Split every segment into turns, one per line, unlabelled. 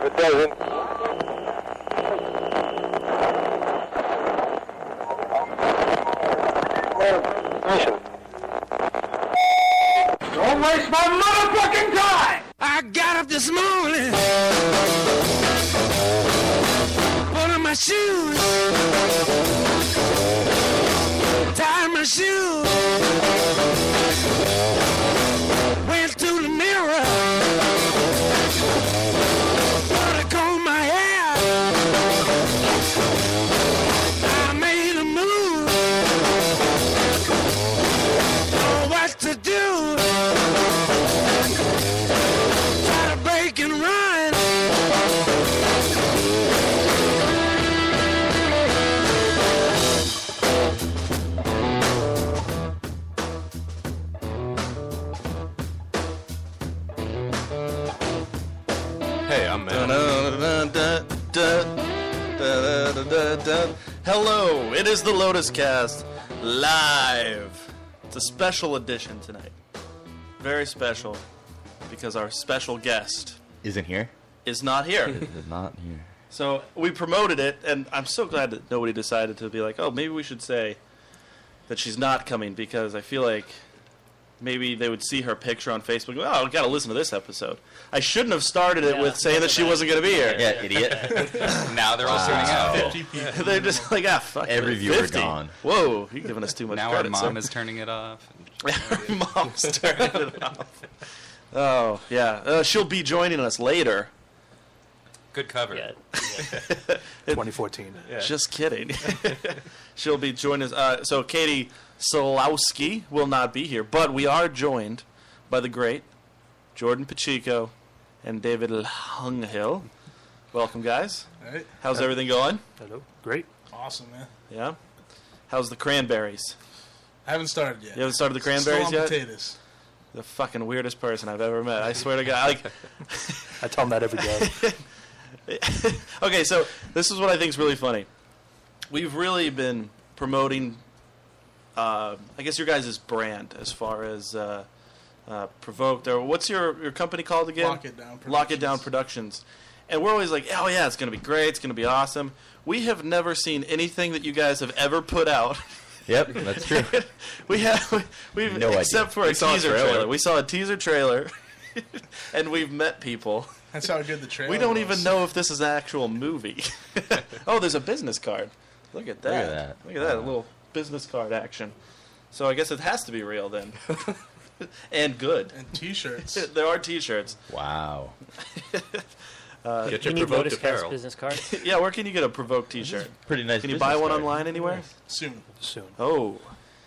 a dozen. Listen.
Don't waste my motherfucking time! I got up this morning. Put on my shoes. Tied my shoes. Went to the mirror. Put a comb in my hair. I made a move. Know what to do. Try to break and run.
Hey, I'm Matt.
Hello, it is the Lotus Cast live. It's a special edition tonight. Very special because our special guest
isn't here.
is not here.
Is not here.
so we promoted it, and I'm so glad that nobody decided to be like, oh, maybe we should say that she's not coming because I feel like maybe they would see her picture on Facebook. Oh, I've got to listen to this episode. I shouldn't have started it with saying that she wasn't going to be here.
Yeah, idiot.
Now they're all turning out.
Wow.
They're just like, ah, fuck.
Every
it,
viewer
50.
gone.
Whoa, you're giving us too much
Now our
credit.
mom
sir.
is turning it off.
Our mom's turning it off. Oh, yeah. Uh, she'll be joining us later.
Good cover.
Yeah.
2014.
Just kidding. she'll be joining us. Uh, so Katie Solowski will not be here, but we are joined by the great Jordan Pacheco and David Lunghill. Welcome, guys.
Right.
How's everything going?
Hello. Great.
Awesome, man.
Yeah. How's the cranberries?
I haven't started yet.
You haven't started the cranberries
Still
yet?
on potatoes.
the fucking weirdest person I've ever met. I swear to God. Like,
I tell him that every day.
okay, so this is what I think is really funny. We've really been promoting, uh, I guess, your guys' brand as far as uh, uh, provoked or what's your your company called again?
Lock It Down
Lock It Down Productions. And we're always like, oh yeah, it's gonna be great. It's gonna be awesome. We have never seen anything that you guys have ever put out.
Yep, that's true.
We have, we've
No idea.
except for a
saw a
teaser
trailer.
trailer. We saw a teaser trailer, and we've met people.
That's how good the trailer.
We don't
was.
even know if this is an actual movie. oh, there's a business card. Look at that.
Look at that.
Look at that, a little business card action. So I guess it has to be real then. and good.
And T-shirts.
There are T-shirts.
Wow.
Get
You
your
need
provoked
Lotus Cast
apparel.
business card.
Yeah, where can you get a Provoke T-shirt?
Pretty nice.
Can you
business
buy one
card.
online anywhere?
Soon.
Soon.
Oh,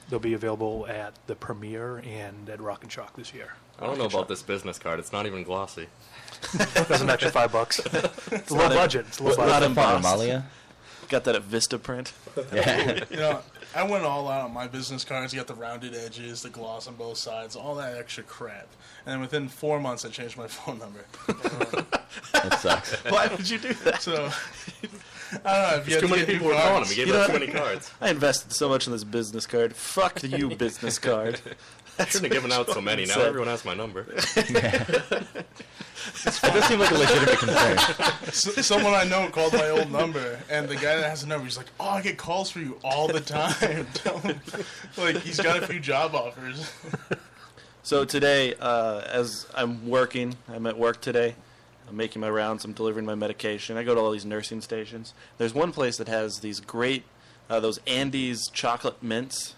They'll be available at the premiere and at Rock and Shock this year.
I don't know about this business card. It's not even glossy.
That's an extra five bucks. It's a low budget. It's a low
not
budget.
embossed.
Amalia?
Got that at Vista Print.
Yeah.
You know, I went all out on my business cards. You got the rounded edges, the gloss on both sides, all that extra crap. And then within four months, I changed my phone number.
that sucks.
Why would you do that?
So I don't know if you have
Too
to
many
get new
people were calling him.
cards.
He gave
You
out
know
too
what?
many cards.
I invested so much in this business card. Fuck you, business card.
I shouldn't have given out so many. Now
said.
everyone has my number.
That does seem like a legitimate concern.
S- someone I know called my old number, and the guy that has the number, he's like, "Oh, I get calls for you all the time." Tell him. like he's got a few job offers.
So today, uh, as I'm working, I'm at work today. I'm making my rounds. I'm delivering my medication. I go to all these nursing stations. There's one place that has these great, uh, those Andes chocolate mints,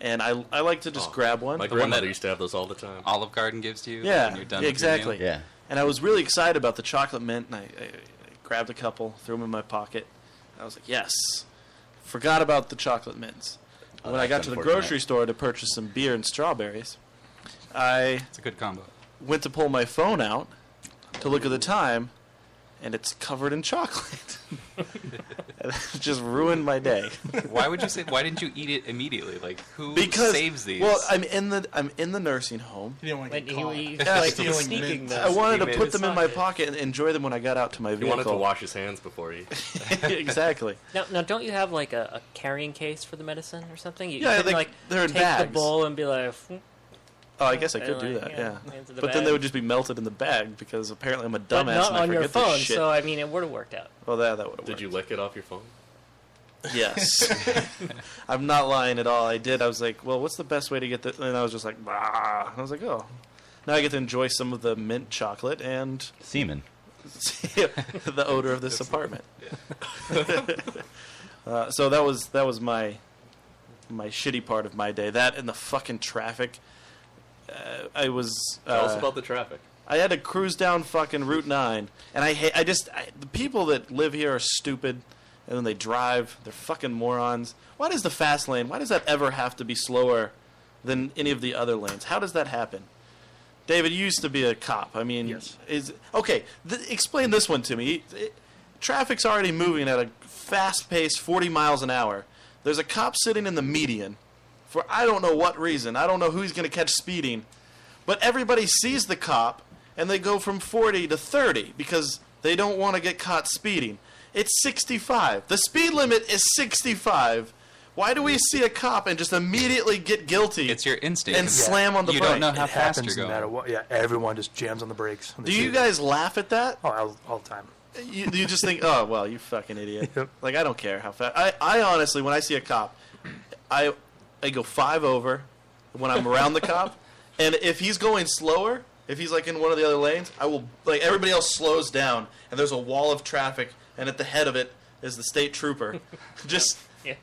and I I like to just
Oh,
grab one.
My
The one
grandmother
that-
used to have those all the time.
Olive Garden gives to you
Yeah,
when you're done.
exactly.
With
Yeah.
And I was really excited about the chocolate mint, and I, I, I grabbed a couple, threw them in my pocket. I was like, yes. Forgot about the chocolate mints.
Oh,
when I got
that's
to the
unfortunate.
grocery store to purchase some beer and strawberries, I
It's a good combo.
went to pull my phone out to look at the time, and it's covered in chocolate. And it just ruined my day
Why would you say? Why didn't you eat it immediately? Like who
because
saves these?
Well, I'm in the I'm in the nursing home.
He didn't want to
Like,
get
he-
caught.
he-
Yeah,
like,
stealing
sneaking
mints.
them.
I wanted to
He
put
made
them
it
in my
soft.
pocket and enjoy them when I got out to my
He
vehicle.
wanted to wash his hands before he.
exactly.
Now, now, don't you have like a, a carrying case for the medicine or something? You
Yeah,
couldn't,
like,
like
they're in
take the
bags.
bowl and be like, "Hmm,
Oh, I guess I
And,
could do
like,
that.
you
Yeah,
know, into the
but then they
bag.
would just be melted in the bag because apparently I'm a dumbass
But not
and I
on
forget
your phone,
this shit.
so I mean, it would have worked out.
well, that that would have
Did you lick it off your phone?
Yes. I'm not lying at all. I did. I was like, well, what's the best way to get this? And I was just like, bah. And I was like, oh. Now I get to enjoy some of the mint chocolate and
Semen.
the odor of this apartment. uh, so that was that was my my shitty part of my day. That and the fucking traffic. Uh, I was. Uh,
Tell us about the traffic.
I had to cruise down fucking Route Nine, and I hate. I just I, the people that live here are stupid, and then they drive. They're fucking morons. Why does the fast lane? Why does that ever have to be slower than any of the other lanes? How does that happen? David, you used to be a cop. I mean, is okay. Th- explain this one to me. It- traffic's already moving at a fast pace, 40 miles an hour. There's a cop sitting in the median for I don't know what reason. I don't know who he's going to catch speeding. But everybody sees the cop and they go from 40 to 30 because they don't want to get caught speeding. It's 65. The speed limit is 65. Why do we see a cop and just immediately get guilty?
It's your instinct.
And slam on the
You
brake.
don't know
It
how
it
fast
happens
you're
no matter
going.
what. Yeah, everyone just jams on the brakes. when they
do
see
you
it.
guys laugh at that?
Oh, all, all the time.
you, you just think, oh well, you fucking idiot.
Yep.
Like I don't care how fast. I, I honestly, when I see a cop, I I go five over when I'm around the cop, and if he's going slower, if he's like in one of the other lanes, I will like everybody else slows down, and there's a wall of traffic, and at the head of it is the state trooper, just
Yeah.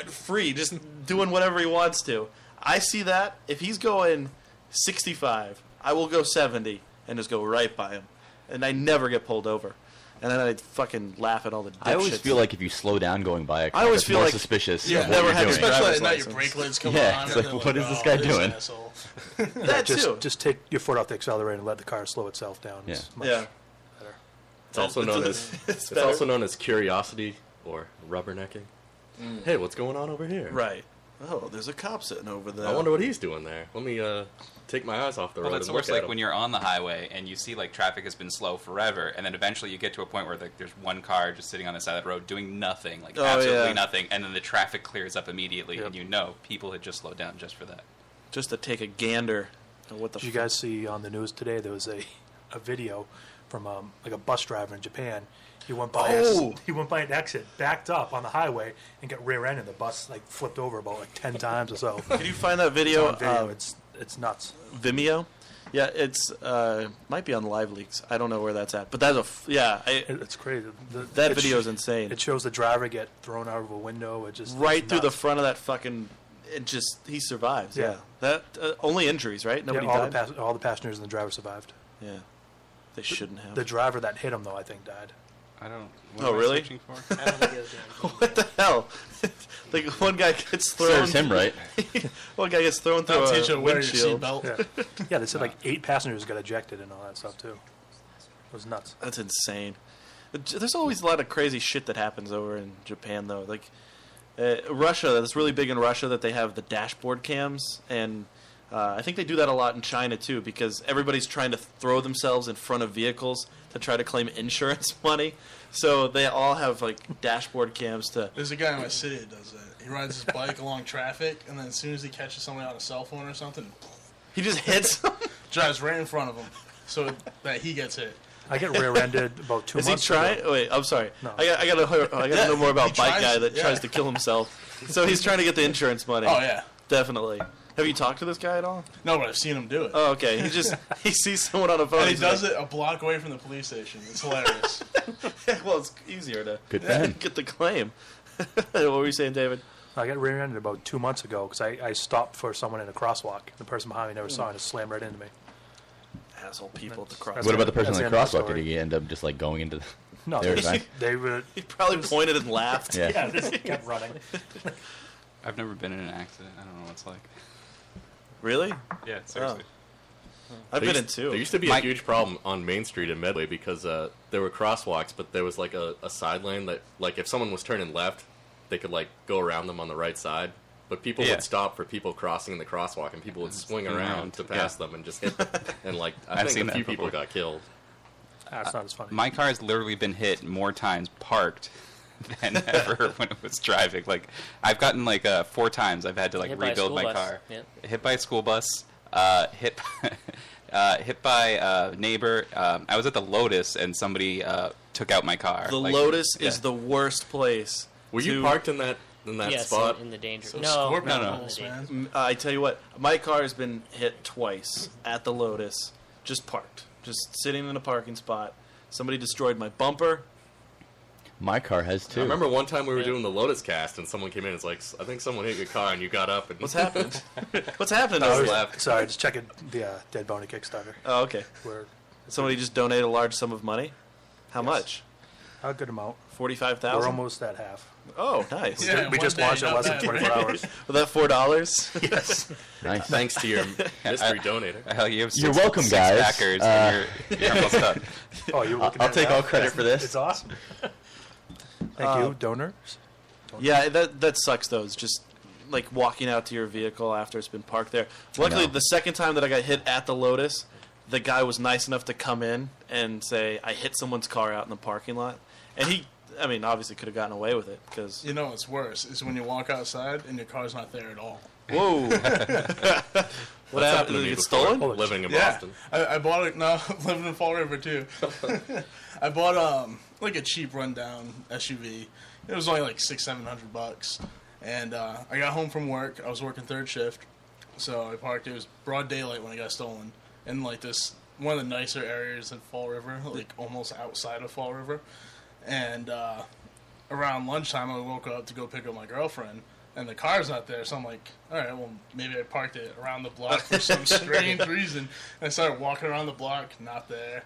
uh, free, just doing whatever he wants to. I see that if he's going 65, I will go 70 and just go right by him, and I never get pulled over. And then I fucking laugh at all the. Dipshits.
I always feel like if you slow down going by a car,
I always
it's
feel
more
like-
suspicious.
Yeah,
of
never
what
had
you're doing.
driver's
Especially at night, your
license.
brake lights come
Yeah,
on.
it's
and
like,
they're
what is this guy
"Oh,
doing?"
asshole."
that
just
too.
just take your foot off the accelerator and let the car slow itself down.
Yeah.
It's much-
yeah,
It's also known as
it's
it's
better.
also known as curiosity or rubbernecking. Hey, what's going on over here?
right. Oh, there's a cop sitting over there.
I wonder what he's doing there. Let me uh, take my eyes off the
Well,
road
that's
and look
worse.
at
Like
him.
when you're on the highway and you see like traffic has been slow forever, and then eventually you get to a point where like there's one car just sitting on the side of the road doing nothing, like
Oh,
absolutely
yeah.
nothing, and then the traffic clears up immediately,
Yep.
and you know people had just slowed down just for that.
just to take a gander. at What the?
Did you
fuck-
guys see on the news today? There was a, a video from um, like a bus driver in Japan. He went by
Oh!
a, he went by an exit, backed up on the highway, and got rear-ended. The bus like flipped over about like ten times or so.
Can you find that video?
on video,
Um,
it's it's nuts.
Vimeo. Yeah, it's uh, might be on Live Leaks. I don't know where that's at, but that's a f- yeah. I,
It, it's crazy. The,
That
it
video is insane.
It shows the driver get thrown out of a window. It just
right
it's
through the
nuts.
front of that fucking. It just he survives. Yeah,
Yeah.
that uh, only injuries, right?
Yeah,
Nobody
all, the
died.
pas- all the passengers and the driver survived.
yeah, they shouldn't have.
The driver that hit him though, I think, died.
I don't.
Oh, am I really? searching what the hell? like one guy gets thrown.
Serves him right.
One guy gets thrown through
That'll
a
teach you to wear your
windshield.
seatbelt.
Yeah, yeah. They said like eight passengers got ejected and all that stuff too. It was nuts.
That's insane. But j- There's always a lot of crazy shit that happens over in Japan, though. Like uh, Russia, that's really big in Russia that they have the dashboard cams, and uh, I think they do that a lot in China too, because everybody's trying to throw themselves in front of vehicles to try to claim insurance money. So they all have like dashboard cams to.
There's a guy in my city that does that. He rides his bike along traffic, and then as soon as he catches someone on a cell phone or something,
He just hits.
drives right in front of him so that he gets hit.
I get rear-ended about two
Is he
months
trying?
ago.
Oh, wait, I'm sorry.
No.
I, got- I gotta, hear- I gotta know more
he
about bike
tries-
guy that
yeah.
tries to kill himself. so he's trying to get the insurance money.
Oh yeah,
definitely. Have you talked to this guy at all?
no, but I've seen him do it.
Oh, okay. He just he sees someone on a phone.
and he
he's
does
like,
it a block away from the police station. It's hilarious.
Well, it's easier to
Good for him.
get the claim. what were you saying, David?
I got rear-ended about two months ago because I, I stopped for someone in a crosswalk. The person behind me never saw and just slammed right into me.
Asshole people at the cross.
That's-
What about the person
That's
in the
the end of the
crosswalk? Did
story.
he end up just like going into? The...
No,
They were
they,
fine?
they were.
He probably pointed and laughed.
Yeah.
Yeah, just kept running.
I've never been in an accident. I don't know what it's like.
Really?
Yeah, seriously.
Oh. I've
There
been in
used- There
two.
used to be
Mike-
a huge problem on Main Street in Medway because uh, there were crosswalks, but there was like a, a side lane that, like, if someone was turning left, they could like go around them on the right side. But people
Yeah.
would stop for people crossing in the crosswalk, and people would
Swing
swing around,
around,
to pass them and just hit. Them. And like, I
I've
think
seen
a
that
few people
before.
got killed.
That's Ah, not as funny.
My car has literally been hit more times parked than ever when it was driving. Like I've gotten like uh, four times I've had to like
Hit by a
rebuild
school
my
bus.
car.
Yep.
Hit by a school bus. uh, hit uh, hit by a neighbor. Um, I was at the Lotus and somebody uh, took out my car.
The
Like,
Lotus
yeah.
is the worst place.
Were you
to-
parked in that in that
yes,
spot?
in, in the danger.
So
no,
Scorpion
no, no.
not in the
rules,
danger.
man.
Uh, I tell you what, my car has been hit twice at the Lotus, just parked, just sitting in a parking spot. Somebody destroyed my bumper.
My car has two.
I remember one time we were
Yeah.
doing the Lotus cast and someone came in and was like, I think someone hit your car and you got up and
What's happened? What's happened?
I
I was
was-
like,
Sorry, just checking the uh, Dead Boner Kickstarter.
oh, okay.
Where
Somebody just donated a large sum of money. How
Yes.
much?
a good amount.
Forty-five
We're
thousand.
almost at half.
Oh, nice.
Yeah,
we
one
just
day,
launched it
not
less than
bad.
24 hours.
Was that four dollars?
nice.
thanks to your mystery donator.
Hell, you have six,
You're welcome,
six
guys.
Packers,
Uh,
and you're, you're almost done.
Oh, you're looking
I'll
at it
take
now?
all credit for this. Uh,
It's awesome. Thank you, donors.
yeah, that that sucks though. It's just like walking out to your vehicle after it's been parked there. Luckily,
know.
the second time that I got hit at the Lotus, the guy was nice enough to come in and say I hit someone's car out in the parking lot, and he, I mean, obviously could have gotten away with it because
You know what's worse is when you walk outside and your car's not there at all.
whoa, what
That's happened
happened?
to
Did
me
it get
before,
stolen?
Living in
yeah,
Boston.
I, I bought it. No, living in Fall River too. I bought um like a cheap rundown SUV. It was only like six seven hundred bucks, and uh, I got home from work. I was working third shift, so I parked. It was broad daylight when it got stolen, in like this one of the nicer areas in Fall River, like almost outside of Fall River, and. uh around lunchtime, I woke up to go pick up my girlfriend, and the car's not there. So I'm like, all right, well, maybe I parked it around the block for some strange reason. And I started walking around the block, not there.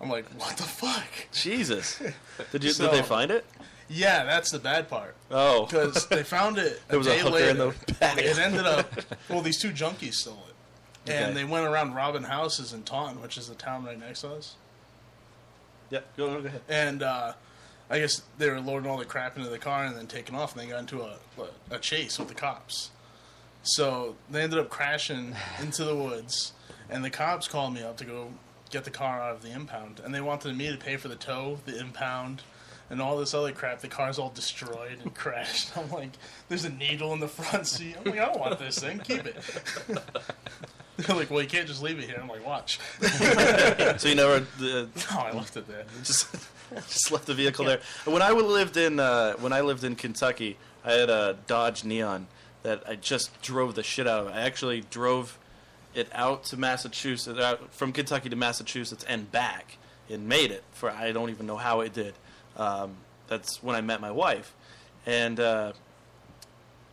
I'm like, what the fuck?
Jesus, did you?
So-
did they find it?
Yeah, that's the bad part.
Oh,
Because they found it a
There was a
day
hooker
later.
in the back.
It ended up, well, these two junkies stole it. And
Okay.
they went around robbing houses in Taunton, which is the town right next to us.
yeah. Go, go ahead.
and uh, I guess they were loading all the crap into the car and then taking off, and they got into a, a chase with the cops. So they ended up crashing into the woods, and the cops called me up to go get the car out of the impound, and they wanted me to pay for the tow, the impound. And all this other crap, the car's all destroyed and crashed. I'm like, there's a needle in the front seat. I'm like, I don't want this thing. Keep it. They're like, well, you can't just leave it here. I'm like, watch.
So you never uh,
No, I left it there.
just just left the vehicle there. When I would- lived in uh, when I lived in Kentucky, I had a Dodge Neon that I just drove the shit out of. I actually drove it out to Massachusetts out from Kentucky to Massachusetts and back and made it for I don't even know how it did. Um, that's when I met my wife, and uh,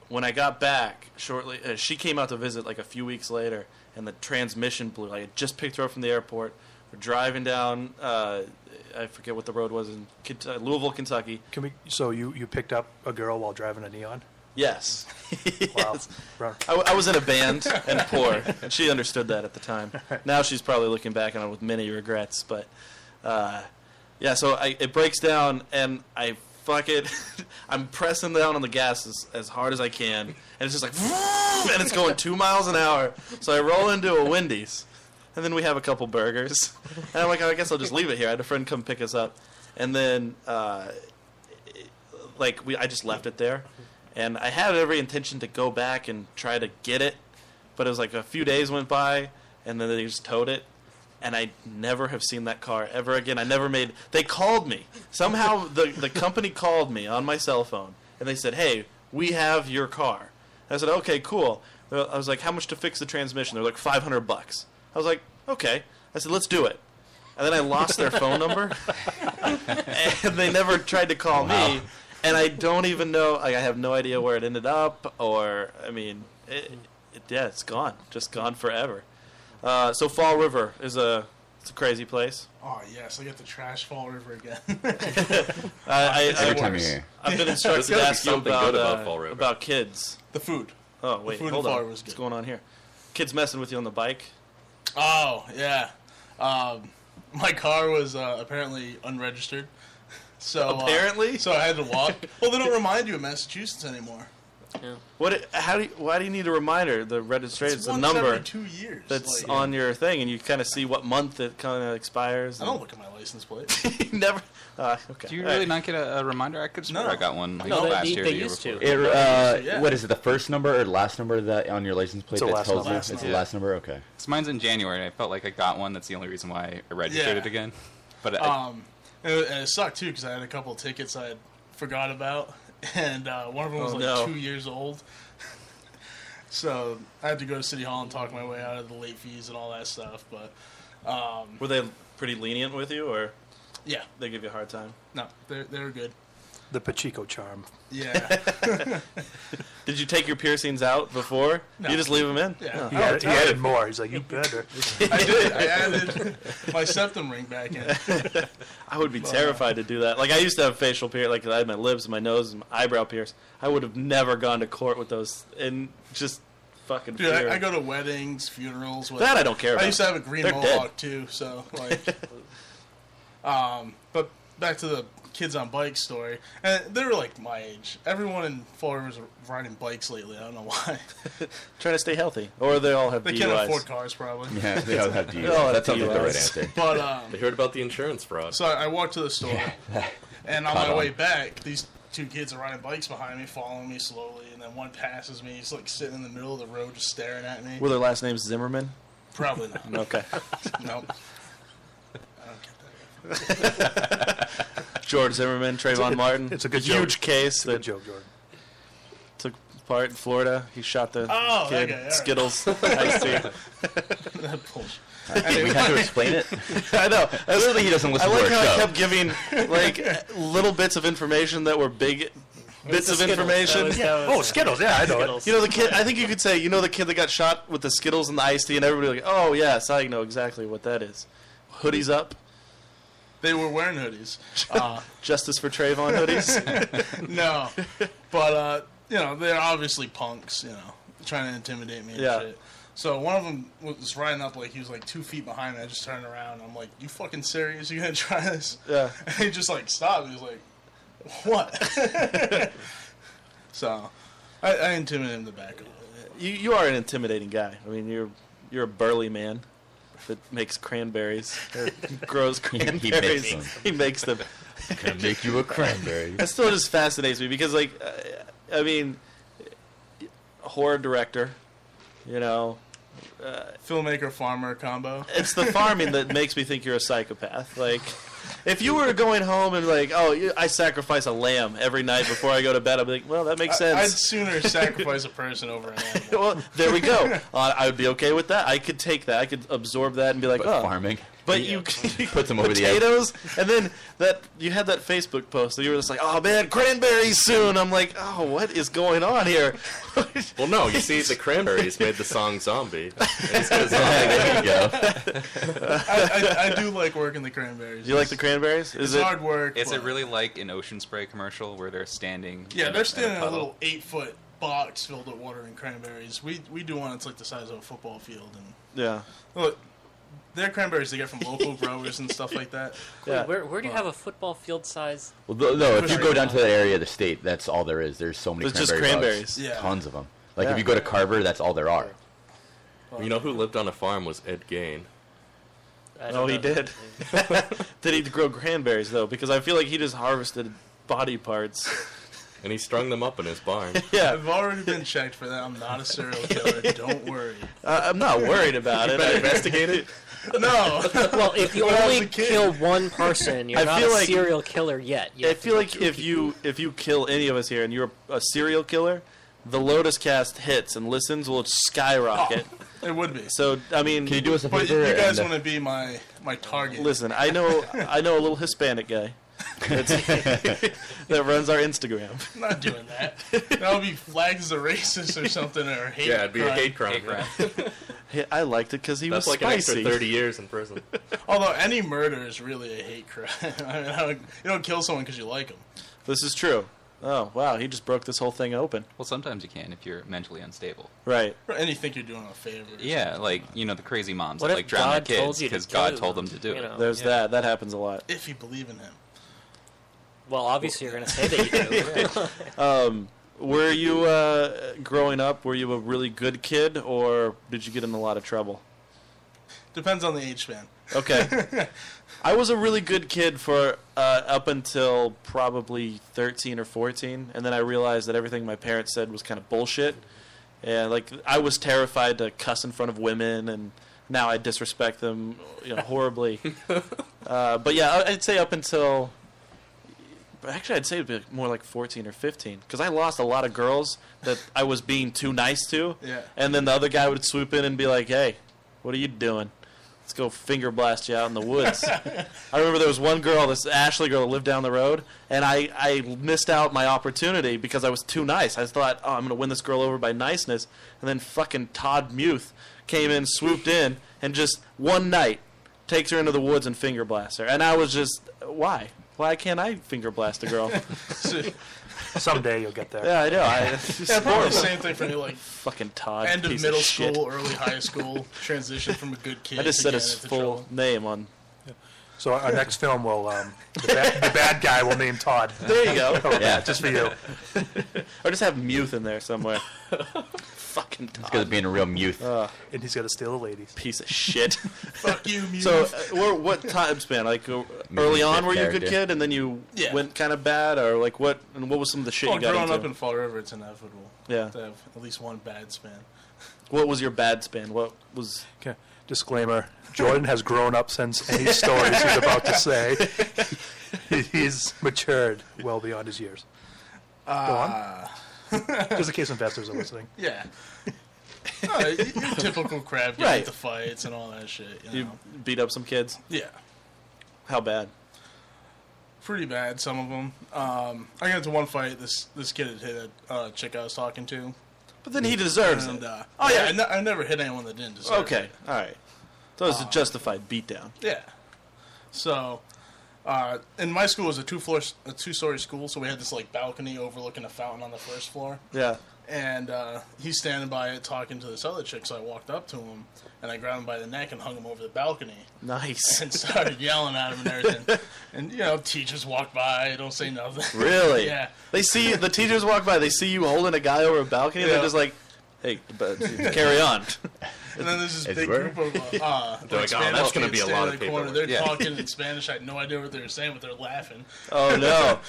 when I got back shortly, uh, she came out to visit like a few weeks later, and the transmission blew. I had just picked her up from the airport. We're driving down, uh, I forget what the road was in Kent- uh, Louisville, Kentucky.
Can we? So you, you picked up a girl while driving a neon?
Yes,
Wow.
yes.
Run.
I, I was in a band and poor, and she understood that at the time. Now she's probably looking back on it with many regrets, but uh, yeah. So I, it breaks down, and I fuck it. I'm pressing down on the gas as, as hard as I can, and it's just like, and it's going two miles an hour. So I roll into a Wendy's, and then we have a couple burgers, and I'm like, "Oh, I guess I'll just leave it here. I had a friend come pick us up, and then. Uh, like we I just left it there, and I had every intention to go back and try to get it, but it was like a few days went by, and then they just towed it, and I never have seen that car ever again. I never made. They called me somehow. the The company called me on my cell phone, and they said, "Hey, we have your car." I said, "Okay, cool." They're- I was like, "How much to fix the transmission?" They're like, 500 bucks." I was like, "Okay." I said, "Let's do it." And then I lost their phone number, and they never tried to call me. And I don't even know. Like, I have no idea where it ended up, or I mean, it, it, yeah, it's gone, just gone forever. Uh, so Fall River is a it's a crazy place.
Oh, yes, I get the trash fall river again.
I, I,
Every
I,
time you're
worse.
here.
I've been instructed to
gotta be
ask you
something
about
good about
uh,
Fall River.
about kids.
the food.
Oh wait,
food in
hold
Fall
on.
River is
What's
good.
going on here? Kids messing with you on the bike.
Oh yeah, um, my car was uh, apparently unregistered. So uh,
Apparently?
so I had to walk. well, they don't remind you of Massachusetts anymore.
What? it- How do? You, why do you need a reminder? The registration is the
once every
number
two years.
that's
like,
on your thing, and you kind of see what month it kind of expires.
I don't look at my license plate.
and you never. Uh, okay.
Do you
All right.
really not get a, a reminder? I could swear
No.
I got one like,
No, they-
last
they,
year.
they
the year
used
before.
to.
It, uh,
Yeah.
What is it? The first number or last number that on your license plate
It's the
that
last
tells
number.
you
Last
it's the
number.
last number? Okay.
So mine's in January, and I felt like I got one. That's the only reason why I registered
Yeah.
it again. But uh, I,
um, and it, and it sucked too because I had a couple of tickets I had forgot about, and uh, one of them was
Oh,
like
no.
two years old. so I had to go to City Hall and talk my way out of the late fees and all that stuff. But um,
Were they pretty lenient with you, or
yeah,
they give you a hard time?
no, they they were good.
The Pachico charm.
Yeah,
Did you take your piercings out before?
No.
You just leave them in.
yeah.
He, added, he added more. He's like, you better.
I did. I added my septum ring back in.
I would be terrified to do that. Like I used to have facial piercing, like I had my lips, and my nose, and my eyebrow pierced. I would have never gone to court with those, and just fucking
Dude,
fear.
I, I go to weddings, funerals. Whatever.
that I don't care about.
I used to have a green
They're
mohawk too, so like. um, but back to the kids on bikes story, and they were like my age. Everyone in Fall River's riding bikes lately. I don't know why.
Trying to stay healthy, or they all have
They
DUIs.
can't afford cars probably.
Yeah, they all have DUIs.
all have
that sounds like the right
DUIs.
answer.
But um,
They heard about the insurance fraud.
so I I walked to the store, and on
Caught
my
on.
way back, these two kids are riding bikes behind me, following me slowly, and then one passes me. He's like sitting in the middle of the road, just staring at me.
Were their last names Zimmerman?
Probably not.
Okay,
nope.
George Zimmerman, Trayvon Martin.
it's a good
huge
joke.
case
Good
that
joke, Jordan.
took part in Florida. He shot the
Oh,
kid
okay, all right.
Skittles. iced tea.
That bullshit.
Did we have to explain it?
I know.
Clearly, he doesn't
I
listen
like
to
how
our
I
show.
kept giving like little bits of information that were big bits of information.
Oh, Skittles. Yeah, I know
You know the kid. I think you could say, you know, the kid that got shot with the Skittles and the iced tea, and everybody like, oh yes, I know exactly what that is. Hoodies up,
They were wearing hoodies. Uh,
justice for Trayvon hoodies.
no, but uh, you know they're obviously punks. You know, trying to intimidate me and
Yeah.
shit. So one of them was riding up like he was like two feet behind me. I just turned around. I'm like, "You fucking serious? You gonna try this?"
yeah,
And he just like stopped. He was like, "What?" so I, I intimidated him to back off.
you you are an intimidating guy. I mean, you're you're a burly man that makes cranberries, or grows
He- he
cranberries.
makes them.
He makes them.
Gonna make you a cranberry.
That still just fascinates me because, like, uh, I mean, horror director, you know,
Filmmaker farmer combo.
it's the farming that makes me think you're a psychopath. Like, if you were going home and like, oh, you- I sacrifice a lamb every night before I go to bed, I'd be like, well, that makes
I'd
sense.
sooner sacrifice a person over an animal.
well, there we go. Uh, I would be okay with that. I could take that. I could absorb that and be like,
But
oh,
farming.
but you
Puts them over the edge.
potatoes, and then that you had that Facebook post. That you were just like, oh man, cranberries soon. I'm like, oh, what is going on here?
Well, no, you see, the Cranberries made the song "Zombie." It's got a zombie.
There you go.
I, I, I do like working the cranberries.
Do you like the cranberries?
It's
Is it?
hard work.
is it
but-
really like an ocean spray commercial where they're standing?
Yeah,
in
they're standing in a
puddle?
little eight foot box filled with water and cranberries. We we do one that's like the size of a football field and
Yeah.
look they're cranberries they get from local growers and stuff like that.
Yeah.
Where, where do you have a football field size?
Well, th- no, if you go down to that area of the state, that's all there is. There's so many
There's just
cranberry bugs.
cranberries.
Yeah.
Tons of them. Like
Yeah.
if you go to Carver, that's all there are.
You know who lived on a farm was Ed Gain.
I don't
Oh, he
know.
did. did he grow cranberries though? Because I feel like he just harvested body parts.
and he strung them up in his barn.
yeah,
I've already been checked for that. I'm not a serial killer. Don't worry.
I, I'm not worried about it. I,
Investigate it.
No.
Well, if you
When I was
only
a kid.
kill one person, you're
I
not
feel
a
like-
serial killer yet. You
I
have to
feel
kill
like
two
if
people.
you if you kill any of us here and you're a serial killer, the Lotus Cast hits and listens will skyrocket.
It would be.
So I mean,
Oh. Can you do us a
But
favor?
you guys
and, uh,
want to be my my target.
listen, I know I know a little Hispanic guy. that's- that runs our Instagram.
I'm not doing that. That would be flagged as a racist or something or hate.
Yeah, it'd be a
crime.
hate crime.
Hey, Grant.
Hey, I liked it because he
That's
was
like
spicy.
an extra thirty years in prison.
Although any murder is really a hate crime. I mean, I don't, you don't kill someone because you like them.
This is true. Oh wow, he just broke this whole thing open.
Well, sometimes you can if you're mentally unstable.
Right.
And you think you're doing a favor. or
Yeah, like you know the crazy moms
What
that
if
like drown
God
their
told
kids
you to
because God
kill
told
them,
them to do
you
it.
Oh,
know?
There's that. That happens a lot.
if you believe in him.
Well, obviously you're going to say that you do.
Were you uh, growing up? Were you a really good kid, or did you get in a lot of trouble?
Depends on the age span.
Okay. I was a really good kid for uh, up until probably 13 or 14, and then I realized that everything my parents said was kind of bullshit. And like I was terrified to cuss in front of women, and now I disrespect them you know, horribly. uh, but yeah, I- I'd say up until. but Actually, I'd say it'd be more like 14 or 15 because I lost a lot of girls that I was being too nice to.
Yeah.
And then the other guy would swoop in and be like, "Hey, what are you doing? Let's go finger blast you out in the woods." I remember there was one girl, this Ashley girl, that lived down the road, and I I missed out my opportunity because I was too nice. I thought, "Oh, I'm gonna win this girl over by niceness," and then fucking Todd Muth came in, swooped in, and just one night takes her into the woods and finger blasts her. And I was just, why? Why can't I finger blast a girl?
Someday you'll get there.
yeah, I know. I, it's
Yeah, probably the
horrible.
same thing for me. Like
Fucking Todd.
end of
piece
middle
shit.
school, early high school, transition from a good kid.
I just
to
said
getting
his
into
full
trouble.
name on.
So our our next film will um, the, bad, the bad guy will name Todd.
There you go.
Yeah,
Just for you.
or just have Muth in there somewhere. Fucking Todd.
because of being a real youth.
And he's gonna steal the ladies.
Piece of shit.
Fuck you, Mew.
so, uh, what- what time span? Like uh, early on, were you a good
character.
kid, and then you
Yeah.
went kind of bad, or like what? And what was some of the shit
oh,
you got
growing
into?
up in Fall River, it's inevitable.
Yeah.
to have at least one bad span.
what was your bad span? What was
Okay. Disclaimer: Jordan has grown up since any stories he's about to say. He- he's matured well beyond his years. Go on. Just in case investors are listening.
Yeah. No, y- your typical crab get
Right.
into fights and all that shit. You
you
know?
beat up some kids?
Yeah,
How bad?
pretty bad. Some of them. Um, I got into one fight. This this kid had hit a uh, chick I was talking to,
But then he deserves
and
it.
uh,
Oh,
oh
yeah.
yeah, I ne- I never hit anyone that didn't deserve.
Okay,
it.
all right. So it
Uh,
was a justified beatdown.
Yeah. So, uh, and my school was a two floor, a two story school, so we had this like balcony overlooking a fountain on the first floor.
Yeah.
And uh, he's standing by it talking to this other chick, so I walked up to him and I grabbed him by the neck and hung him over the balcony
Nice.
and started yelling at him and everything. and you know, teachers walk by, don't say nothing.
Really?
Yeah.
They see the teachers walk by. They see you holding a guy over a balcony. They're
Yeah.
just like, "Hey, but carry on."
And then there's this
It's
big
weird.
group of uh,
They're like, "Oh,
Spanish
that's gonna
kids
be a
standing
lot
in
of
the corner.
paperwork."
They're
Yeah.
talking in Spanish. I had no idea what they were saying, but they're laughing.
oh no!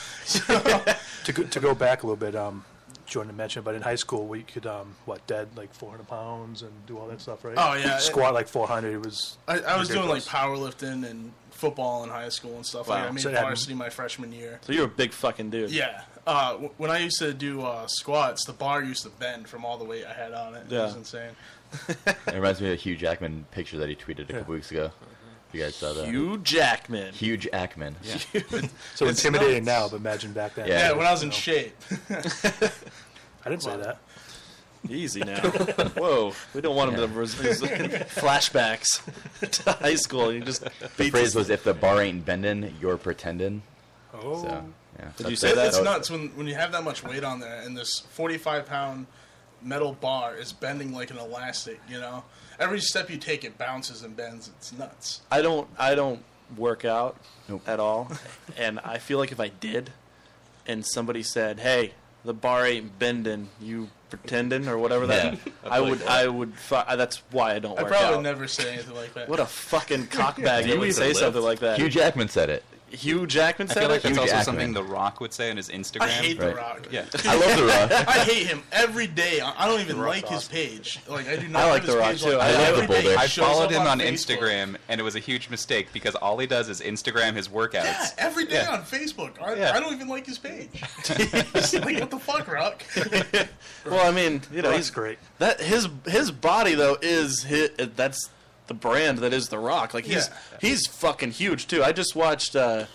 To go, to go back a little bit, um, Jordan mentioned, but in high school we could um, what dead like 400 pounds and do all that stuff, right?
Oh, yeah.
Squat like 400. It was
I, I was doing like
ridiculous.
powerlifting and football in high school and stuff. Like,
Wow.
I made
So it had-
varsity my freshman year.
So you're a big fucking dude.
Yeah. Uh, w- when I used to do uh, squats, the bar used to bend from all the weight I had on it. It was
Yeah.
insane.
It reminds me of a Hugh Jackman picture that he tweeted a couple weeks ago. You guys saw that?
Hugh Jackman.
Hugh Jackman.
so intimidating now, but imagine back then.
Yeah.
Yeah, when I was in
No.
shape.
I didn't say that.
Easy now. Whoa, we don't want him to res- res- flashbacks to high school. You just
The
beat this-
phrase was, "If the bar ain't bending, you're pretending."
Oh,
So, yeah.
Did you
That's
say
it.
that?
It's
was-
nuts when, when you have that much weight on there and this 45 pound metal bar is bending like an elastic, you know? Every step you take, it bounces and bends. It's nuts.
I don't. I don't work out
Nope.
at all, and I feel like if I did, and somebody said, "Hey, the bar ain't bending, you pretending or whatever that," I would. I would. Fu- that's why I don't
I
work
probably
out.
never say anything like that.
What a fucking cockbag!
Do
you
you
would
even
say
lift?
something like that.
Hugh Jackman said it.
Hugh Jackman
I
said
feel like
it.
that's
Hugh
also
Jackman.
something The Rock would say on his Instagram.
I hate The
Right.
Rock.
yeah.
I love the Rock.
I hate him every day. I I don't even
Rock's
like his
awesome.
page. Like I do not
I like
his
The Rock,
page,
too.
Like,
I love
every
the
day
Boulder.
he
I
shows
followed
up
him on
Facebook.
Instagram, and it was a huge mistake because all he does is Instagram his
Yeah,
workouts.
every day
Yeah.
on Facebook. I,
Yeah.
I don't even like his page. It's like, what the fuck, Rock?
Well, I mean, you know,
he's
he's
great.
that his his body though is his, that's the brand that is the Rock. Like he's
Yeah.
he's fucking huge too. I just watched uh,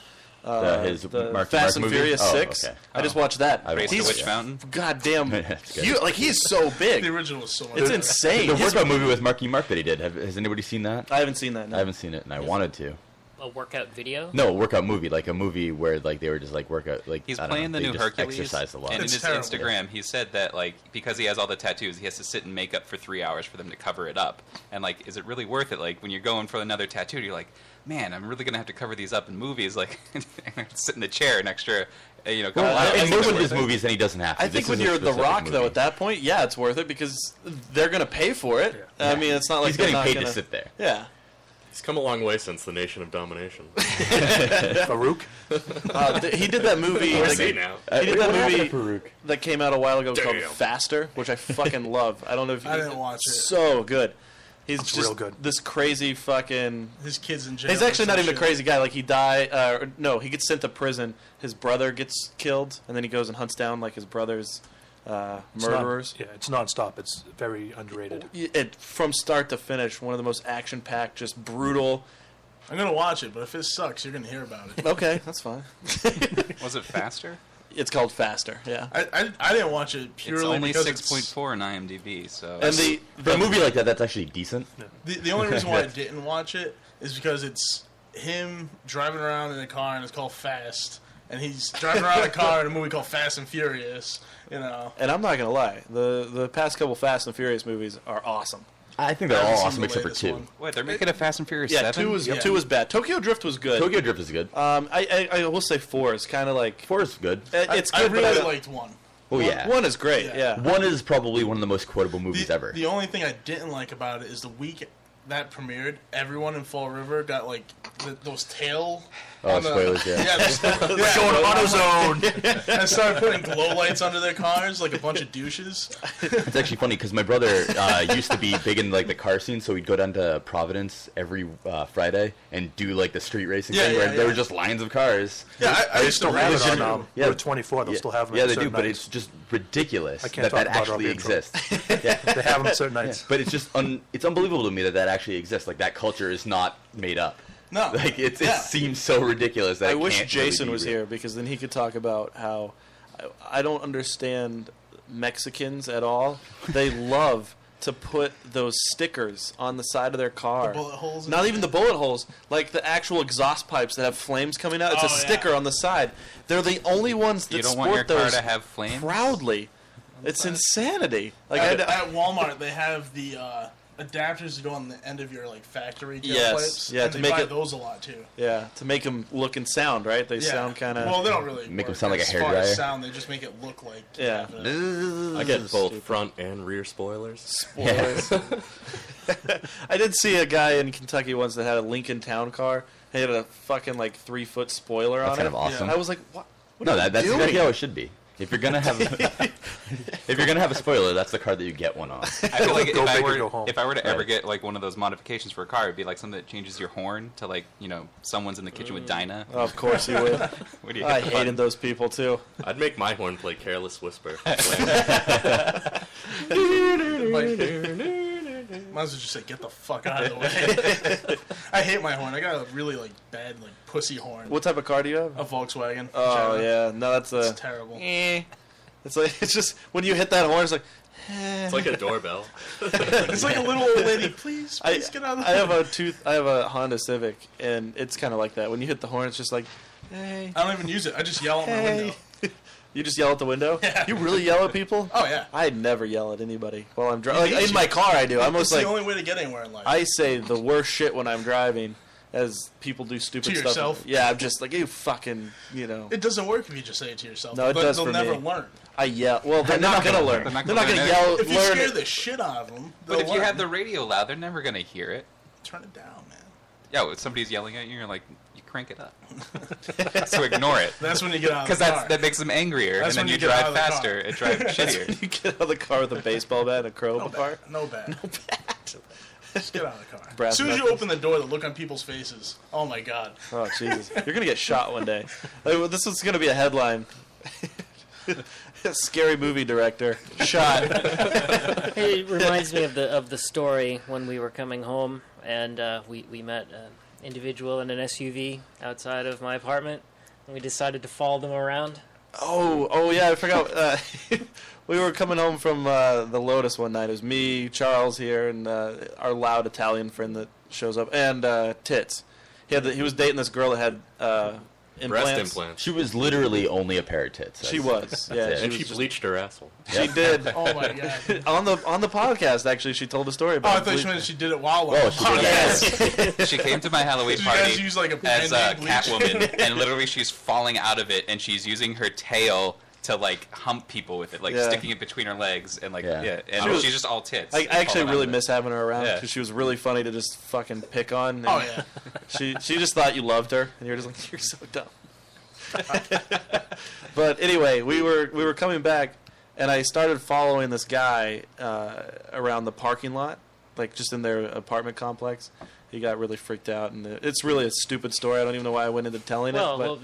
The- his
the
Mark
Fast
Mark
and
movie?
Furious
Oh,
Six.
okay.
I just watched that.
I
Race
watched
to
he's
Witch Fountain.
goddamn
That's good.
huge. Like he's so
the
big.
original was so much
It's
better.
insane.
The
His-
workout movie with Marky Mark that he did. Have, has anybody seen that?
I haven't seen that. No.
I haven't seen it, and I wanted to.
A workout video.
No, a workout movie, like a movie where like they were just like workout, like
He's
I don't
playing
know,
the
they
new
just
Hercules,
Exercise a lot.
and in
It's
his
terrible.
Instagram, he said that like because he has all the tattoos, he has to sit in makeup for three hours for them to cover it up. And like, is it really worth it? Like when you're going for another tattoo, you're like, man, I'm really gonna have to cover these up in movies. Like, sit in the chair next to, uh, you know. a couple
Well,
hours.
in
Is it
most of
worth
his
it?
movies, then he doesn't have to.
I think
This
when
is a
you're The
specific
Rock, though,
movie.
at that point, yeah, it's worth it because they're going to pay for it. I mean, it's not like
he's
they're
getting
not
paid
gonna,
to sit there.
Yeah.
It's come a long way since the Nation of Domination.
Farouk.
Uh, th- he did that movie.
I
that-
say now.
He did
Uh, What happened
that
to
movie
Farouk?
that came out a while ago called
Damn.
Faster, which I fucking love. I don't know if you
I didn't watch it.
So good. He's
It's
just
real good.
this crazy fucking.
His kids in jail.
He's actually
and
not
some
even a
shit.
crazy guy. Like he die, uh, or- no, he gets sent to prison. His brother gets killed, and then he goes and hunts down like his brother's uh,
It's not-
murderers.
yeah, it's nonstop. It's very underrated.
It from start to finish, one of the most action-packed, just brutal.
I'm gonna watch it, but if it sucks, you're gonna hear about it.
Okay, that's fine.
Was it faster?
It's called Faster. Yeah.
I, I, I didn't watch it
It's
purely
only
because
six
it's-
point four on IMDb. So
And the
For a movie like that, that's actually decent.
The, the only reason why I didn't watch it is because it's him driving around in a car and it's called Fast, and he's driving around in a car in a movie called Fast and Furious. You know,
And I'm not gonna lie, the the past couple Fast and Furious movies are awesome.
I think they're
haven't
all
seen
awesome
the
except for
latest
two.
one.
wait, they're making a Fast and Furious
Yeah,
seven.
two was
Yeah.
two was bad. Tokyo Drift was good.
Tokyo Drift is good.
Um, I, I I will say four is kind of like
Four is good.
it- it's
I, I
good. but
really
don't-
liked one.
Oh
one-
yeah.
one is great. Yeah.
Yeah.
Uh, One is probably one of the most quotable movies
The,
ever.
the only thing I didn't like about it is the week that premiered, everyone in Fall River got like th those tail.
Oh,
on the-
spoilers, yeah.
yeah, those- yeah,
Going
those-
AutoZone.
and started putting glow lights under their cars like a bunch of douches.
It's actually funny because my brother uh, used to be big in like the car scene, so we'd go down to Providence every uh, Friday and do like the street racing
Yeah,
thing where
yeah,
there
yeah.
were just lines of cars.
Yeah, I, I used to
They
have it
still
on.
have it on um,
Yeah.
Route 24. They'll
yeah,
still have them.
yeah,
at
they do,
certain
but
nights.
it's just ridiculous
I can't
that that
talk about it, I'll
actually
be in trouble.
exists. yeah,
they have them at certain nights.
but it's just un- it's unbelievable to me that that actually exists. Like that culture is not made up.
No,
Like it's,
yeah.
it seems so ridiculous that
I
it
wish
can't really
Jason
be
was
real.
here because then he could talk about how I, I don't understand Mexicans at all. They love to put those stickers on the side of their car.
bullet holes and
Not even the bullet holes, like the actual exhaust pipes that have flames coming out. It's a
Oh, yeah.
sticker on the side. They're the only ones that
you don't
sport
want your car
those
to have flames.
proudly. It's insanity. Like
At,
I, I,
at Walmart, they have the uh, adapters that go on the end of your like factory tailpipes.
Yes. Yeah,
and
to
they
make
buy
it-
those a lot too.
yeah, to make them look and sound right. They
Yeah.
sound kind of
Well, they don't really
Make 'em
work
sound like a
as far as
hairdryer.
Sound they just make it look like
Yeah.
I get both front and rear spoilers.
I did see a guy in Kentucky once that had a Lincoln Town car. He had a fucking like three foot spoiler
That's
on
kind
it.
of awesome.
I was like, what? what
no,
are you
that, that's
doing?
exactly how it should be. If you're gonna have if you're gonna have a spoiler, that's the card that you get one on.
I feel like if
Go
I
big or
were
go home.
if I were to ever
Right.
get like one of those modifications for a car, it'd be like something that changes your horn to like you know someone's in the kitchen
Mm.
with Dinah.
Of course he would.
What do you
Uh,
I
hit the
hated
button?
those people too.
I'd make my horn play Careless Whisper.
Might as well just say, "Get the fuck out of the way." I hate my horn. I got a really like bad like pussy horn.
What type of car do you have?
A Volkswagen.
Oh
Jetta.
yeah, no, that's a.
it's terrible.
Eh. It's like it's just when you hit that horn, it's like
It's like a doorbell.
It's like a little old lady. Please,
I,
please get out of the
I have a tooth. I have a Honda Civic, and it's kind of like that. When you hit the horn, it's just like, hey,
I don't even use it. I just yell at my
hey.
window.
You just yell at the window.
Yeah.
You really yell at people?
Oh yeah.
I never yell at anybody while I'm driving.
You
Like
need
in
to.
my car, I do. I'm almost
It's
like
the only way to get anywhere in life.
I say the worst shit when I'm driving, as people do stupid
To
stuff.
yourself?
Yeah, I'm just like you fucking. You know,
it doesn't work if you just say it to yourself.
No, it
but
does
they'll
for
never
me.
learn.
I yell. Well, they're, not, gonna, learn. They're not gonna,
learn
yell.
If you
learn
scare
it.
the shit out of them,
But if you have the radio loud, they're never gonna hear it.
turn it down, man.
Yeah, if somebody's yelling at you, you're like, you crank it up. so ignore it,
That's when you get out
because
of the
that's
car.
that makes them angrier,
That's
and then
when
you,
you get out
drive
of the car.
faster and drive shittier.
you get out of the car with a baseball bat and a
no
crowbar.
bad. No bad. Just get out of the car.
Brass
as soon as you
knuckles.
open the door, the look on people's faces. Oh my god.
Oh Jesus! You're gonna get shot one day. Like, well, this is gonna be a headline. Scary movie director shot.
It reminds me of the of the story when we were coming home and uh, we we met an individual in an SUV outside of my apartment and we decided to follow them around.
Oh, oh yeah, I forgot. Uh, we were coming home from uh, the Lotus one night. It was me, Charles here, and uh, our loud Italian friend that shows up, and uh, Tits. He had the, he was dating this girl that had uh,
breast
implants.
implants,
She was literally only a pair of tits.
She was. Yeah,
That's it.
she
and
was
she
just-
bleached her asshole.
She did
Oh my god.
on the on the podcast. Actually, she told a story
Oh,
about.
I thought she meant she did it while
Oh,
while.
she did that.
she came to my Halloween
Did you guys
party
use like a
as a
brand name bleach?
Catwoman, and literally she's falling out of it, and she's using her tail to like hump people with it, like
Yeah.
sticking it between her legs, and like
Yeah.
yeah, and
She was-
she's just all tits.
I, I actually
falling out
really
of it.
miss having her around
Yeah.
because she was really funny to just fucking pick on. and
Oh yeah.
She she just thought you loved her, and you're just like you're so dumb. but anyway, we were we were coming back, and I started following this guy uh, around the parking lot, like just in their apartment complex. He got really freaked out, and the, it's really a stupid story. I don't even know why I went into telling
Well,
it, but
well,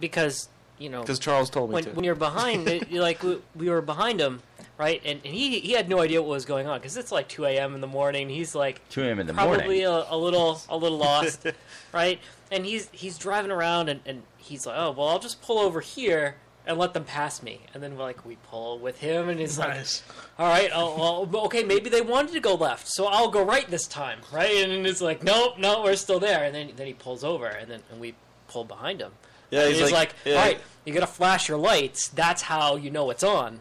because you know,
because Charles told me
when,
to.
when you're behind, it, you're like we, we were behind him, right? And, and he he had no idea what was going on because it's like 2 a.m. in the morning. He's like
2 a.m. in the
probably
morning.
a, a little a little lost, right? And he's he's driving around and, and he's like, oh well, I'll just pull over here and let them pass me. And then we're like we pull with him, and he's like,
Nice.
all right, I'll, I'll, okay, maybe they wanted to go left, so I'll go right this time, right? And it's like, nope, no, we're still there. And then then he pulls over, and then and we pull behind him.
yeah,
And he's, like,
yeah.
all right, you gotta flash your lights. That's how you know it's on,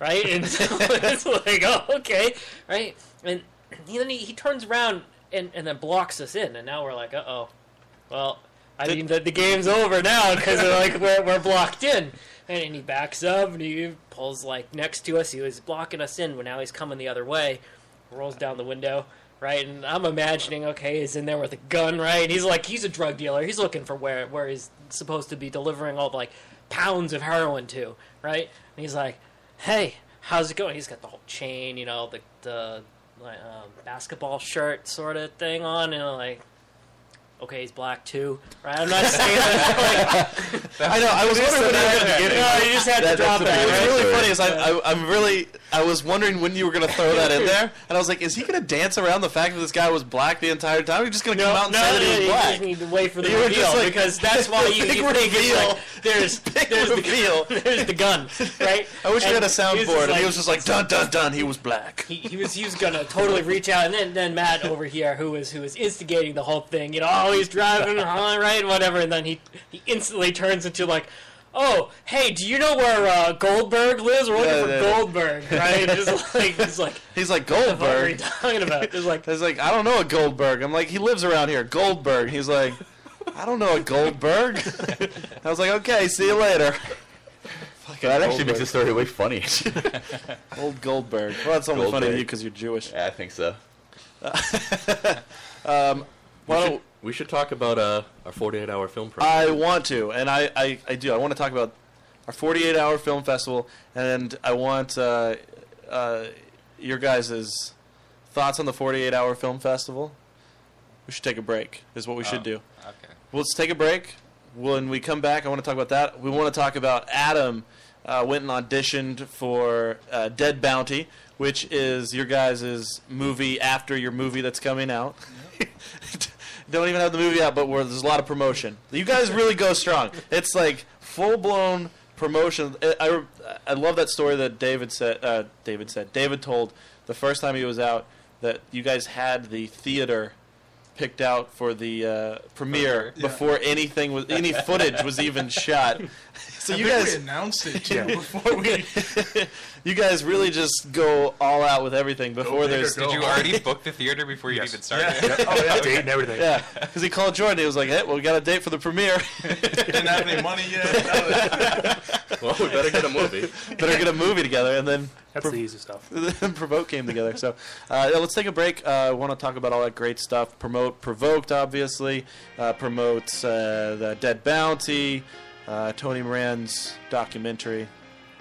right? And so it's like, oh, okay, right? And he, then he, he turns around and, and then blocks us in, and now we're like, uh oh, well, I mean the, the game's over now because like we're we're blocked in. And, and he backs up and he pulls like next to us. He was blocking us in, but now he's coming the other way. Rolls down the window. Right, and I'm imagining, okay, he's in there with a gun, right? And he's like, he's a drug dealer. He's looking for where where he's supposed to be delivering all like pounds of heroin to, right? And he's like, hey, how's it going? He's got the whole chain, you know, the the like, um, basketball shirt sort of thing on, and I'm like, okay, he's black too, right? I'm not saying that. Like,
I know. I was wondering when you were going to
no, you just had to
That-
drop
that's
that.
What's
Right?
amazing.
really
Sorry.
funny is I, I, I'm really I was wondering when you were gonna throw that in there, and I was like, is he gonna dance around the fact that this guy was black the entire time? Or you just gonna come out and say that he was
you
black?
just need to wait for the
You were just
reveal
like-
because that's why you,
Big
you think it's
reveal.
like, there's there's the there's the gun, right?
I wish we
And
had a
he's
soundboard, and
like-
he was just like dun dun dun. He was black.
he, he was he was gonna totally reach out, and then then Matt over here, who was who was instigating the whole thing, you know, oh he's driving, all right, whatever, and then he he instantly turns into like, oh hey, do you know where uh, Goldberg lives? We're looking
Yeah,
for
yeah.
Goldberg, right? And just like he's like,
He's like
what are you
Goldberg.
talking about? It's like
I was like, I don't know a Goldberg. I'm like, he lives around here, Goldberg. He's like, I don't know a Goldberg. I was like, okay, see you later. Fucking
That actually
Goldberg.
makes the story way funny.
old Goldberg. Well, that's only funny to
Goldberg.
you because you're Jewish.
yeah, I think so.
Why
We
don't
should, we should talk about uh, our 48 hour film project.
I want to, and I, I, I do. I want to talk about our 48 hour film festival, and I want uh, uh, your guys' thoughts on the 48 hour film festival. We should take a break, is what we should
Oh.
do.
Okay.
Well, let's take a break. When we come back, I want to talk about that. We want to talk about Adam uh, went and auditioned for uh, Dead Bounty, which is your guys' movie after your movie that's coming out. Don't even have the movie out, but we're, there's a lot of promotion. You guys really go strong. It's like full blown promotion. I, I, I love that story that David said. Uh, David said. David told the first time he was out that you guys had the theater picked out for the uh, premiere
Yeah.
before anything was any footage was even shot. So
I
you
think
guys,
we announced it too
Yeah.
before we.
you guys really just go all out with everything before
big or
there's
go
Did you already book the theater before you
Yes.
even started?
oh, yeah. Date and everything.
yeah. Because he called Jordan, he was like, "Hey, well, we got a date for the premiere.
Didn't have any money yet. That was-
well, we better get a movie.
Better get a movie together." And then
That's the easy stuff.
provoke came together. So uh, yeah, let's take a break. Uh, I want to talk about all that great stuff. Promote provoked, obviously. Uh, promotes uh, the Dead Bounty, uh, Tony Moran's documentary,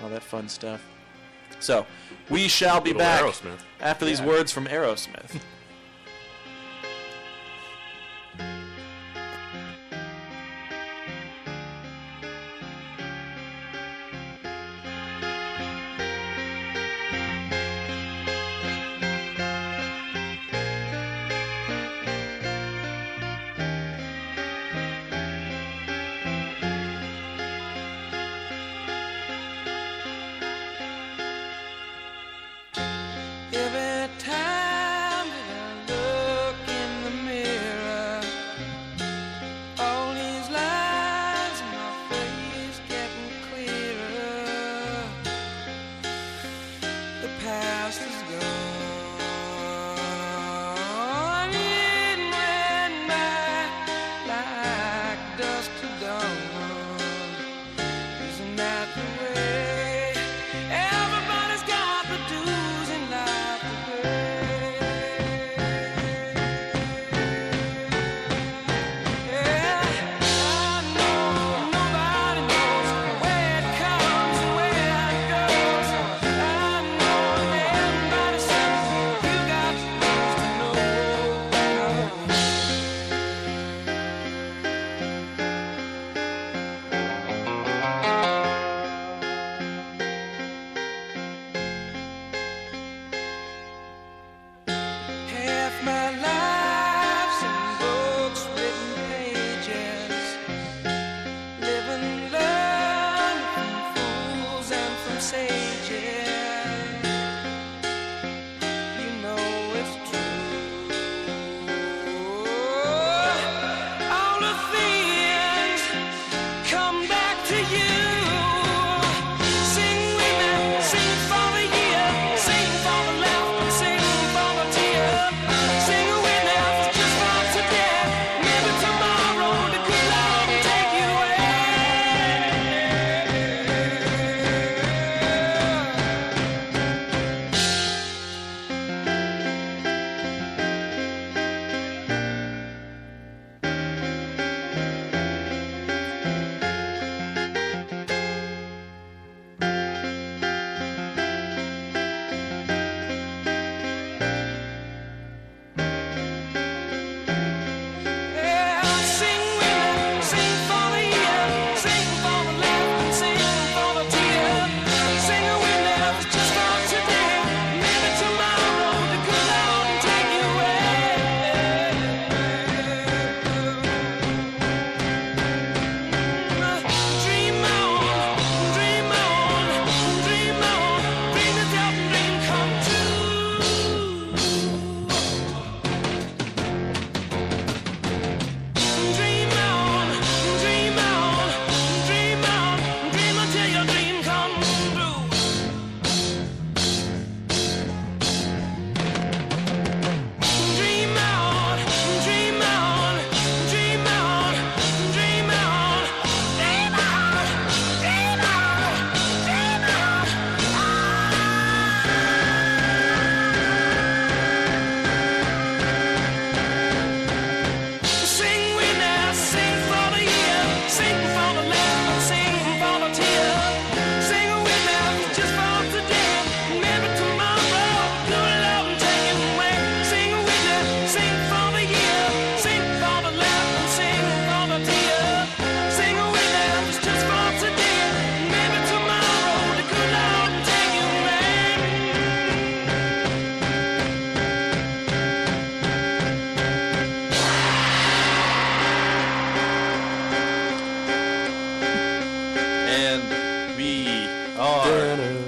all that fun stuff. So we shall be
Little
back
Aerosmith.
after these words from Aerosmith.
Every time that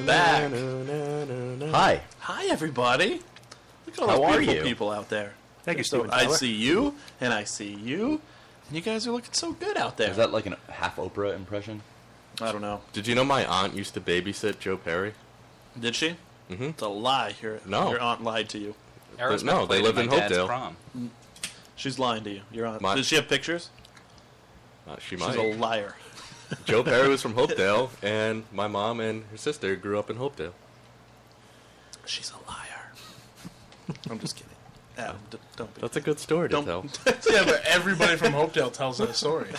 Ah.
Hi.
Hi, everybody. Look at all
How
the
are
beautiful
you?
people out there.
Thank you,
So
Steven
I
Tyler.
see you, and I see you, and you guys are looking so good out there.
Is that like a half Oprah impression?
I don't know.
Did you know my aunt used to babysit Joe Perry?
Did she? Mm-hmm. It's a lie. Your,
No.
your aunt lied to you.
Aerosmith
no, they
played
live
at
in
my dad's
Hopedale.
Prom.
She's lying to you. Your aunt.
My-
Does she have pictures?
Uh, she
She's
might.
a liar.
Joe Perry was from Hopedale, and my mom and her sister grew up in Hopedale.
She's a liar. I'm just kidding. Adam, d- don't be.
That's a good story to
Don't-
tell.
yeah, but everybody from Hopedale tells that story.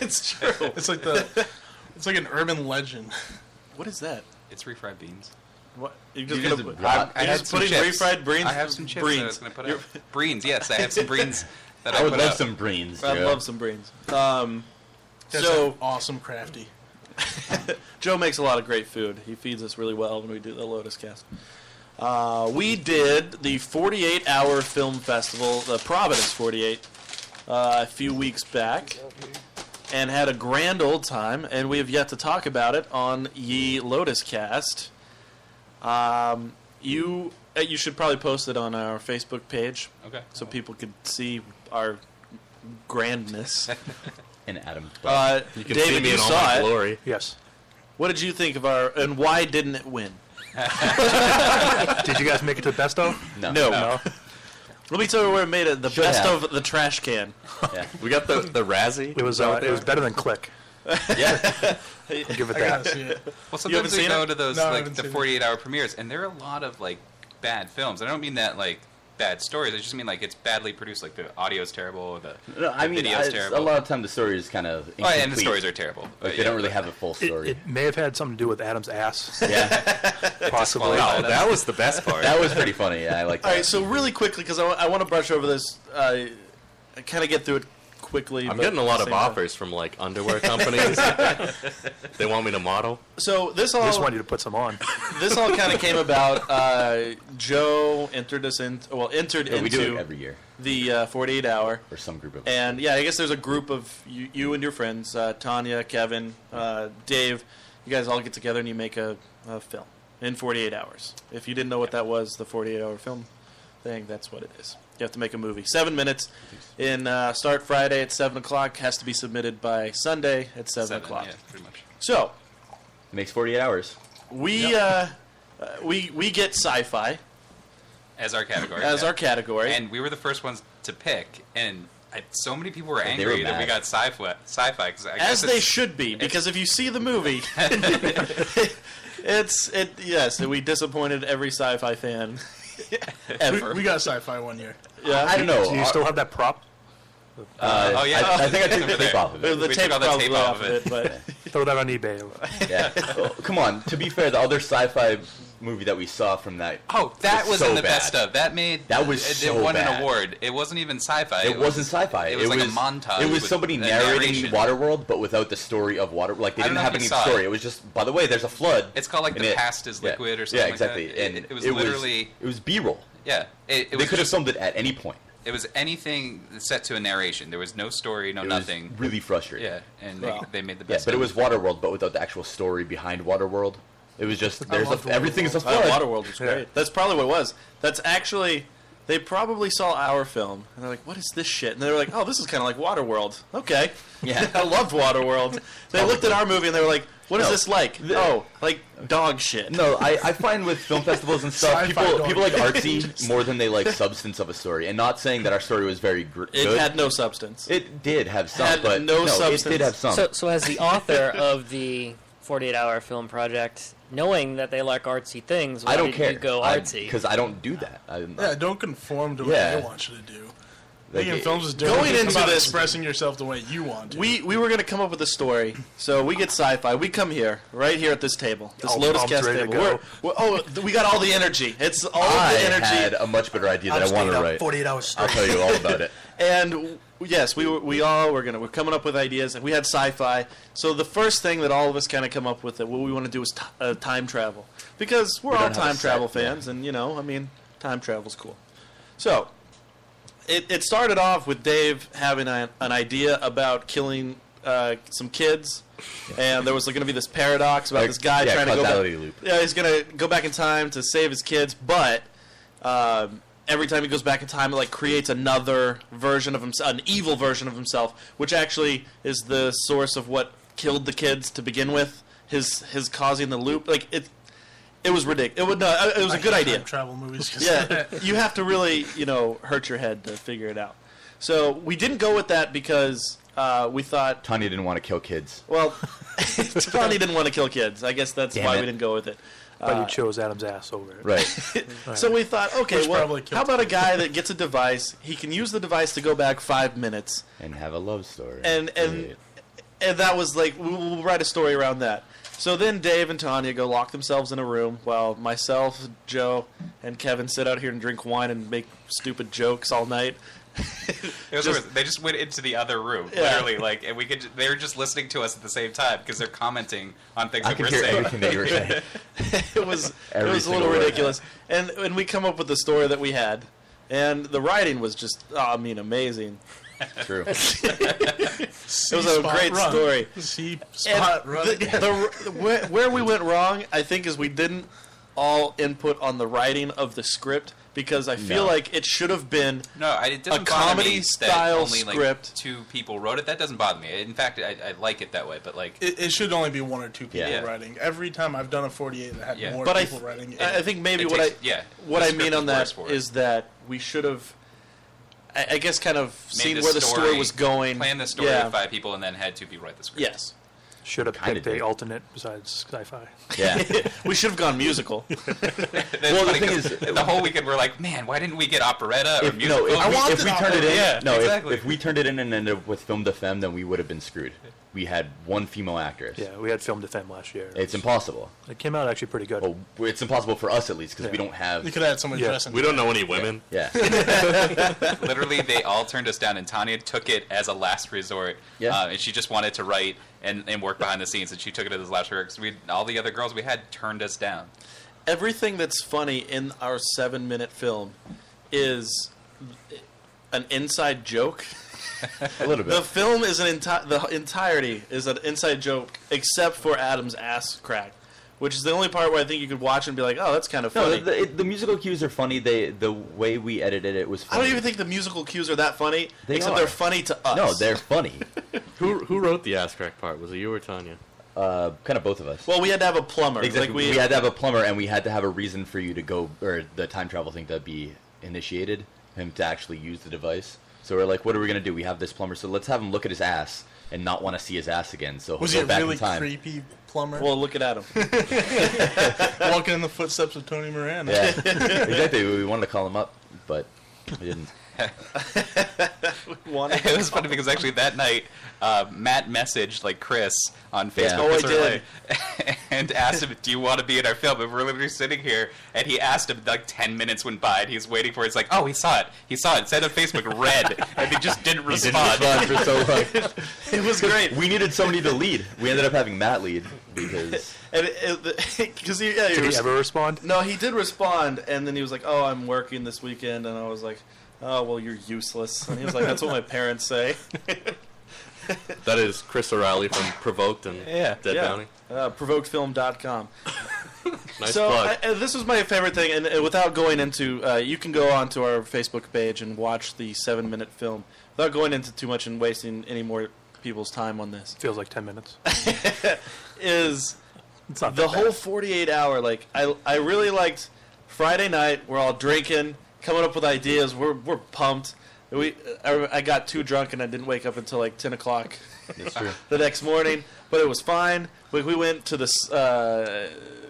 it's true.
It's like the, it's like an urban legend.
What is that?
It's refried beans.
What? You're
You
just
guys
gonna
have
put-
rotten-
I had some chips.
I have some chips. That I was
Breens.
gonna put out. Breens, yes, I have some breens that I,
I would
put
love
out.
some brains.
I'd
Joe.
love some brains. Um,
That's
So-
awesome, crafty.
Joe makes a lot of great food. He feeds us really well when we do the Lotus Cast. Uh, we did the 48 hour film festival, the Providence 48, uh, a few weeks back, and had a grand old time. And we have yet to talk about it on Ye Lotus Cast. Um, you uh, you should probably post it on our Facebook page
Okay.
so people could see our grandness.
And Adam.
Uh,
You can
David,
see me
you
in all
saw
my
it.
glory.
Yes.
What did you think of our and why didn't it win?
Did you guys make it to the best of?
no.
No. Let me tell you where it made it the
Should
best
have.
of the trash can.
Yeah.
We got the the Razzie.
It was uh, it was better than Click.
yeah.
I'll give it
I gotta
that.
see it.
Well,
haven't
sometimes we
seen
go
it?
to those
No, I
like
haven't
the
seen it.
48 hour premieres, and there are a lot of like bad films. I don't mean that like bad stories. I just mean like it's badly produced. Like the audio's terrible. Or the
No, I
the
mean,
video's
I-
terrible.
a lot of time the story is kind of.
oh, and the
incomplete.
stories are terrible.
Like,
But
they don't
yeah,
really have a full
It,
story.
it may have had something to do with Adam's ass,
yeah.
possibly.
disqualified.
Oh, that was the best part.
That was pretty funny. Yeah, I like that.
All right, so really quickly because I want to brush over this, uh, kind of get through it quickly.
I'm
but
getting a
at
lot
the
of
same time.
offers from like underwear companies. they want me to model.
So this
I just
all
wanted you to put some on.
this all kind of came about. Uh, Joe entered us in, well, entered
Yeah, we do it
into
every year
the uh, 48 hour.
or some group of.
And yeah, I guess there's a group of you, you and your friends, uh, Tanya, Kevin, uh, Dave. You guys all get together and you make a, a film in 48 hours. If you didn't know what that was, the 48 hour film thing, that's what it is. You have to make a movie. Seven minutes. In uh, start Friday at seven o'clock. Has to be submitted by Sunday at seven,
seven,
o'clock.
Yeah, pretty much.
So
makes 48 hours.
we uh, uh, we we get sci-fi
As our category.
as
yeah.
our category.
And we were the first ones to pick, and I, so many people were
And they
angry
were
that we
mad.
got sci-fi. Sci-fi, 'cause I
as
guess
they
it's-
should be, because if you see the movie, it's it. Yes, we disappointed every sci-fi fan
We,
ever.
we got sci-fi one year.
yeah,
I don't know.
Do you still have that prop?
uh,
Oh, yeah.
I, I think I took the
Over there.
tape off of
Uh, the
it.
the
we
tape
took all the
probably
tape
off
off
of
of
it, but
Throw that on eBay.
Yeah. Oh, come on. To be fair, the other sci-fi movie that we saw from that.
Oh, that was
so
in the
bad.
best of. That made
That was
it, it
so
won an
bad.
award. It wasn't even sci-fi.
It wasn't sci-fi.
it was like a montage
It was
with
somebody
a
narrating
narration.
Waterworld, but without the story of Water. Like they
I don't
didn't
know if
have
you
any
saw
story.
it.
It was just, by the way, there's a flood.
It's called like
and
the
it-
past is
yeah.
liquid or something.
Yeah, exactly.
Like that.
And
it, was literally
it was B-roll.
yeah. It, it
they
was
could have
just,
filmed it at any point.
it was anything set to a narration. There was no story, no
It was
nothing.
really frustrating.
yeah, and
Wow.
they, they made the
Yeah,
best.
but it
of
was Waterworld, but without the actual story behind Waterworld. It was just there's
loved
a, everything is a
uh,
flood.
Waterworld was great.
Yeah.
That's probably what it was. That's actually they probably saw our film and they're like, "What is this shit?" And they were like, "Oh, this is kind of like Waterworld." Okay,
Yeah.
I loved Waterworld. They looked at our movie and they were like, "What is
No.
this like?" oh, like dog shit.
No, I, I find with film festivals and stuff,
Sci-fi
people
dog.
people like artsy more than they like substance of a story. And not saying that our story was very gr-
it
good.
had no substance.
it did have some,
had
but
no
no, it
substance.
did have some.
So, so as the author of the 48 hour film project, knowing that they like artsy things, why
I don't
did
care
you go artsy?
because I, don't do that. I,
Yeah, don't conform to what
Yeah.
they want you to do.
like,
Making
it-
films is different.
Going
It's
into
about
this-
expressing yourself the way you want to.
We we were gonna come up with a story, so we get sci-fi. We come here, right here at this table, this
All
Lotus
pumped,
Cast
ready to
table.
go.
We're, we're, oh, th- we got all the energy. It's all
I
of the energy,
had a much better idea that I want to write.
hours
I'll tell you all about it.
and w- yes, we were, we all were gonna we're coming up with ideas, and we had sci-fi. So the first thing that all of us kind of come up with that what we want to do is t- uh, time travel because we're
We
all
don't have a
time
set,
travel
yeah.
fans, and you know, I mean, time travel's cool. So it, it started off with Dave having a, an idea about killing uh, some kids, and there was going to be this paradox about this guy
yeah,
trying to go back.
causality loop.
Yeah, he's gonna go back in time to save his kids, but um, every time he goes back in time, it like creates another version of himself, an evil version of himself, which actually is the source of what killed the kids to begin with. His his causing the loop, like it, it was ridiculous. It, would, no, it was a
I
good
hate
idea
time Travel movies. 'cause
yeah, you have to really, you know, hurt your head to figure it out. So we didn't go with that because uh, we thought,
Tanya didn't want to kill kids.
well, Stefani didn't want to kill kids. I guess that's
Damn
why
it.
we didn't go with it.
But you chose Adam's ass over it.
Right.
So we thought, okay,
Which
well,
probably killed
how about a guy that gets a device? He can use the device to go back five minutes,
and have a love story.
and and
Right.
and that was like we- we'll write a story around that. So then Dave and Tanya go lock themselves in a room while myself, Joe, and Kevin sit out here and drink wine and make stupid jokes all night.
It was
Just-
worse. they just went into the other room,
Yeah.
literally. Like, and we could. They were just listening to us at the same time because they're commenting on things
I
that
could
we're
hear
saying.
everything that you were saying.
it was it
Every
was a little
single word.
ridiculous. And and we come up with the story that we had, and the writing was just oh, I mean amazing.
True.
It was a
C-spot
great
run.
story.
C
And
spot run.
the- the- where, where we went wrong, I think, is we didn't all input on the writing of the script because I feel
No.
like it should have been.
No, I, it doesn't
A
bother me that
comedy-style
only like
script.
two people wrote it. That doesn't bother me. In fact, I, I like it that way. But like,
it, it should only be one or two people
Yeah.
writing. Every time I've done a 48, I had
Yeah.
more
But I,
people writing. it.
I I think maybe
It
what
takes-
I
yeah,
what
the
I
script
mean
is
on
worse
that
for it.
is that we should have. I I guess kind of
made
seen where the story was going.
Plan the story
Yeah.
with five people, and then had two people write the script.
Yes.
Should have
Kinda
picked
did.
a alternate besides sci-fi.
Yeah.
We should have gone musical.
well,
Well, the
the uh,
thing is-
the whole weekend we're like, man, why didn't we get operetta or
If,
musical?
no, if,
I
we,
want
if we
it
turned it in,
Yeah,
no, if-
exactly.
if, we turned it in and ended up with film de femme, then we would have been screwed. We had one female actress.
Yeah, we had Film Defend last year.
It's Oh. impossible.
It came out actually pretty good.
Well, it's impossible for us at least because we
Yeah.
don't
you
have.
could have had someone
Yeah.
dressing.
We don't know any women.
Yeah.
literally they all turned us down and tanya took it as a last resort
Yeah.
uh, and she just wanted to write and, and work behind the scenes and she took it as a last resort 'cause we all the other girls we had turned us down
Everything that's funny in our seven minute film is an inside joke.
a little
The
bit.
film is an enti- the entirety is an inside joke, except for Adam's ass crack, which is the only part where I think you could watch and be like, "Oh, that's kind of
No,
funny."
the, the, it- the musical cues are funny. They the way we edited it was.
I
funny.
don't even think the musical cues are that funny,
They
except
are.
they're funny to us.
No, they're funny.
Who who wrote the ass crack part? Was it you or Tanya?
uh, kind of both of us.
well, we had to have a plumber.
Exactly.
Like
we,
we,
had to have a plumber, and we had to have a reason for you to go, or the time travel thing to be initiated, him to actually use the device. So we're like, what are we gonna do? We have this plumber, so let's have him look at his ass and not want to see his ass again. So he'll
Was
go
he a
back
really
in time.
creepy plumber
Well, look at Adam.
walking in the footsteps of Tony Moran?
Yeah, exactly. We wanted to call him up, but we didn't.
Wanted-
it was funny because actually that night uh, matt messaged like chris on facebook
Yeah.
Oh, I
or,
did.
like, and asked him do you want to be in our film and we're literally sitting here and he asked him like 10 minutes went by and he's waiting for it it's like oh he saw it he saw it It said on facebook red and he just didn't
He
respond
didn't respond for so long.
it was great.
We needed somebody to lead. We ended up having Matt lead because
And because he, yeah, he
Did
was-
he ever respond?
No, he did respond, and then he was like, "Oh, I'm working this weekend," and I was like, "Oh, well, you're useless." And he was like, "That's what my parents say."
That is Chris O'Reilly from Provoked and
Yeah.
Dead Bounty.
Uh, provokedfilm.com.
Nice
so
plug.
I, uh, this was my favorite thing, and uh, without going into, uh, you can go onto our Facebook page and watch the seven-minute film without going into too much and wasting any more people's time on this.
Feels like 10 minutes.
Is
It's not
the
that
whole 48 hour like I, I really liked friday night we're all drinking coming up with ideas we're, we're pumped we, uh, I, I got too drunk and i didn't wake up until like 10 o'clock
that's true.
the next morning but it was fine we, we went to this uh,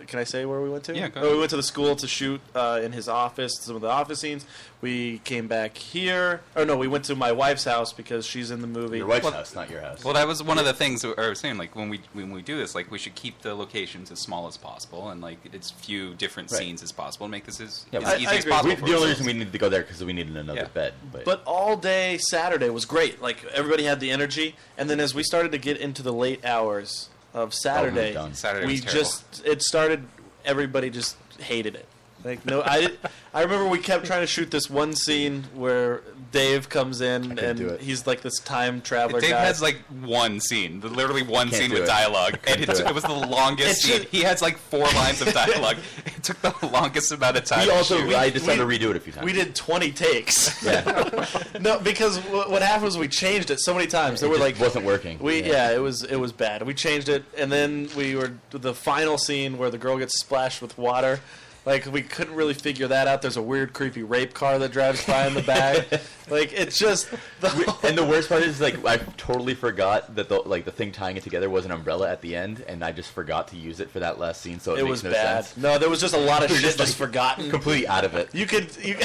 can i say where we went to
Yeah, go
Oh, we went to the school to shoot uh, in his office some of the office scenes we came back here or no we went to my wife's house because she's in the movie
Your wife's house, not your house.
Well, that was one of the things that I was saying. Like when we when we do this, like we should keep the locations as small as possible, and like it's few different
Right.
scenes as possible, and make this as,
Yeah,
as
I-
I
easy as
agree.
possible.
we,
for
the only
ourselves.
reason we needed to go there because we needed another
Yeah.
bed. But,
But all day Saturday was great. Like everybody had the energy, and then as we started to get into the late hours of Saturday,
Oh, done.
Saturday
we
was terrible.
just it started. Everybody just hated it. Like no, I I remember we kept trying to shoot this one scene where Dave comes in
couldn't do
and
it.
he's like this time traveler
Dave
guy.
has like one scene, the- literally one
Can't
scene
do
with
it.
dialogue, and it's,
do it.
it was the longest
It's just-
scene. He has like four lines of dialogue. it took the longest amount of time.
We uh,
to
also,
shoot.
I decided to redo it a few times.
we did 20 takes.
Yeah,
no, because what, what happened was we changed it so many times. There
it
were
just
like
wasn't working.
We yeah. it was it was bad. We changed it, and then we were the final scene where the girl gets splashed with water. Like we couldn't really figure that out. There's a weird, creepy rape car that drives by in the back. like it's just the
We-
whole-
and the worst part is like I totally forgot that the like the thing tying it together was an umbrella at the end, and I just forgot to use it for that last scene, so it,
it
makes
was
no
bad.
sense.
No, there was just a lot of
We're
shit
just,
just,
like-
forgotten.
Completely out of it.
You could you,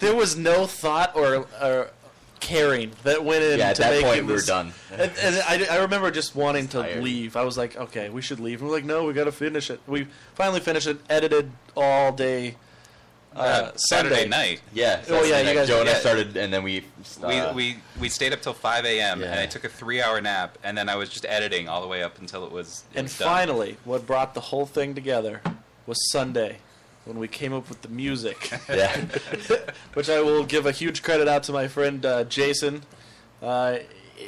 there was no thought or or caring that went in.
Yeah, at
to
that
making
point we were
this-
done.
And, and I, I remember just wanting to
Tired.
leave. I was like, okay, we should leave. And we're like, no, we got to finish it. We finally finished it, edited all day. Uh,
Uh, Saturday
Sunday.
night.
Yeah.
Oh, yeah, you guys-
Joe and I
yeah.
started, and then we. uh,
we, we, we stayed up till 5 a.m. and
Yeah.
I took a three-hour nap, and then I was just editing all the way up until it was. It
And
was done.
finally, what brought the whole thing together was Sunday when we came up with the music,
Yeah.
which I will give a huge credit out to my friend uh, Jason. Uh,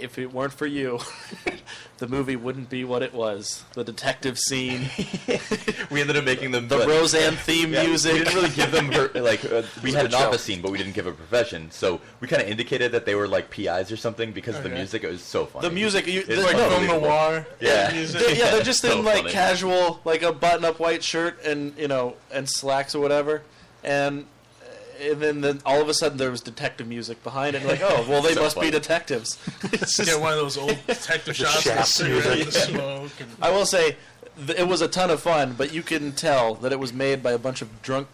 if it weren't for you, the movie wouldn't be what it was. The detective scene,
we ended up making them
the Roseanne theme
yeah,
music.
We didn't really give them her, like uh, we
a
had
good
an
show.
office scene, but we didn't give a profession. So we kind of indicated that they were like PIs or something because of the
Okay.
music. It was so funny.
the music, you,
It's
the-
like
no,
Film noir.
Yeah.
Music.
They- yeah, they're
Yeah,
just
so
in like
funny.
casual, like a button-up white shirt and you know and slacks or whatever, and uh, and then, then all of a sudden there was detective music behind it. Like, oh, well, they
So
must
funny.
be detectives. It's just-
Get one of those old detective shots with a
shaft
cigarette,
music.
the smoke, and
I will say, th- it was a ton of fun, but you can tell that it was made by a bunch of drunk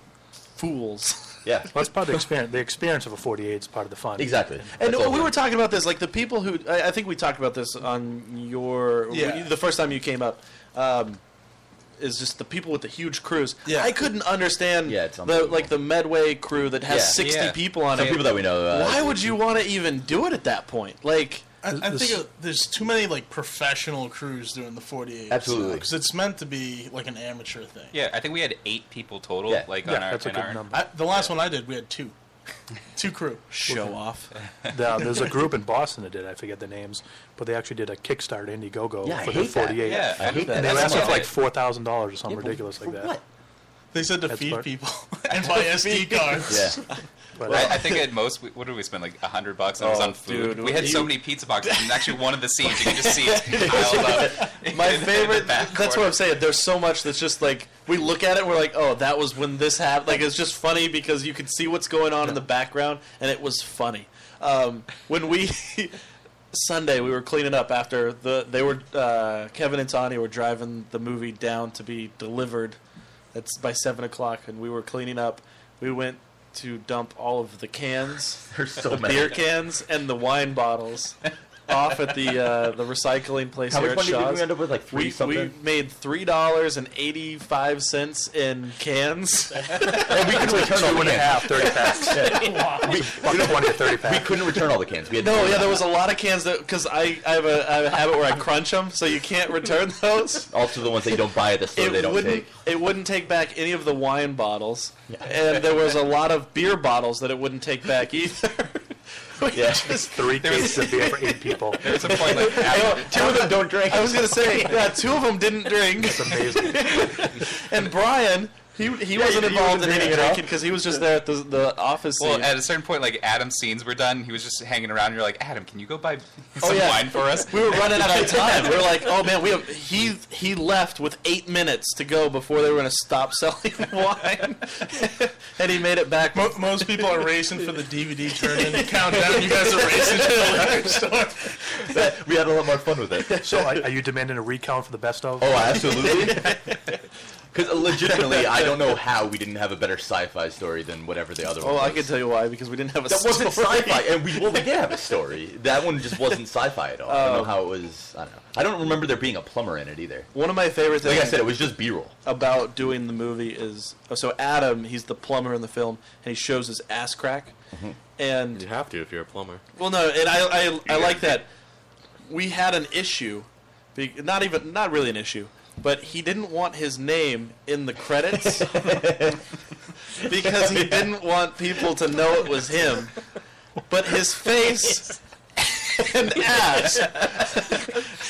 fools.
Yeah.
Well, that's part of the experience. The experience of a 48 is part of the fun.
Exactly.
And
That's all
we
it
were
is.
talking about this, like the people who I, I think we talked about this on your
Yeah.
the first time you came up. Um, is just the people with the huge crews.
Yeah.
I couldn't understand
Yeah, it's
the
unbelievable.
like the Medway crew that has
Yeah.
sixty
Yeah.
people on
some
it.
people that we know. Uh,
Why would you want to even do it at that point? Like
I, I
This-
think uh, there's too many like professional crews doing the 48.
Absolutely.
because it's meant to be like an amateur thing.
Yeah, I think we had eight people total.
Yeah.
Like
Yeah,
on our,
that's a
in
good
our-
number.
I, the last one I did, we had two, two crew.
show off.
Now, there's a group in Boston that did. I forget the names, but they actually did a Kickstarter Indiegogo
Yeah, I
for the
hate that.
48.
Yeah,
I hate that.
And they
That's
asked
not
for like
right.
four thousand dollars or something
Yeah, but
ridiculous like
for
that.
What?
They said to
That's
feed
part-
people and buy SD cards.
Yeah.
But, uh,
I, I think at most, we, what did we spend? Like a hundred bucks. And it was
Oh,
on food.
dude,
we had so
you-
many pizza boxes, and actually one of the scenes you can just see it piled up.
My
in the
favorite.
back
that's what
corner.
I'm saying. There's so much that's just like we look at it. We're like, oh, that was when this happened. Like it's just funny because you could see what's going on in the background, and it was funny. Um, when we Sunday we were cleaning up after the they were uh, Kevin and Tani were driving the movie down to be delivered. That's by seven o'clock, and we were cleaning up. We went to dump all of the cans
There's so
the beer
many.
cans and the wine bottles off at the uh, the recycling place
How
here
much
at
money
Shaw's.
did we end up with? Like three
we, we
something.
made three dollars and eighty five cents in cans.
and we couldn't return all
two and
the
a
cans.
half, 30 packs.
We,
Fucking 20 to 30
we
packs.
couldn't return all the cans. We had
no, yeah, there was a lot of cans that because I, I have a I have a habit where I crunch them, so you can't return those.
also the ones they don't buy at the store.
It
they don't
wouldn't
take.
it wouldn't take back any of the wine bottles, and there was a lot of beer bottles that it wouldn't take back either. We
Yeah.
just-
Three cases of beer for eight people.
It's a point. Like after,
Two of them don't drink.
I was gonna say, yeah, two of them didn't drink.
Amazing.
And Brian, he he wasn't
he
involved
wasn't
in any
doing it all.
drinking because he was just there at the the office.
well,
scene.
at a certain point, like Adam's scenes were done. He was just hanging around. You're like, Adam, can you go buy
Oh,
some
yeah.
wine for us?
we were running out of time. We were like, oh man, we have he he left with eight minutes to go before they were gonna stop selling wine, and he made it back.
Mo- most people are racing for the DVD turn-in to count down. You guys are racing to the liquor store.
we had a lot more fun with it.
So, are, are you demanding a recount for the best of?
Oh, absolutely. Because legitimately, I don't know how we didn't have a better sci-fi story than whatever the other one.
Oh, I
was.
can tell you why because we didn't have a.
That wasn't
story.
sci-fi, and we well, we did have a story. That one just wasn't sci-fi at all. I don't
Oh.
know how it was. I don't know. I don't remember there being a plumber in it either.
One of my favorite things.
Like I said, it was just B-roll.
about doing the movie is so Adam, he's the plumber in the film, and he shows his ass crack, and
You have to if you're a plumber.
Well, no, and I, I, I like that. We had an issue, be- not even, not really an issue. but he didn't want his name in the credits because he didn't want people to know it was him. But his face and ass are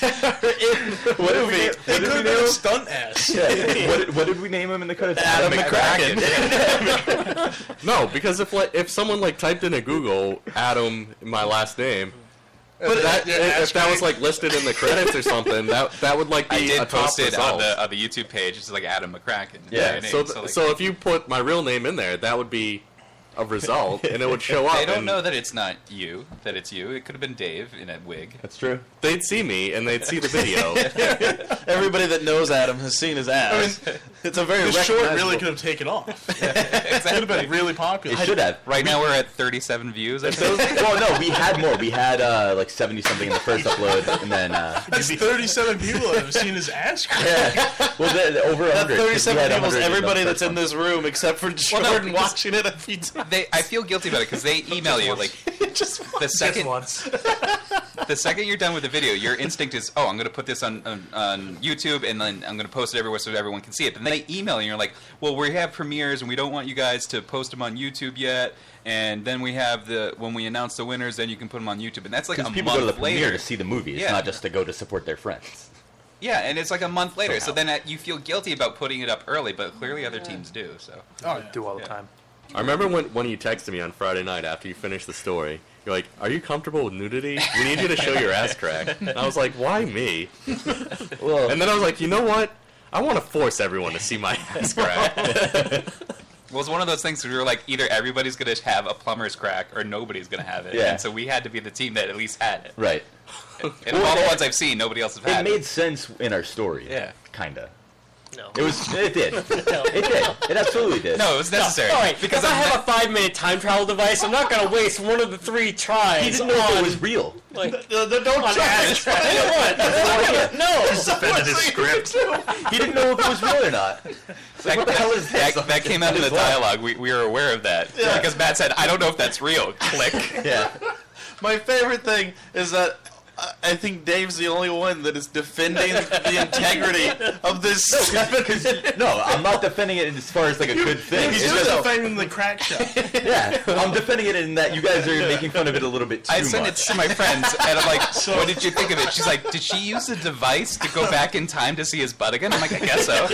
in the movie.
They could have been a stunt ass.
Yeah. what, did- what did we name him in the credits?
Adam McCracken.
No, because if like if someone like typed in a Google Adam my last name,
But
that, if that was like listed in the credits or something, that that would like be
I
a
did
top
post it
result.
on the on the YouTube page. It's like Adam McCracken.
Yeah,
My name.
so, th-
like,
so if you put my real name in there, that would be a result, and it would show up.
they don't
and
know that it's not you. That it's you. It could have been Dave in a wig.
That's true.
They'd see me and they'd see the video.
Everybody that knows Adam has seen his ass. It's a very
The short
recognizable-
really could have taken off. It
Exactly.
could have been really
It
popular.
should have.
Right now we're at 37 views. I think.
well, no, we had more. We had uh, like seventy something in the first upload, and then uh,
That's 37 people that have seen his ass crack.
well, the, the, over
That
hundred.
37 people is everybody that's in this room except for Jordan
no, because-
watching it a few times.
They, I feel guilty about it because they email you like the second
once.
the second you're done with the video, your instinct is, oh, I'm going to put this on, on on YouTube and then I'm going to post it everywhere so everyone can see it. But then they email you and you're like, well, we have premieres and we don't want you guys to post them on YouTube yet. And then we have the when we announce the winners, then you can put them on YouTube. And that's like a
Because
month
people go to the premiere
later.
to see the movie. It's
Yeah.
not just to go to support their friends.
Yeah, and it's like a month later. So
Somehow.
then uh, you feel guilty about putting it up early, but clearly other teams do. So
Oh,
I do all the
Yeah.
time.
I remember when when you texted me on Friday night after you finished the story. You're like, "Are you comfortable with nudity? We need you to show your ass crack." And I was like, "Why me?"
Well,
And then I was like, "You know what? I want to force everyone to see my ass crack."
Well, it's one of those things where we were like, either everybody's going to have a plumber's crack or nobody's going to have it.
Yeah.
And so we had to be the team that at least had it.
right.
And of all the ones I've seen, nobody else has
It
had it.
made sense in our story.
Yeah.
Kinda.
No.
It was. It did. It
No.
did. It absolutely did.
No, it was necessary.
All right, because
because I'm
if I have a five-minute time travel device, I'm not gonna waste one of the three tries.
He didn't know if it was real.
Like,
Don't
no,
Offended his script.
He didn't know if it was real or not. It's like, what the hell is this?
that, that came out in the
Just laugh.
dialogue. We, we were aware of that. Because Matt said, I don't know if that's real. Click.
Yeah.
My favorite thing is that I- I think Dave's the only one that is defending the integrity of this.
No, I'm not defending it as far as like a good thing.
He's
It's
just
just-
defending the crack shot.
yeah, I'm defending it in that you guys are making fun of it a little bit too
I sent it
much.
to my friends, and I'm like, what did you think of it? She's like, did she use a device to go back in time to see his butt again? I'm like, I guess so.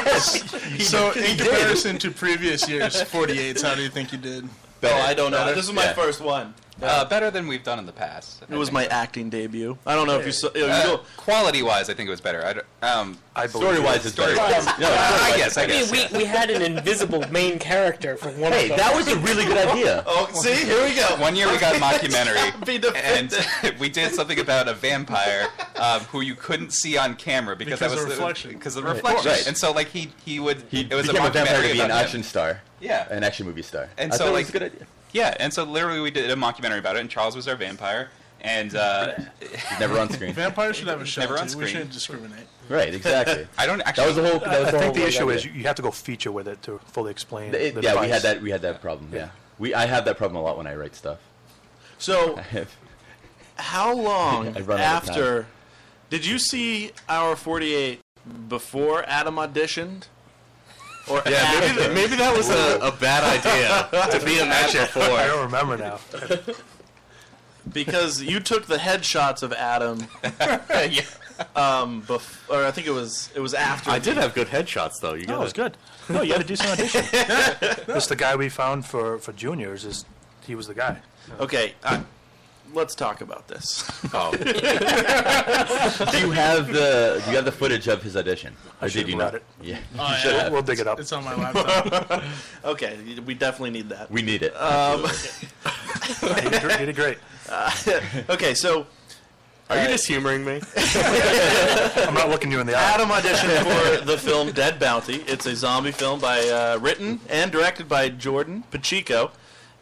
So, in comparison to previous years, 48s, how do you think you did?
No, I don't know.
Better?
This is my
Yeah.
first one.
Uh, better than we've done in the past.
It was my acting debut. I don't know if you saw. you
Uh,
know-
Quality-wise, I think it was better. I don't- um,
I believe
Story wise, it's
story
better.
wise.
No, story-wise.
I guess, I
I mean,
guess.
we, we had an invisible main character for one
Hey,
of them.
that was a really good idea.
oh, see, here we go.
One year we got mockumentary,
Be
and
defended.
we did something about a vampire um, who you couldn't see on camera because,
Because
that was
of reflection.
Because of the reflection,
Right.
and so like he he would
He
it was a
became a, vampire
mockumentary
to be an
about
action
him.
star.
Yeah.
An action movie star.
And
I
so,
thought
like-
it was a good idea.
Yeah, and so literally we did a mockumentary about it, and Charles was our vampire, and uh,
He's never on screen.
Vampires should have a shot.
Never on
too.
screen.
We shouldn't discriminate.
right, exactly.
I don't actually.
That was the whole. That was the
I
whole
think the issue
idea.
is you you have to go feature with it to fully explain.
It-
the
yeah, we
device.
had that. We had that problem. Yeah. We I have that problem a lot when I write stuff.
So, how long
I run out of
after did you see Hour 48 before Adam auditioned? Or
Yeah,
after?
maybe, th- maybe that was a, a bad idea to be in that shit
I
for.
don't remember now.
because you took the headshots of Adam.
Yeah.
Um, bef- or I think it was it was after.
I did have good headshots though. You
No, it was
guys.
good. No, you had to do some audition. Just the guy we found for for juniors is he was the guy.
Okay, I, let's talk about this.
Oh,
do you have the Do you have the footage of his audition? Or
should've
did you not?
brought
Yeah,
Oh,
We'll- We'll dig it up.
It's on my laptop.
Okay, we definitely need that.
we need it.
He did gr- he did great.
Okay, so uh,
are you just humoring me?
I'm not looking you in the eye.
Adam auditioned for the film Dead Bounty. It's a zombie film by uh, written and directed by Jordan Pacheco,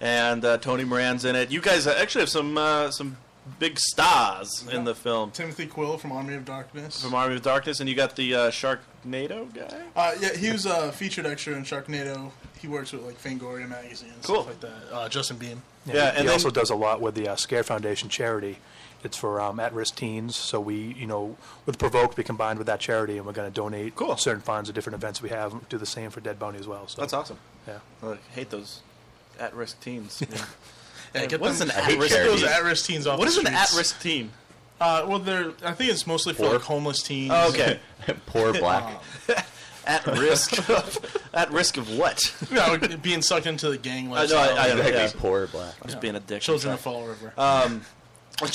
and uh, Tony Moran's in it. You guys actually have some uh, some big stars in the film
Timothy Quill from Army of Darkness.
from Army of Darkness, and you got the uh, Sharknado guy.
Uh, yeah, he was a featured extra in Sharknado. He works with like Fangoria magazine and
Cool.
stuff like that. Uh, Justin Beam.
Yeah, and
he
then-
also does a lot with the uh, Scare Foundation charity. It's for um, at-risk teens. So we, you know, with Provoke, we combined with that charity, and we're going to donate
Cool.
certain funds to different events we have. Do the same for Dead Bounty as well. So
That's awesome.
Yeah.
I hate those at-risk teens.
Yeah, get
What
them-
is an
I hate
at-risk
those
teen?
at-risk teens off
what
the
is an
streets.
at-risk teen?
Uh, well, they're. I think it's mostly for
Poor.
like homeless teens.
Oh, okay,
Poor black.
at risk. Of, at risk of what? Uh,
you know, being sucked into the gang
I know.
lifestyle.
I, Uh, I,
Exactly.
yeah.
Poor black.
Just being a dick.
Children of Fall River.
Um, to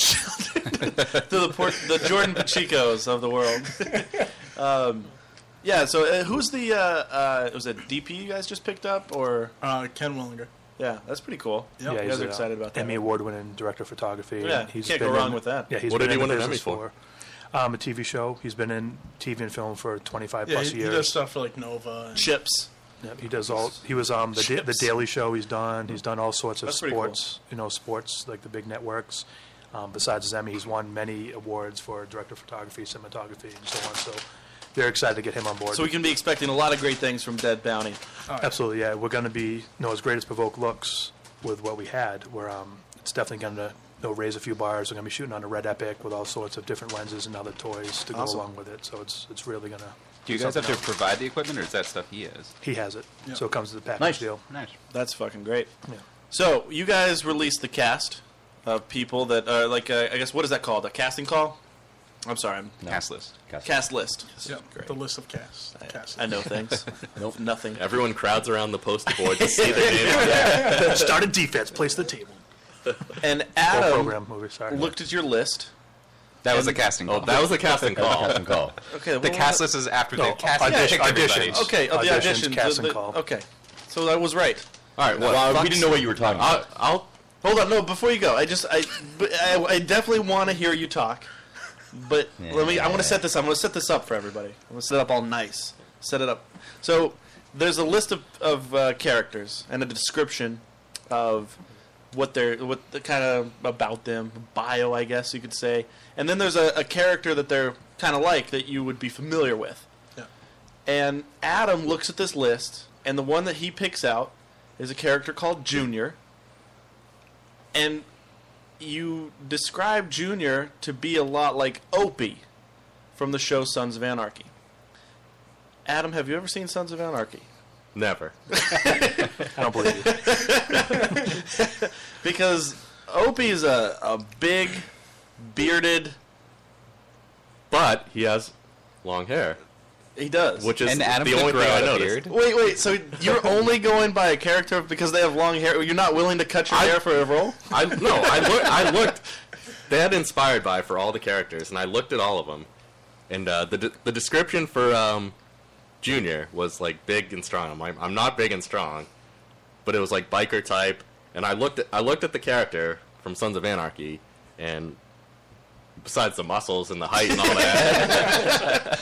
the port, the Jordan Pachicos of the world. um, yeah. So uh, who's the? Uh, uh, was it DP you guys just picked up or?
Uh, Ken Willinger.
Yeah, that's pretty cool.
Yep.
you
he's
guys are
a uh,
excited about that.
Emmy award-winning director of photography.
Yeah,
and he's
can't
been
go wrong
in-
with that.
Yeah, he's
What
been
did he
in the
win an
business
Emmy for?
Um, a TV show. He's been in TV and film for 25
Yeah,
plus
he, he
years.
does stuff for like Nova. And,
Chips.
He does all. He was on the da- the
Chips.
Daily Show. He's done. He's done all sorts of
That's pretty cool.
sports. You know, sports like the big networks. Um, besides his Emmy, he's won many awards for director of photography, cinematography, and so on. So, they're excited to get him on board.
So we can be expecting a lot of great things from Dead Bounty.
Absolutely, yeah. We're going to be, you know, as great as Provoke looks with what we had, we're, um, it's definitely going to, you know, raise a few bars. We're going to be shooting on a Red Epic with all sorts of different lenses and other toys to
Awesome.
go along with it. So it's it's really going to.
Do you guys have to provide the equipment, or is that stuff he is?
He has it.
Yeah.
So it comes with a package
Nice.
deal.
Nice.
That's fucking great.
Yeah.
So you guys released the cast of people that are like, uh, I guess what is that called? A casting call? I'm sorry, I'm
No.
Cast list.
cast list.
Yep,
Great.
the list of casts. casts.
I know things.
Nope.
Nothing.
Everyone crowds around the poster board to see their name. on it.
Start at defense, place the table.
And
Or
Adam
program movie, sorry.
looked at your list.
That was the casting.
Oh,
call.
that was a casting call.
Custom call.
Okay,
the
what-
cast list is after
No,
Oh,
they cast
audition-
picked everybody.
auditions.
Okay, of the
Auditions,
audition.
cast
the-
and
the-
call.
Okay, so I was right.
All right, what?
Well,
fucks?
we didn't know what you were talking about.
I'll, I'll
Hold on, no. Before you go, I just I but I, I definitely want to hear you talk, but let me. I want to set this. I'm going to set this up for everybody. I'm going to set it up all nice. Set it up. So there's a list of of uh, characters and a description of what they're what the kind of about them bio, I guess you could say. And then there's a, a character that they're kind of like that you would be familiar with.
Yeah.
And Adam looks at this list, and the one that he picks out is a character called Junior. And you describe Junior to be a lot like Opie from the show Sons of Anarchy. Adam, have you ever seen Sons of Anarchy?
never.
I don't believe you.
Because Opie's a, a big, bearded.
But he has long hair,
He does.
which is
And Adam
the
could
only
grow
thing I
out a
noticed.
beard.
Wait, wait. So you're only going by a character because they have long hair. You're not willing to cut your
I-
hair for a role.
I no, I looked. I looked. They had inspired by for all the characters, and I looked at all of them. And uh, the de- the description for um, Junior was like big and strong. I'm like, I'm not big and strong, but it was like biker type. And I looked at I looked at the character from Sons of Anarchy, and besides the muscles and the height and all that,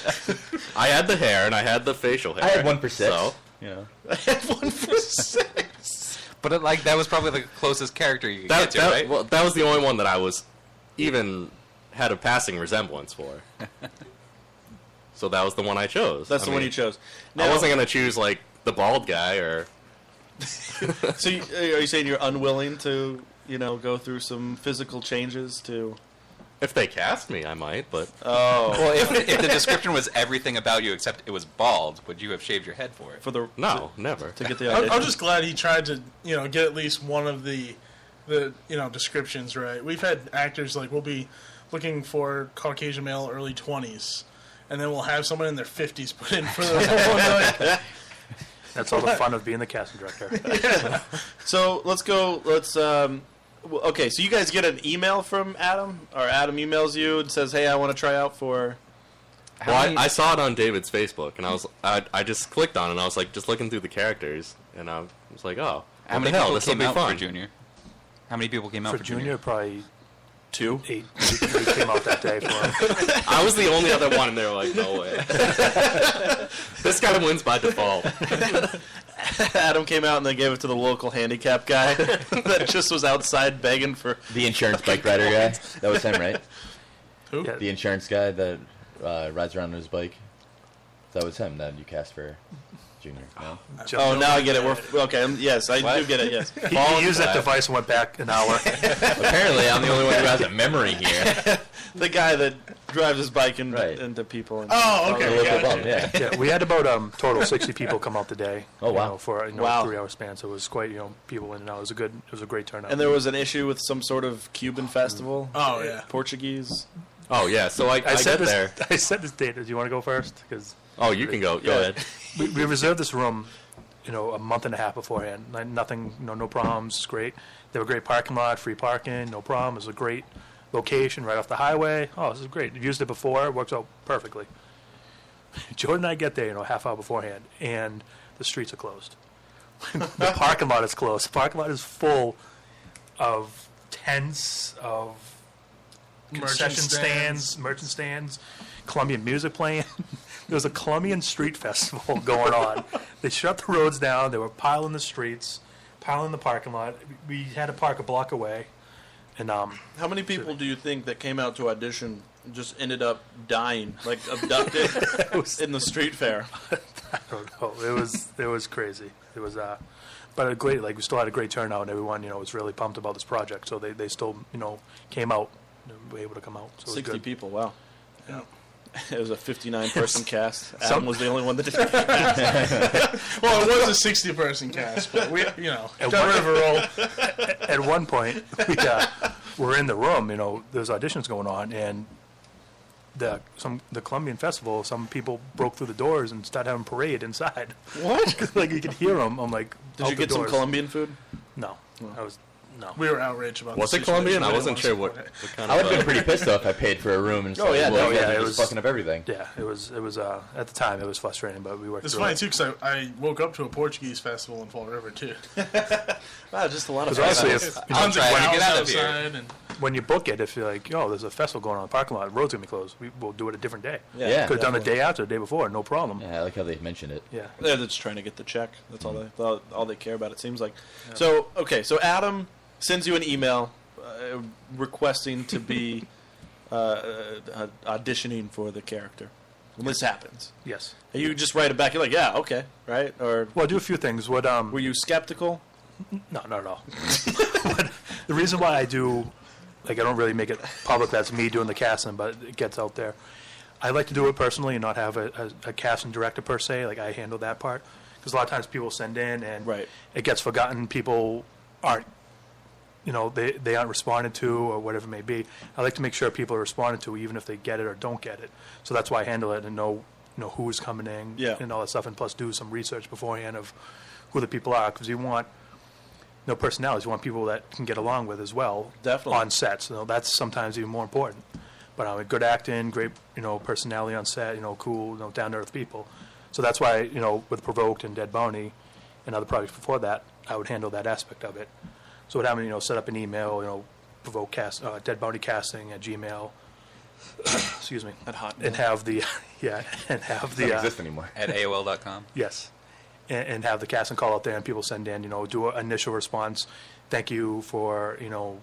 I had the hair and I had the facial hair.
I had one for six.
So
You know.
One for six.
But it, like that was probably the closest character you could
that
get to,
that,
right?
well, that was the only one that I was even had a passing resemblance for. so that was the one I chose.
That's
I
the one
mean,
you chose.
I
Now-
wasn't gonna choose like the bald guy or
So you, are you saying you're unwilling to, you know, go through some physical changes to?
if they cast me, I might. But
Oh,
if, if the description was everything about you except it was bald, would you have shaved your head for it?
for the
no, never.
to get the
I'm,
audition.
I'm just glad he tried to, you know, get at least one of the, the you know descriptions right. We've had actors like we'll be looking for Caucasian male early twenties, and then we'll have someone in their fifties put in for the role. Like,
That's all the fun of being the casting director.
So let's go. Let's. Um, w- okay, so you guys get an email from Adam, or Adam emails you and says, "Hey, I want to try out for."
Well, I, I saw it on David's Facebook, and I was I, I just clicked on it. and I was like just looking through the characters, and I was like, oh,
How
what
many
the hell?
people
This will
came
be
out
fun.
for Junior? How many people came out
For
for,
Junior, probably
Two.
eight, eight, eight came out that day for him.
I was the only other one, and they were like, no way. this guy wins by default.
Adam came out and they gave it to the local handicap guy that just was outside begging for.
The insurance bike rider guy. That was him, right?
Yeah.
The insurance guy that uh, rides around on his bike. That was him that you cast for Junior. No?
Just-
Oh, now I get it. We're okay. I'm, yes, I do get it. Yes.
he, he used that device and went back an hour.
Apparently, I'm the only one who has a memory here.
the guy that drives his bike in,
Right.
into people. And,
Oh,
Your
okay.
local
Gotcha.
bum, yeah.
yeah, we had about um, total sixty people come out today.
Oh,
you
wow.
know, for you know,
Wow.
a three hour span, so it was quite you know people in and out. It was a good, it was a great turnout.
and there was an issue with some sort of Cuban festival.
Oh, yeah.
Portuguese.
Oh yeah, so I, I,
said
get
this.
there.
I said this date. Do you want to go first? Because
Oh, you can go. Go
Yeah.
ahead.
we, we reserved this room, you know, a month and a half beforehand. Like nothing, you know, no problems. It's great. They have a great parking lot, free parking, no problem. It was a great location right off the highway. Oh, this is great. I've used it before. It works out perfectly. Jordan and I get there, you know, half hour beforehand, and the streets are closed. the parking lot is closed. The parking lot is full of tents, of concession stands, merchant stands, Colombian music playing. there was a Colombian street festival going on. they shut the roads down. They were piling the streets, piling the parking lot. We had to park a block away, and um,
How many people do you think that came out to audition just ended up dying, like abducted in the street fair?
I don't know. oh, It was it was crazy. It was uh, but a great like we still had a great turnout, and everyone you know was really pumped about this project. So they, they still you know came out, and were able to come out. So it was
Sixty
good.
people. Wow. It was a 59 person cast. Adam
Some-
was the only one that did.
Well, it was a 60 person cast, but we, you know, got rid of a role.
at one point, we uh, were in the room. You know, there's auditions going on, and the some the Colombian festival. Some people broke through the doors and started having parade inside. What? like you could hear them. I'm like,
Did
out
you
the
get some
doors.
Colombian food?
No, I was no.
We were outraged about
Was
the
it
situation.
Colombian? I
We
wasn't sure
didn't
what,
want to
what
support
kind
I would
of.
have been
uh,
pretty pissed though if I paid for a room and it's
Oh,
like,
yeah,
well,
no,
you guys
yeah,
are
it
just
was-
fucking up everything.
Yeah, it was it was uh, at the time it was frustrating, but we worked.
It's
through
funny
it.
too because I, I woke up to a Portuguese festival in Fall River too.
Wow, Ah, just a lot of
honestly,
fun.
if- you know,
I'm trying to get out of here.
outside and
when you book it, if you're like, yo, there's a festival going on in the parking lot, the road's gonna be closed. We, we'll do it a different day.
Yeah.
Yeah.
could have done the day after, the day before, no problem.
Yeah, I like how they mentioned it.
yeah.
They're just trying to get the check. That's all
Mm-hmm.
they all, all they care about. It seems like. So okay, so Adam sends you an email uh, requesting to be uh, uh, auditioning for the character. When this happens,
Yes.
And you just write it back. You're like, yeah, okay, right? Or
Well, I do a few things. What um,
were you skeptical?
No, not at all. But the reason why I do, like, I don't really make it public that's me doing the casting, but it gets out there. I like to do it personally and not have a, a, a casting director per se. Like, I handle that part. Because a lot of times people send in and
Right.
it gets forgotten. People aren't, you know, they, they aren't responded to or whatever it may be. I like to make sure people are responded to even if they get it or don't get it. So that's why I handle it and know, you know who's coming in
Yeah.
and all that stuff. And plus do some research beforehand of who the people are. Because you want no personalities. You want people that can get along with as well.
Definitely.
On set, so that's sometimes even more important. But um, good acting, great you know personality on set, you know cool, you know down to earth people. So that's why you know with Provoked and Dead Bounty, and other projects before that, I would handle that aspect of it. So what happened? You know, set up an email. You know, Provoke cast uh, Dead Bounty casting at Gmail. excuse me.
At Hotmail.
And have the yeah, and have
It
the
doesn't
uh,
exist anymore.
At AOL.com.
Yes. And, and have the cast and call out there, and people send in, you know, do an initial response. Thank you for, you know,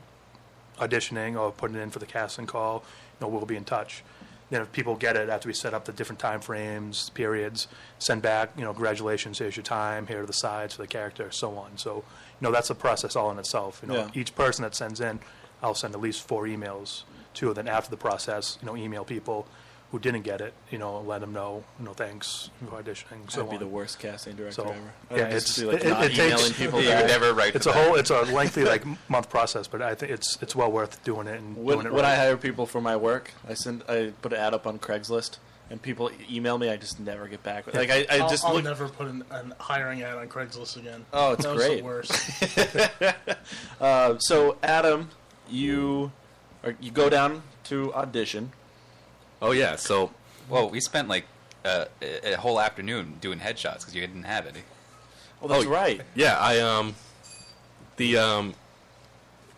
auditioning or putting in for the cast and call. You know, we'll be in touch. Then if people get it after we set up the different time frames, periods, send back, you know, congratulations, here's your time, here are the sides for the character, so on. So, you know, that's a process all in itself. You know,
Yeah.
each person that sends in, I'll send at least four emails to. Then after the process, you know, email people who didn't get it, you know, let them know, you know, thanks for auditioning, so
That'd be
on.
the worst casting director
So,
ever.
yeah,
I'd just
it's-
be, like,
it- it-
not
it takes-
emailing people.
You
back.
would never write.
it's
to
a
that.
whole it's a lengthy like m- month process but i think it's it's well worth doing it and
When,
doing it
when I
right.
hire people for my work, I send I put an ad up on Craigslist, and people e- email me. I just never get back. Like I, I
I'll,
just
I'll
look.
never put an, an hiring ad on Craigslist again.
Oh, it's
that
great.
Was the worst.
Uh, so Adam, you or you go down to audition.
oh yeah, so
Well, we spent like uh, a a whole afternoon doing headshots because you didn't have any.
Oh, that's
Oh,
right.
yeah, I um, the um,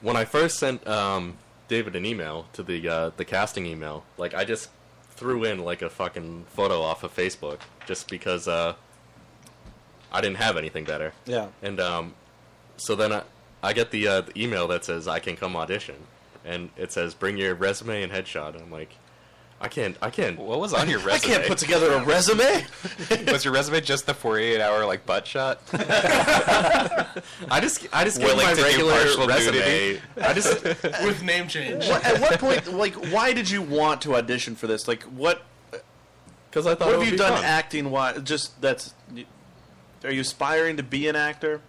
when I first sent um David an email to the uh, the casting email, like I just threw in like a fucking photo off of Facebook just because uh, I didn't have anything better.
Yeah.
And um, so then I, I get the, uh, the email that says I can come audition, and it says bring your resume and headshot. And I'm like, I can't. I can't.
What was on your
I
resume?
can't put together a resume.
was your resume just the 48 hour like butt shot?
I just. I just gave
Willing
my
to do
regular
partial
resume.
nudity.
I just.
with name change.
What- at what point, like, why did you want to audition for this? Like, what
Because I thought.
what
it
have
would
you
be
done
fun.
acting? Why? Just that's. Are you aspiring to be an actor?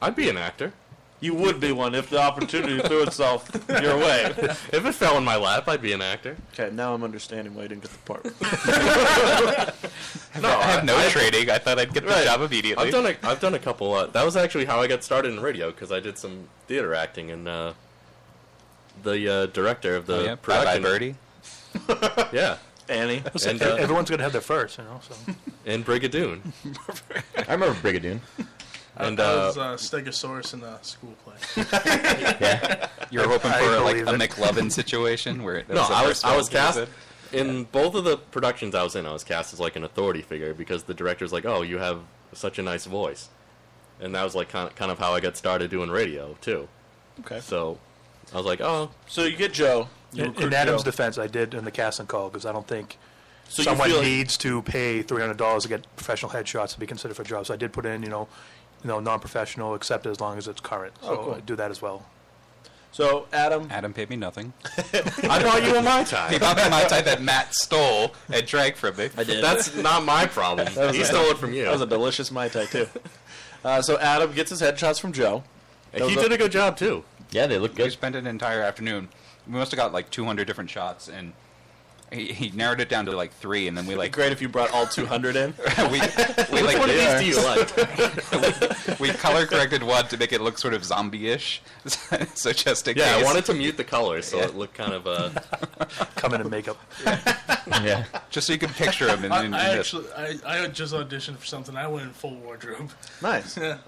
I'd be an actor.
You would be one if the opportunity threw itself your way.
If it fell in my lap, I'd be an actor.
Okay, now I'm understanding why you didn't get the part.
No,
I have
I,
no training. I thought I'd get the job immediately.
I've done. A, I've done a couple. Uh, that was actually how I got started in radio because I did some theater acting and. Uh, the uh, director of the
Oh, yeah. Bye bye,
production,
Birdie.
yeah,
Annie,
and
E-
uh,
Everyone's gonna have their first, you know. So
and Brigadoon,
I remember Brigadoon.
and
That
uh,
was uh, Stegosaurus in the school play.
Yeah.
You're hoping
I
for like
believe
a
it.
McLovin situation where
No,
that's the
I was
first
I
one
was
that you
cast
said?
in both of the productions I was in. I was cast as like an authority figure because the director's like, "Oh, you have such a nice voice," and that was like kind of, kind of how I got started doing radio too.
Okay.
So I was like, "Oh,
so you get Joe. You
in,
recruit
in Adam's
Joe.
defense, I did in the casting call because I don't think
so
someone
you feel like,
needs to pay three hundred dollars to get professional headshots to be considered for jobs. So I did put in, you know, you know, non-professional except as long as it's current. So
Oh, cool.
I do that as well.
so Adam.
Adam paid me nothing.
I bought you a my
He
time.
bought me my tie that Matt stole and drank from me.
I did.
That's not my problem.
was
he
a-
stole it from you.
That was a delicious mai tai too. Uh, so Adam gets his headshots from Joe.
And he
was a-
did a good job too.
Yeah, they look
We
good.
spent an entire afternoon. We must have got like 200 different shots, and he, he narrowed it down to like three, and then we like
Great if you brought all 200 in.
we, we
Which one of
like
these do you like?
we color corrected one to make it look sort of zombie-ish, so just in
Yeah, I
case.
wanted to mute the colors so it looked kind of uh,
Come in and make up.
Yeah.
just so you could picture him. And,
I,
and,
I actually, I, I just auditioned for something. I went in full wardrobe.
Nice.
Yeah.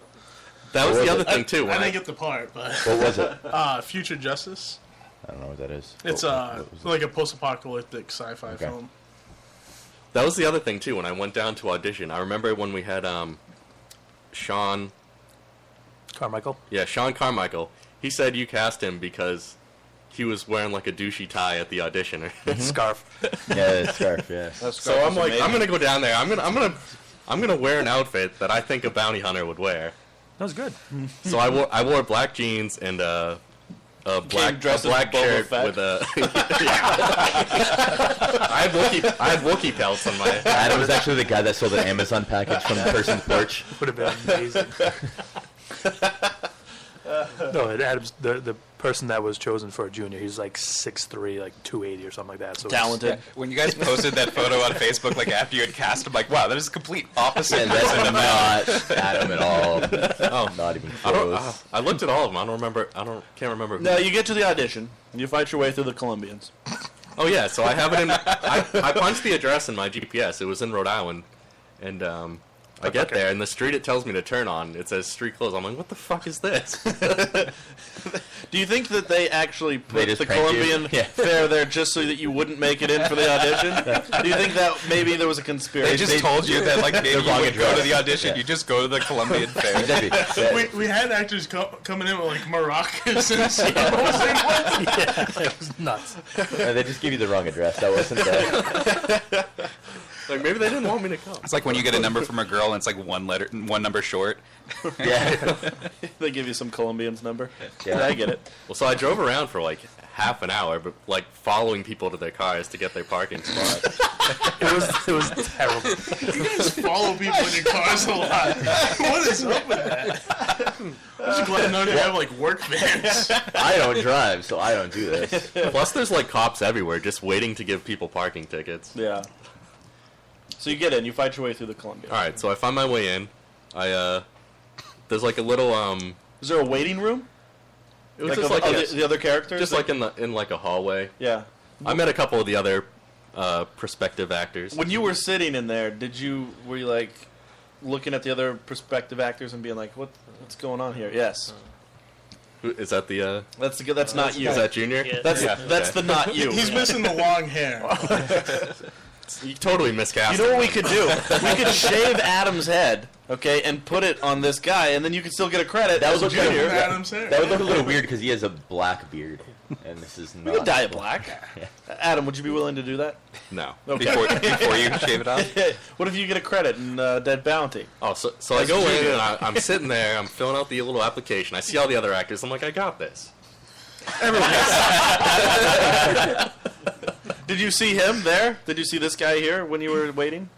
That was
was
the
it?
other thing too.
I
When I,
didn't get the part, but
What was it?
uh, Future Justice.
I don't know what Oh, that is.
It's
What-
uh
what was it?
like a post-apocalyptic sci-fi
Okay.
film.
That was the other thing too. When I went down to audition, I remember when we had um, Sean.
Carmichael.
Yeah, Sean Carmichael. He said you cast him because he was wearing like a douchey tie at the audition.
Mm-hmm.
Scarf.
yeah, the scarf. Yeah.
so I'm like, I'm gonna go down there. I'm gonna, I'm gonna, I'm gonna wear an outfit that I think a bounty hunter would wear.
That was good.
So I wore, I wore black jeans and uh, a black, a
dressed as
black
Boba
shirt
Fett.
with a. I had Wookie, I had Wookie pelts on my.
Adam was actually the guy that sold an Amazon package from the person's porch.
Would have been amazing. no, and Adam's the the person that was chosen for a junior. He's like 6'3", like two eighty or something like that. So it's-
Talented.
when you guys posted that photo on Facebook, like after you had cast, I'm like, wow, that is complete opposite.
And that's not Adam at all. Oh,
Oh.
Not even
I, don't, uh,
close.
I looked at all of them. I don't remember. I don't. Can't remember. Who
No, you get to the audition. You fight your way through the Colombians.
Oh yeah, so I have it in. I, I punched the address in my GPS. It was in Rhode Island, and um, I get there, and the street it tells me to turn on, it says street closed. I'm like, what the fuck is this?
Do you think that they actually put
just
the
pranked you.
Colombian
Yeah.
fair there just so that you wouldn't make it in for the audition? Do you think that maybe there was a conspiracy?
They just told you that like maybe you
wrong
would go to
address.
the audition,
Yeah.
you just go to the Colombian fair.
Exactly. Yeah.
We, we had actors co- coming in with like maracas and stuff. I was like, what?
nuts.
Uh, they just give you the wrong address. That wasn't the
like maybe they didn't want me to come.
It's like when you get a number from a girl and it's like one letter, one number short.
Yeah.
They give you some Colombian's number.
Yeah.
I get it.
Well, so I drove around for like half an hour, but like following people to their cars to get their parking spot.
It was it was terrible.
You guys follow people in your cars a lot. What is up with that? I'm just glad none of you have like work vans.
I don't drive, so I don't do this.
Plus, there's like cops everywhere just waiting to give people parking tickets.
Yeah. So you get in. You fight your way through the Colombian.
All right, so I find my way in. I uh, there's like a little um.
Is there a waiting room?
It was
Like of
just like
other-
a-
the other characters?
just like in the in like a hallway.
yeah.
I met a couple of the other uh, prospective actors.
When you were sitting in there, did you were you like looking at the other prospective actors and being like, what what's going on here? Yes.
Who- Is that the? Uh,
That's the- that's not you.
Is that Junior?
Yeah.
That's
Yeah.
that's the not you.
He's missing the long hair.
You totally miscast.
You know what we could do? We could shave Adam's head, okay, and put it on this guy, and then you could still get a credit.
That
as
was what
junior.
kind of-
Adam's hair.
That would look a little weird because he has a black beard. and this is
You could
not.
dye it black. Adam, would you be willing to do that?
No.
Okay.
before, before you shave it off.
what if you get a credit in uh, Dead Bounty?
Oh, so, so I go in and I, I'm sitting there. I'm filling out the little application. I see all the other actors. I'm like, I got this.
Did you see him there? Did you see this guy here when you were waiting?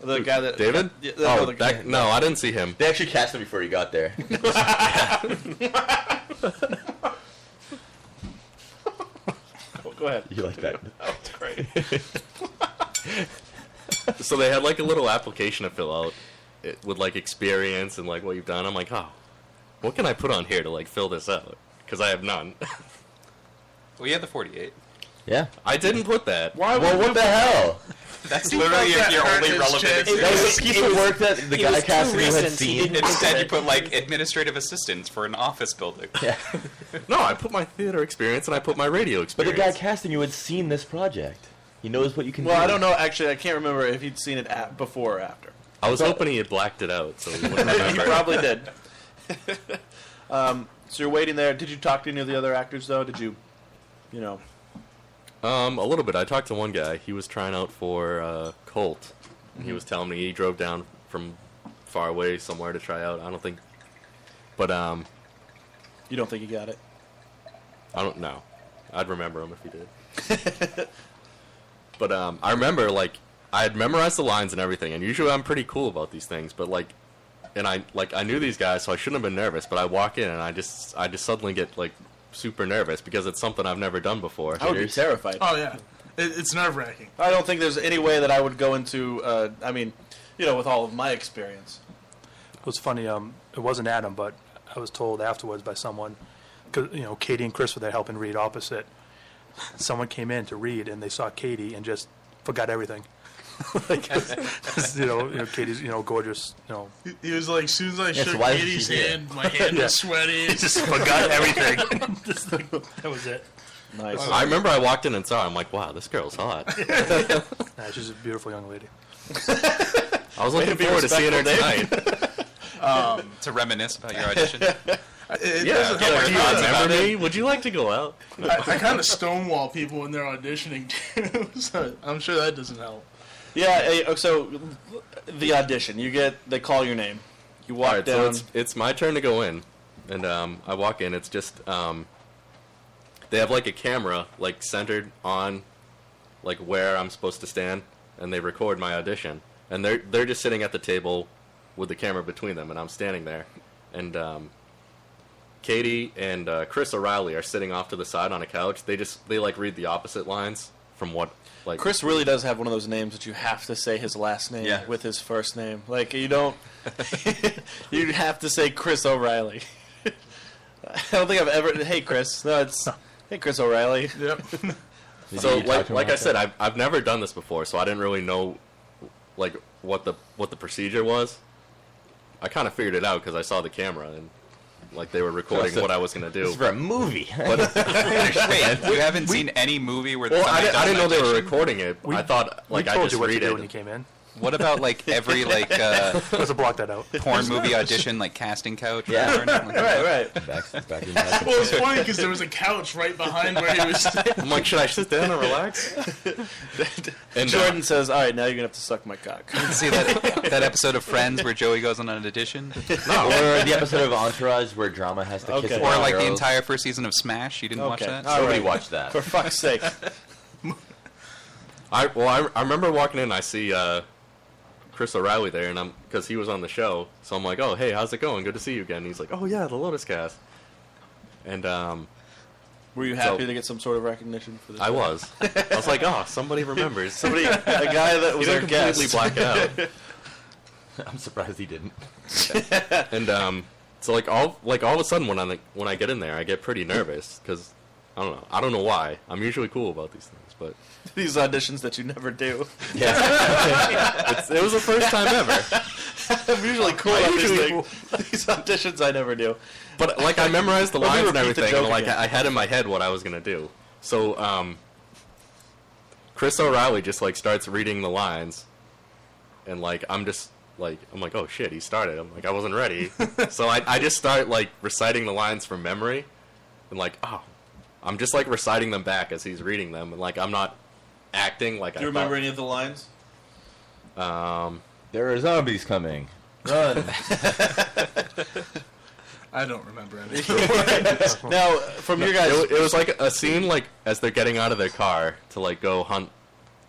The guy that
David?
Yeah, the- no,
oh,
the guy-
that, no, I didn't see him.
They actually cast him before he got there.
Go ahead.
You like that?
So they had like a little application to fill out it, with like experience and like what you've done. I'm like, oh, what can I put on here to like fill this out? Because I have none.
Well, you had the 48.
Yeah.
I didn't put that.
Why
Well, what the hell?
That's literally your,
that
your
hurt
only
his
relevant
chances.
experience.
That was a piece of work that the
it
guy
was too
casting you had
recent, he
seen.
didn't-
Instead, you put like administrative assistant for an office building.
Yeah.
No, I put my theater experience and I put my radio
But the
experience.
guy casting you had seen this project. He knows what you can
Well,
do.
I don't know. Actually, I can't remember if he'd seen it at, before or after.
I was hoping he had blacked it out, so he wouldn't
he
remember.
probably did. um, so you're waiting there. Did you talk to any of the other actors though? Did you, you know?
Um, a little bit. I talked to one guy. He was trying out for uh, Colt. He was telling me he drove down from far away somewhere to try out. I don't think, but um,
You don't think he got it?
I don't know. I'd remember him if he did. but um, I remember like I had memorized the lines and everything, and usually I'm pretty cool about these things. But like, and I like I knew these guys, so I shouldn't have been nervous. But I walk in and I just I just suddenly get like super nervous because it's something I've never done before.
I would be terrified.
Oh yeah, it, it's nerve wracking.
I don't think there's any way that I would go into. Uh, I mean, you know, with all of my experience.
It was funny. Um, it wasn't Adam, but I was told afterwards by someone, 'cause, you know, Katie and Chris were there helping read opposite. Someone came in to read, and they saw Katie and just forgot everything. like, you know, you know, Katie's, you know, gorgeous, you know,
He- He was like, as soon as I shook
why is she
Katie's
here?
hand, my hand
Yeah.
was sweaty.
just forgot everything. Just like, that was it.
Nice.
I remember I walked in and saw. her, I'm like, wow, this girl's hot.
Nah, she's a beautiful young lady.
I was looking
be
forward to seeing her tonight.
to reminisce about your audition.
It- it
Yeah,
doesn't help.
do you remember me? Would you like to go out?
I, I kind of stonewall people when they're auditioning too, so I'm sure that doesn't help.
Yeah. eh, oh, So the audition, you get they call your name, you walk
All right, so
down.
it's it's my turn to go in, and um, I walk in. It's just um, they have like a camera like centered on like where I'm supposed to stand, and they record my audition. And they're they're just sitting at the table with the camera between them, and I'm standing there, and um, Katie and uh, Chris O'Reilly are sitting off to the side on a couch. They just they like read the opposite lines from what like
Chris really does have one of those names that you have to say his last name
Yeah.
with his first name. Like you don't, you have to say Chris O'Reilly. I don't think I've ever. Hey Chris, no, it's hey Chris O'Reilly.
Yep.
So
you
like,
talk to
like
him
I
about
said, I've, I've never done this before, so I didn't really know like what the what the procedure was. I kind of figured it out because I saw the camera and like they were recording
so-
what I was gonna do.
It's for a movie.
Wait, you haven't seen any movie where
Well, I,
somebody
di- I
does
didn't know
an
they were
audition?
recording it. I thought like
we
I
told
just
you what
read
to do
it.
when you came in.
What about like every like uh,
Let's block that out.
porn movie audition, like casting couch? or
Yeah.
whatever, and I'm like,
Right, right.
back, back in back.
Well, it's funny because there was a couch right behind where he was standing.
I'm like, should I sit down and relax? and uh,
Jordan says, "All right, now you're gonna have to suck my cock."
See that that episode of Friends where Joey goes on an audition,
or the episode of Entourage where drama has to kiss
Okay.
a
or
girl.
like the entire first season of Smash. You didn't watch
Okay.
that?
All
Nobody
right.
watched that.
For fuck's sake.
I well, I, I remember walking in. I see uh, Chris O'Reilly there, and I'm because he was on the show, so I'm like, "Oh, hey, how's it going? Good to see you again." And he's like, "Oh yeah, the Lotus Cast." And um,
Were you happy
So-
to get some sort of recognition for this?
I was, I was like, "Oh, somebody remembers." Somebody
Somebody, a guy that was
didn't
our
completely
guest.
black it out.
I'm surprised he didn't.
and um, so like all like all of a sudden when I when I get in there, I get pretty nervous because I don't know. I don't know why. I'm usually cool about these things, but
These auditions that you never do.
it's, it was the first time ever.
I'm usually cool
I
at
usually-
these things. These auditions I never do.
But like I memorized the lines and
repeat the
everything, and
joke
like
again.
I I had in my head what I was gonna do. So um, Chris O'Reilly just like starts reading the lines, and like I'm just like I'm like oh shit he started. I'm like I wasn't ready, so I I just start like reciting the lines from memory, and like oh I'm just like reciting them back as he's reading them, and like I'm not acting like
Do
I
you remember
thought-
any of the lines?
There are zombies coming.
Run.
I don't remember any.
now, from your
It,
guys,
wa- it was like a scene like as they're getting out of their car to like go hunt,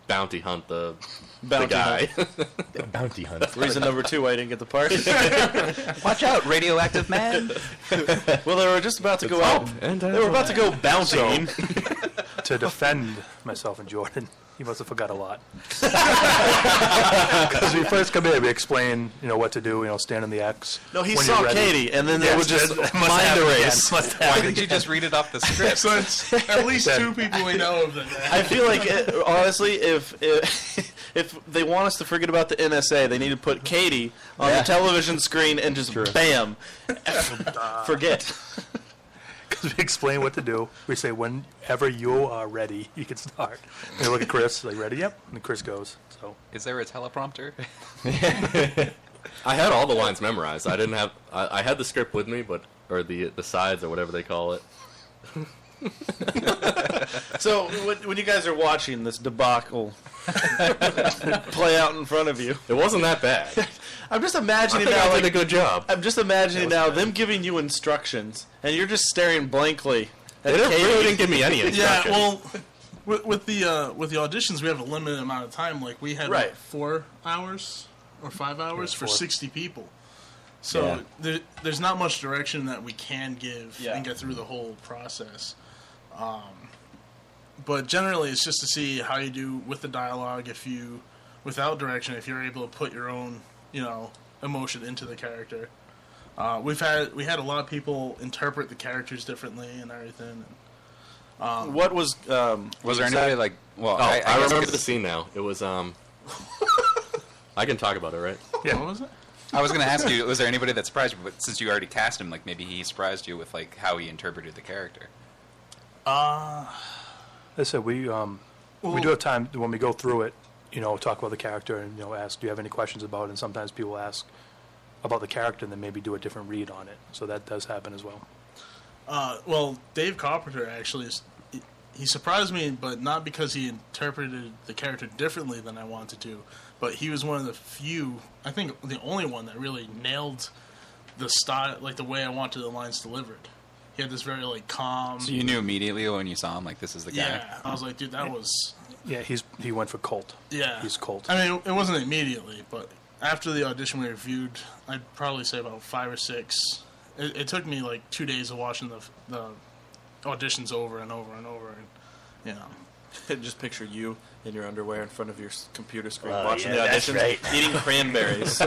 bounty hunt the
Bounty
the guy.
Bounty hunt.
reason number two why I didn't get the part.
Watch out, radioactive man.
well, they were just about to go out.
and
They were about to go bouncing.
to defend myself and Jordan. He must have forgot a lot. Because we first come in, we explain, you know, what to do. You know, stand in the X.
no, he
when
saw
you're ready.
Katie, and then they
Yes,
would just
that- that must
mind
happen again.
erase.
Must
Why
happen
didn't you just read it off the script?
So it's at least two people we know of that.
I feel like, it, honestly, if, if if they want us to forget about the NSA, they need to put Katie on
Yeah.
the television screen and just bam, forget.
we explain what to do. We say, whenever you are ready, you can start. And they look at Chris, like, ready? Yep. And Chris goes. So
Is there a teleprompter?
I had all the lines memorized. I didn't have. I, I had the script with me, but or the the sides or whatever they call it.
So when, when you guys are watching this debacle play out in front of you,
It wasn't that bad.
I'm just
I
imagining
think
now.
I
Like,
did a good job.
I'm just imagining
That
now
was
them giving you instructions, and you're just staring blankly. At
They didn't,
Katie.
really didn't give me any
Yeah,
instructions.
well, with, with the uh, with the auditions, we have a limited amount of time. Like we had
Right.
like four hours or five hours for
four.
sixty people. So
Yeah.
there, there's not much direction that we can give
Yeah.
and get through the whole process. Um, but generally, it's just to see how you do with the dialogue. If you, without direction, if you're able to put your own, you know, emotion into the character. Uh, we've had we had a lot of people interpret the characters differently and everything.
What was um,
Was there anybody like? Well,
oh, I,
guess
remember
it's-
the scene now. It was um. I can talk about it, right?
Yeah.
What was it?
I was going to ask you, was there anybody that surprised you? But since you already cast him, like maybe he surprised you with like how he interpreted the character.
I said, we um, we do have time when we go through it. You know, talk about the character and you know, ask, do you have any questions about? it? And sometimes people ask about the character and then maybe do a different read on it. So that does happen as well.
Uh, well, Dave Carpenter actually is. he- He surprised me, but not because he interpreted the character differently than I wanted to. But he was one of the few, I think, the only one that really nailed the style, like the way I wanted the lines delivered. He had this very like calm.
So you knew immediately when you saw him, like this is the guy.
yeah, I was like, dude, that was
Yeah, he's he went for Colt.
yeah.
he's Colt.
I mean, it wasn't immediately, but after the audition we reviewed, I'd probably say about five or six. It, it took me like two days of watching the the auditions over and over and over, and you know.
just picture you in your underwear in front of your s- computer screen
Oh,
watching
yeah,
the
that's
auditions,
right.
eating cranberries,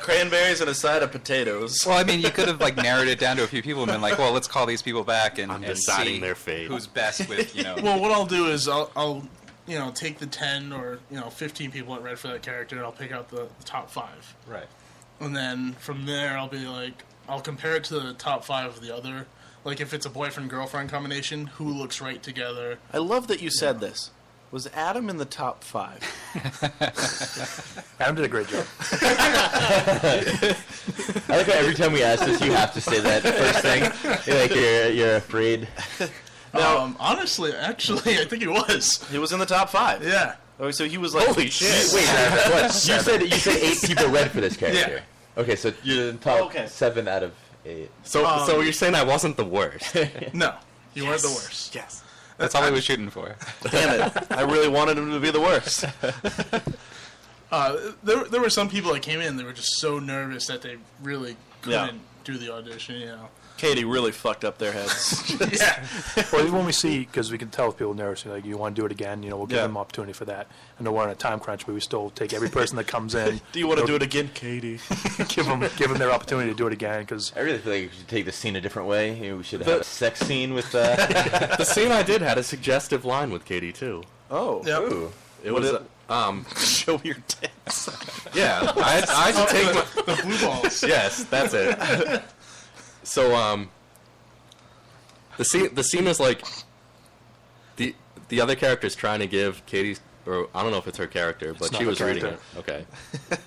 cranberries and a side of potatoes.
Well, I mean, you could have like narrowed it down to a few people and been like, well, let's call these people back and,
I'm
and
deciding
see
their fate.
Who's best with you know?
Well, what I'll do is I'll, I'll you know take the ten or you know fifteen people that read for that character, and I'll pick out the, the top five,
right.
and then from there I'll be like I'll compare it to the top five of the other. Like if it's a boyfriend girlfriend combination, who looks right together?
I love that you said this. Was Adam in the top five?
Adam did a great job.
I like how every time we ask this, you have to say that first thing. You're like you're you're afraid.
um, honestly, actually, I think he was.
He was in the top five.
Yeah.
Oh, so he was like
Holy shit!
Wait, what? You said you said eight people read for this character. Okay, so you're in top
Okay.
seven out of eight.
So, so you're saying I wasn't the worst?
No, you weren't the worst.
yes.
That's all I was shooting for.
Damn it! I really wanted him to be the worst.
Uh, there, there were some people that came in that were just so nervous that they really
Yeah.
couldn't do the audition. You know.
Katie really fucked up their heads.
yeah.
Or even when we see, because we can tell if people are nervous, like you want to do it again, you know, we'll give
Yeah.
them opportunity for that. I know we're on a time crunch, but we still take every person that comes in,
Do you want to do it again, Katie?
give them give them their opportunity to do it again. Because
I really feel like we should take the scene a different way. You know, we should have a sex scene with. Uh,
The scene I did had a suggestive line with Katie too.
Oh,
Yep.
ooh,
It was
it-
uh, um
show your tits.
yeah. I had, I had to take my,
The blue balls.
yes, that's it. So um, the scene the scene is like the the other character's trying to give Katie's or I don't know if it's her character, but
not
she
her
was reading
character.
it. Okay,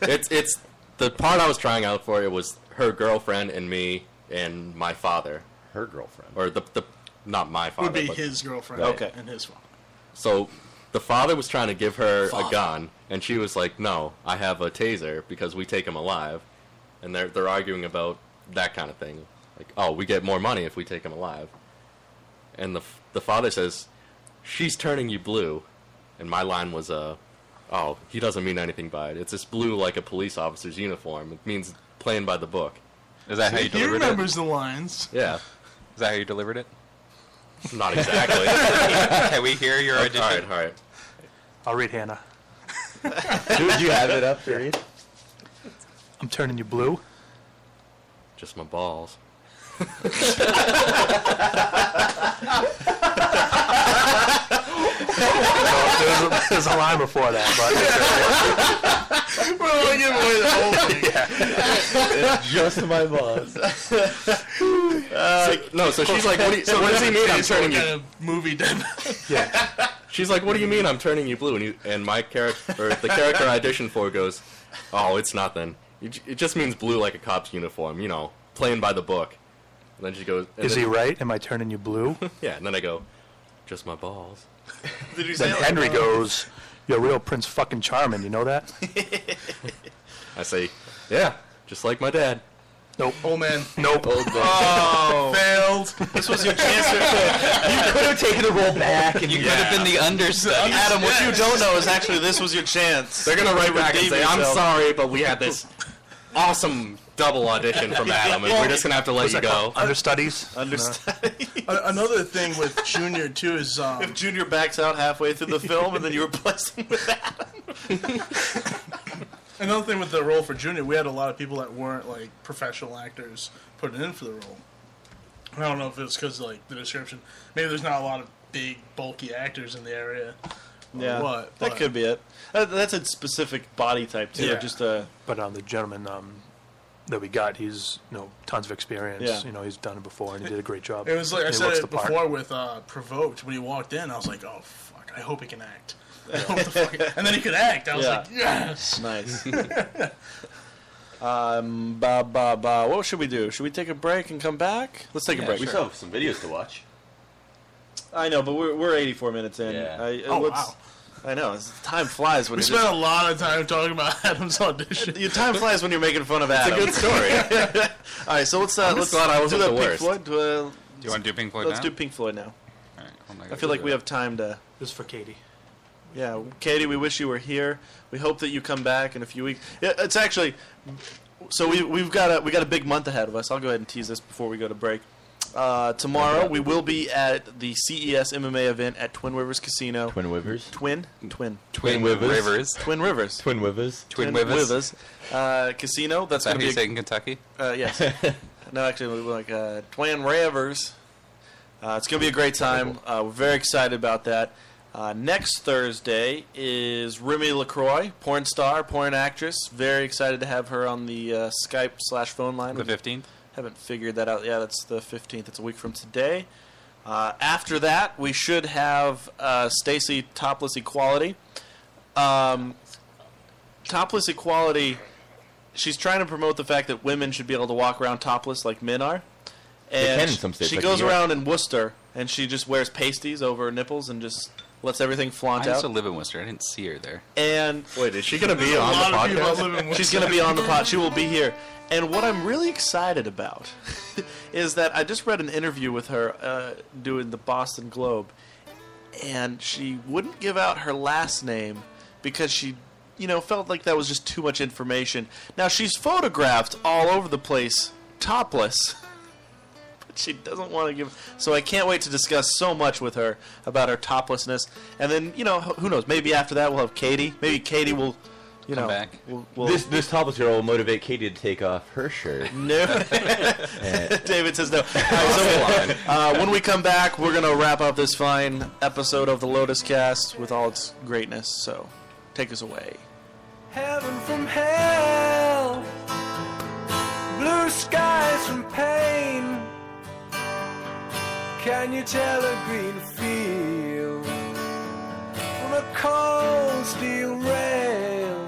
it's it's the part I was trying out for. It was her girlfriend and me and my father
her girlfriend.
or the the not my father.
would be
but-
his girlfriend
Right. Okay.
and his father.
So the father was trying to give her a gun, and she was like, "No, I have a taser because we take him alive." And they're they're arguing about that kind of thing, like, "Oh, we get more money if we take him alive." And the f- the father says, "She's turning you blue," and my line was, "Uh, oh, he doesn't mean anything by it. It's just blue like a police officer's uniform. It means playing by the book."
Is that how you
He
delivered it? Is
remembers the lines.
Yeah,
that how you delivered it?
not exactly.
Can we hear your
all right,
audition?
all right.
I'll read Hannah.
Dude, you have it up to read?
I'm turning you blue.
Just my balls.
No, there's, a, there's a line before that,
We're only giving away the whole thing.
Just my boss.
So- no, so she's like, what, do you, so what does he mean? I'm turning you
Kind of movie demo.
but yeah.
She's like, "What do you mean I'm turning you blue?" And, you, and my character, or the character I auditioned for, goes, "Oh, it's nothing. It, j- it just means blue like a cop's uniform, you know, playing by the book." And then she goes, and
Is he
then,
right? Am I turning you blue?
Yeah. And then I go, "Just my balls."
Did you say
Then
it like-
Henry goes, "You're real Prince fucking Charming. You know that?
I say, "Yeah, just like my dad."
Old man.
Nope.
Failed.
This was your chance. to-
Could have taken the role back. And
You could have been the understudy.
Adam, what you don't know is actually this was your chance.
They're gonna write back and
redeem
say, "I'm
yourself."
sorry, but we had this awesome double audition from Adam, and we're just gonna have to let you go."
Understudies.
Understand?
A- another thing with Junior too is um,
If Junior backs out halfway through the film and then you replace him with that.
another thing with the role for Junior. We had a lot of people that weren't like professional actors putting in for the role. I don't know if it's because like the description. Maybe there's not a lot of big bulky actors in the area. or
Yeah,
what,
that
but-
could be it. That, that's a specific body type too.
Yeah.
Just a
But um, the gentleman um, that we got, he's you know tons of experience.
Yeah.
You know he's done it before, and he did a great job.
It was like I
He
said
looks
it
the part.
before with uh, Provoked. When he walked in, I was like, oh fuck, I hope he can act. I hope the fuck- and then he could act. I was
Yeah.
like, yes.
nice. um, ba ba ba. What should we do? Should we take a break and come back? Let's take a break.
we still have some videos to watch.
I know, but we're, we're 84 minutes in.
Yeah.
I, uh,
Oh,
let's-
wow.
I know. it's- Time flies when
We
you
spent a lot of time talking about Adam's audition.
your time flies when you're making fun of Adam.
Good story.
All right, so let's uh, let's
glad I
do
wasn't
that
the
Pink
worst.
Floyd. Uh,
Do you want to do Pink Floyd
let's
now?
do Pink Floyd now.
All right, Oh hold on,
I feel like we have time to.
This is for Katie.
Yeah, Katie, we wish you were here. We hope that you come back in a few weeks. Yeah, it's actually so we we've got a we got a big month ahead of us. I'll go ahead and tease this before we go to break. Uh, tomorrow we will be at the E CES MMA event at Twin Rivers Casino.
Twin Wivers.
Twin, twin,
Twin
Wivers.
Rivers.
Twin Rivers.
Twin Wivers.
Twin Wivers. Is
Uh, casino. That's
that
going
how
to
you
be
say
a-
it in Kentucky?
uh, yes. no, actually, we're like uh, Twin Ravers. Uh, it's going to be a great time. Uh, we're very excited about that. Uh, next Thursday is Remy LaCroix, porn star, porn actress. Very excited to have her on the uh, Skype slash phone line.
The
We
15th?
haven't figured that out. Yeah, that's the 15th. It's a week from today. Uh, after that, we should have uh, Stacy Topless Equality. Um, topless Equality she's trying to promote the fact that women should be able to walk around topless like men are. And
can in some states,
she
like
goes
New York.
around in Worcester and she just wears pasties over her nipples and just lets everything flaunt
I used
out.
to live in Worcester. I didn't see her there.
and
Wait, is she gonna be
a
on
lot
the
of people
podcast?
that live in
she's going to be on the pot. She will be here. And what I'm really excited about is that I just read an interview with her uh, doing the Boston Globe, and she wouldn't give out her last name because she, you know, felt like that was just too much information. Now she's photographed all over the place, topless. but She doesn't want to give, so I can't wait to discuss so much with her about her toplessness. And then, you know, who knows? Maybe after that we'll have Katie. Maybe Katie will, you know,
back.
We'll, we'll,
This this topless girl will motivate Katie to take off her shirt.
no. David says no. All right, so, uh, when we come back, we're going to wrap up this fine episode of the Lotus Cast with all its greatness. So take us away.
Heaven from hell, blue skies from pain. Can you tell a green field from a cold steel rail?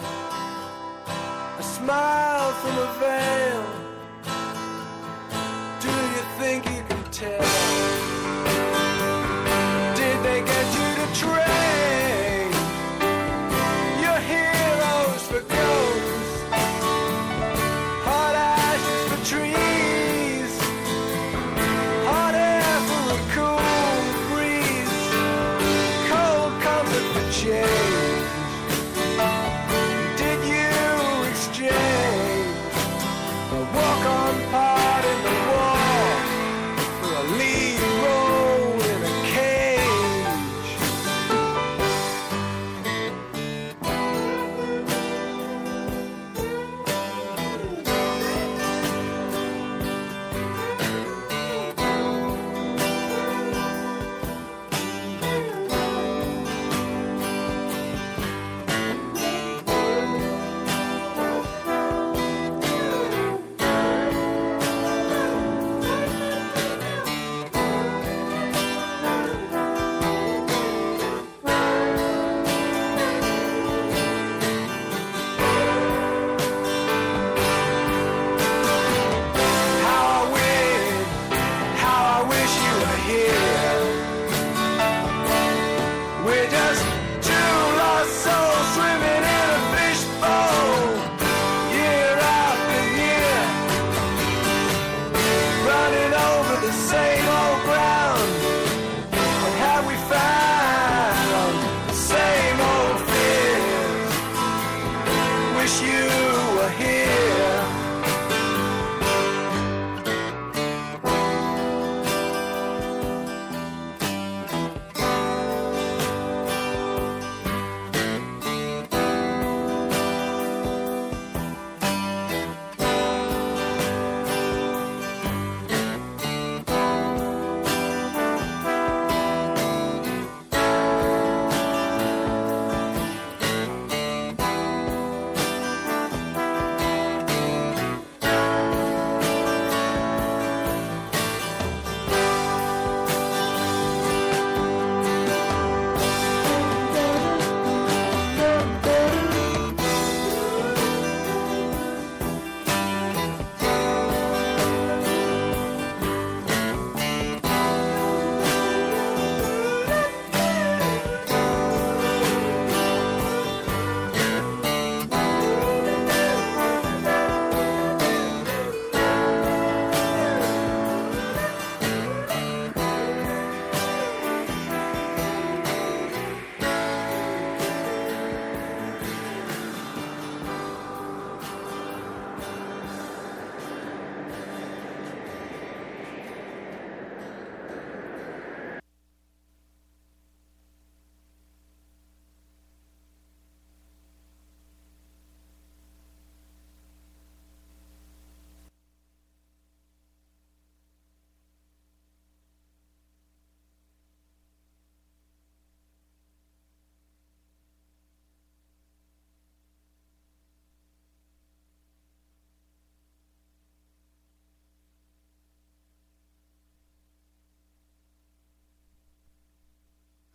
A smile from a veil. Do you think you can tell?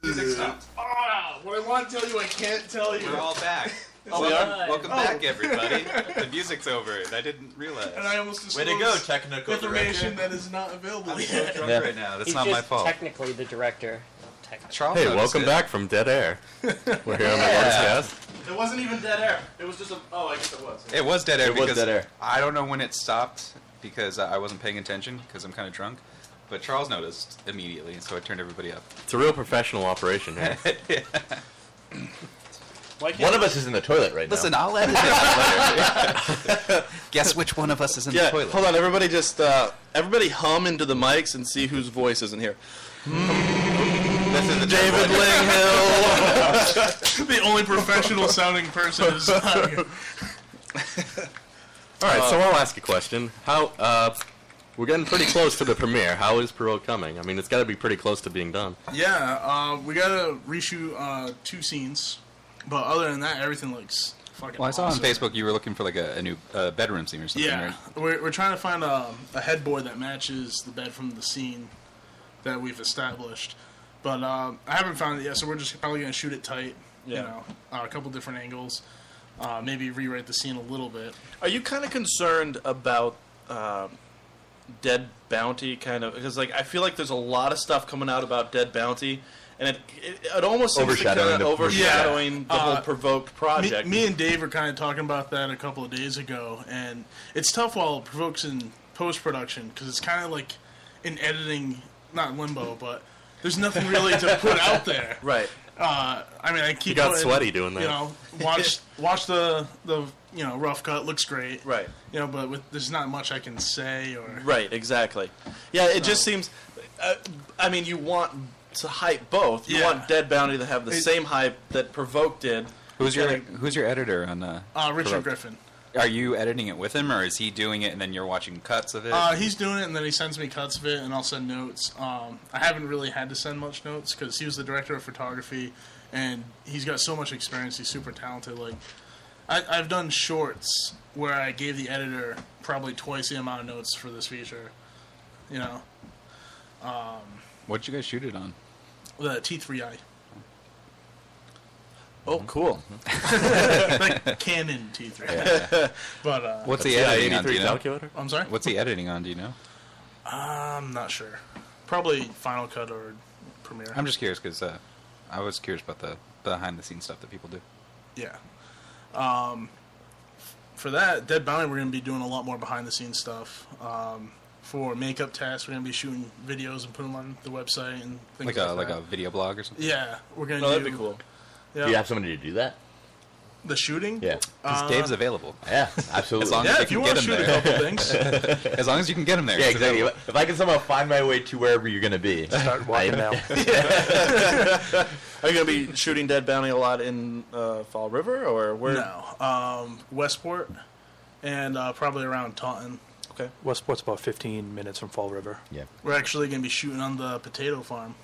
music stopped.
Ah, what I want to tell you, I can't tell you. Oh,
We're all back.
are?
welcome welcome back, everybody. The music's over. and I didn't
And
realize.
I almost disclosed
Way to go, technical
information
director.
that is not available
I'm so
yet.
drunk
Yeah.
right now. That's
He's
not
just
my fault.
technically the director. Technically.
Charles
Hey,
noticed
welcome
it.
back from dead air. We're here on the
Yeah.
podcast.
It wasn't even dead air. It was just a. Oh, I guess it was.
It was dead air
It was
because
dead air.
I don't know when it stopped because I I wasn't paying attention because I'm kind of drunk. But Charles noticed immediately, so I turned everybody up.
It's a real professional operation here.
Why can't
One of us is in the toilet right
Listen,
now.
I'll edit it. Guess which one of us is in
Yeah,
the toilet?
hold on. Everybody just uh, everybody hum into the mics and see whose voice isn't here.
This is the
David Langhill.
the only professional sounding person is not here.
All right, so I'll ask a question. How uh, we're getting pretty close to the premiere. How is Perot coming? I mean, it's got to be pretty close to being done.
Yeah, uh, we gotta reshoot uh, two scenes, but other than that, everything looks fucking.
Well, I saw on
awesome.
Facebook you were looking for like a, a new uh, bedroom scene or something.
Yeah,
right?
we're, we're trying to find a, a headboard that matches the bed from the scene that we've established, but um, I haven't found it yet. So we're just probably gonna shoot it tight.
Yeah.
You know, uh, a couple different angles. Uh, maybe rewrite the scene a little bit.
Are you kind of concerned about um, Dead Bounty? Kind of because like I feel like there's a lot of stuff coming out about Dead Bounty, and it it, it almost seems to
Overshadowing
kinda
the-
overshadowing the
Yeah.
whole
Uh,
provoked
Me,
project.
me and Dave were kind of talking about that a couple of days ago, and it's tough while it provokes in post production because it's kind of like in editing, not limbo, but there's nothing really to put out there.
right.
Uh, I mean, I keep
You got
putting,
sweaty doing that.
You know, watch watch the the you know rough cut looks great,
Right.
You know, but with, there's not much I can say or
Right, exactly. Yeah, it just
So-
seems. Uh, I mean, you want to hype both. You
Yeah.
want Dead Bounty to have the
It-
same hype that Provoked did.
Who's your
And
Who's your editor on? Uh,
uh, Richard
Correct.
Griffin.
are you editing it with him, or is he doing it and then you're watching cuts of it?
Uh, he's doing it, and then he sends me cuts of it, and I'll send notes. Um, I haven't really had to send much notes because he was the director of photography, and he's got so much experience. He's super talented. Like, I, I've done shorts where I gave the editor probably twice the amount of notes for this feature. You know,
What'd you guys shoot it on?
the T3i,
Oh, cool.
like Canon T3. But uh,
What's he
Yeah,
editing on? Do
83
you know?
calculator.
I'm sorry.
What's he editing on? Do you know?
I'm not sure. Probably Final Cut or Premiere.
I'm just curious because uh, I was curious about the behind the scenes stuff that people do.
Yeah. Um, for that, Dead Bounty, we're going to be doing a lot more behind the scenes stuff. Um, for makeup tasks, we're going to be shooting videos and putting them on the website and
Like
things like,
a
that.
like a video blog or something.
Yeah, we're going to
No,
do
Oh, that'd be cool.
yeah,
Do you have somebody to do that?
the shooting.
Yeah.
Because
Uh,
Dave's available.
Yeah,
As
absolutely.
long as
Yeah,
they
if you
can
want
get
to
him
shoot a
there.
couple things.
As long as you can get him there.
yeah,
it's
exactly.
available.
If if I can somehow find my way to wherever you're gonna be,
Start walking out.
Are you going to be shooting Dead Bounty a lot in uh, Fall River or where?
No, um, Westport, and uh, probably around Taunton.
Okay.
Westport's about 15 minutes from Fall River.
yeah,
We're actually going to be shooting on the potato farm.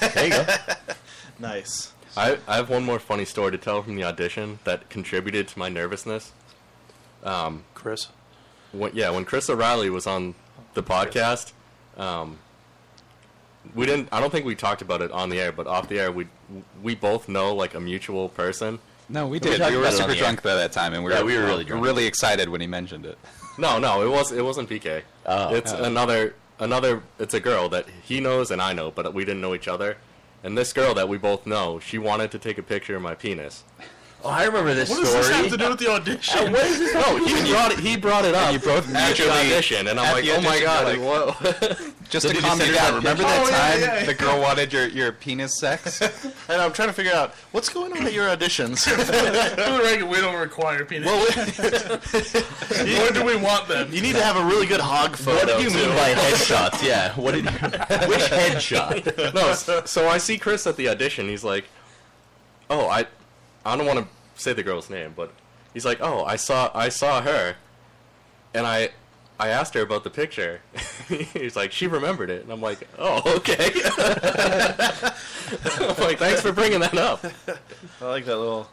there you go.
Nice.
I, I have one more funny story to tell from the audition that contributed to my nervousness.
Chris?
When, yeah, when Chris O'Reilly was on the podcast, um, we didn't. I don't think we talked about it on the air, but off the air, we we both know like a mutual person.
No, we did.
talked
We were
about it on
super
the
drunk by that time, and we were,
Yeah, we were really drunk.
really excited when he mentioned it.
No, no, it was it wasn't PK.
Oh.
it's another another. It's a girl that he knows and I know, but we didn't know each other. And this girl that we both know, she wanted to take a picture of my penis.
Oh, I remember this
What
story.
does this have to do with the audition?
what is this?
No, he brought it. He brought it up.
you both
at the
mutually-
audition, and I'm
at
like,
the
oh my
audition,
god,
you're
what?
Just to
Did you
calm you
send her
down,
that
remember
picture?
that
Oh,
time the girl wanted your, your penis sex?
And I'm trying to figure out what's going on at your auditions.
For the record, we don't require penis. Nor do we want them.
you need to have a really good hog photo.
What did you mean by headshots? Yeah, what did you, which headshot?
no, s- so I see Chris at the audition. He's like, "Oh, I, I don't want to say the girl's name, but he's like, "Oh, I saw, I saw her, and I, I asked her about the picture. he's like, she remembered it, and I'm like, "Oh, okay." I'm like, thanks for bringing that up.
I like that little.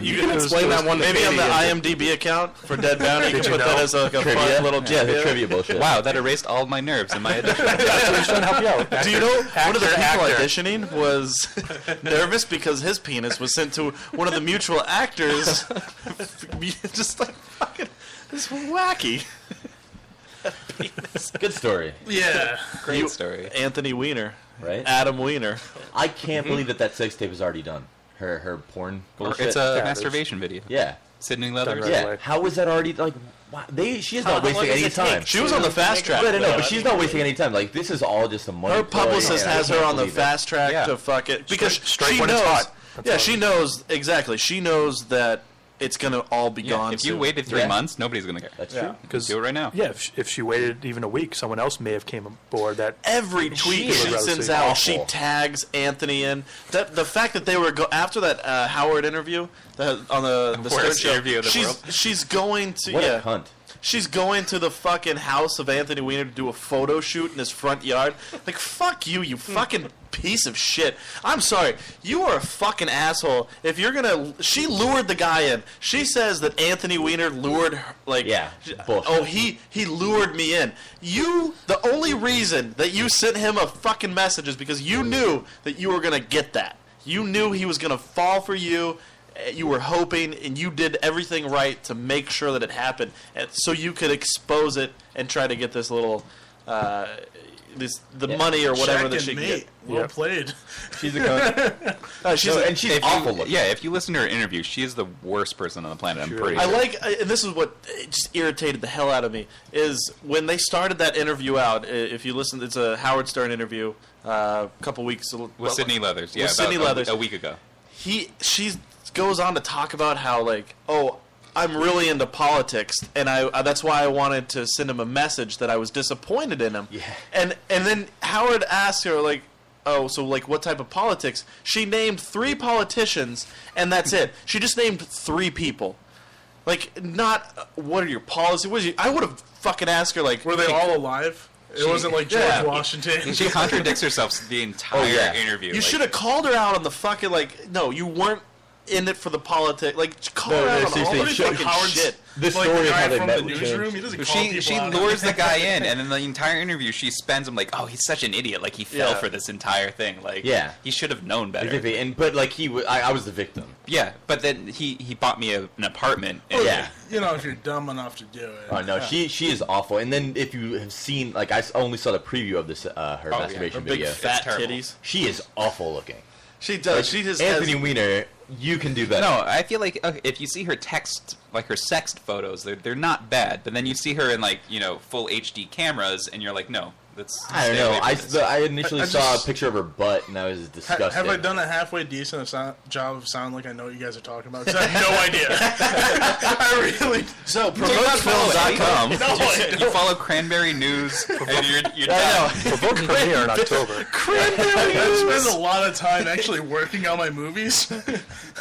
you can explain that one. to
Maybe on the
Katie.
IMDb account for Dead Bounty, you
Did
can
you
put that
know?
as like a fun little
yeah,
trivia.
the trivia bullshit.
Wow, that erased all my nerves in my head.
trying to help you out.
Do you know one of
Actor,
the people
actor.
auditioning was nervous because his penis was sent to one of the mutual actors? Just like fucking, it's wacky.
Good story,
Yeah.
Great story.
Anthony Weiner,
right?
Adam Weiner.
I can't believe that that sex tape is already done. Her her porn
Or
bullshit.
It's a
Yeah,
masturbation video.
yeah,
Sydney Leathers.
Right
yeah.
away.
How is that already like? Wow, they she is
How
not
long
wasting
does
any
it take
time.
She was on
to
the fast
make-
track.
No, no, no,
though.
but she's not wasting any time. Like this is all just a money.
Her
ploy,
publicist
and I
has her
can't
on the
believe it.
fast track
Yeah.
to fuck it because
strike
she
when
knows.
it's hot. That's
yeah,
all.
she knows exactly. She knows that it's gonna all be gone.
If you
soon.
waited three
Yeah.
months, nobody's gonna care.
That's true.
Because
Do it right now.
Yeah, if she, if she waited even a week, someone else may have came aboard. That
every tweet
is
she
rousing.
sends out,
Awful.
she tags Anthony in. That the fact that they were go- after that uh, Howard interview the, on the, the Stern
Worst
show,
interview of the
she's
world.
she's going to
What a
yeah,
cunt.
she's going to the fucking house of Anthony Weiner to do a photo shoot in his front yard. Like fuck you, you
Hmm.
fucking piece of shit. I'm sorry, you are a fucking asshole. If you're gonna, she lured the guy in. She says that Anthony Weiner lured her, like
Yeah, bullshit.
oh he he lured me in. You the only reason that you sent him a fucking message is because you knew that you were gonna get that. You knew he was gonna fall for you. eh, You were hoping, and you did everything right to make sure that it happened, and so you could expose it and try to get this little, uh, this the
Yeah.
money or whatever
Jack
that
and
she can
mate.
get.
Well
Yeah.
played.
She's a cunt.
Uh, she's
So-
a-
and she's
If you-
awful looking.
yeah, if you listen to her interview, she is the worst person on the planet. I'm pretty.
I
sure.
like, I- and this is what uh, just irritated the hell out of me is when they started that interview out. i- If you listen, it's a Howard Stern interview uh, a couple weeks with
with Sydney Leathers. Yeah,
with
about
Sydney
a-
Leathers.
a week ago.
He she goes on to talk about how like oh. I'm really into politics, and I uh, that's why I wanted to send him a message that I was disappointed in him.
Yeah.
And and then Howard asked her like, "Oh, so like what type of politics?" She named three politicians, and that's it. She just named three people. Like, not uh, what are your policies? What is your, I would have fucking asked her like,
Were they all alive? It wasn't like George
Yeah.
Washington.
She contradicts herself the entire
Oh, yeah.
interview.
You
like,
should have called her out on the fucking like. No, you weren't in it for the politics. Like, call
No,
her
no,
out on all
seriously,
the
show-
fucking
Howard's-
shit.
The
like
story
the
of
guy
how they
from
met
the
with
newsroom.
James.
He doesn't call
She
people
she
out.
lures the guy in, and in the entire interview, she spends him like, "Oh, he's such an idiot! Like he fell
Yeah.
for this entire thing. Like,
Yeah.
he should have known better."
Exactly. And but like he, w- I, I was the victim.
Yeah, but then he he bought me a, an apartment. And
Oh, Yeah.
You know, if you're dumb enough to do it.
Oh no, she she is awful. And then if you have seen, like I s- only saw the preview of this uh, her
Oh, yeah,
masturbation
her
video.
It's
Fat
terrible.
titties.
she is awful looking.
She does.
Like,
she just
Anthony
Has,
Weiner, you can do better.
No, I feel like uh, if you see her text, like her sexed photos, they're they're not bad. But then you see her in like you know full HD cameras, and you're like, no, that's
I don't know. I, s- the- I initially
I- I
saw
just-
a picture of her butt and I was
Ha-
disgusted.
have I done a halfway decent of sound, job of sound like I know what you guys are talking about? 'Cause I have no idea. I really
so
Promotefilm.com.
promotefilm.com.
you, you follow Cranberry News, and you're you're done.
I know.
the book premiere in October.
I spend a lot of time actually working on my movies.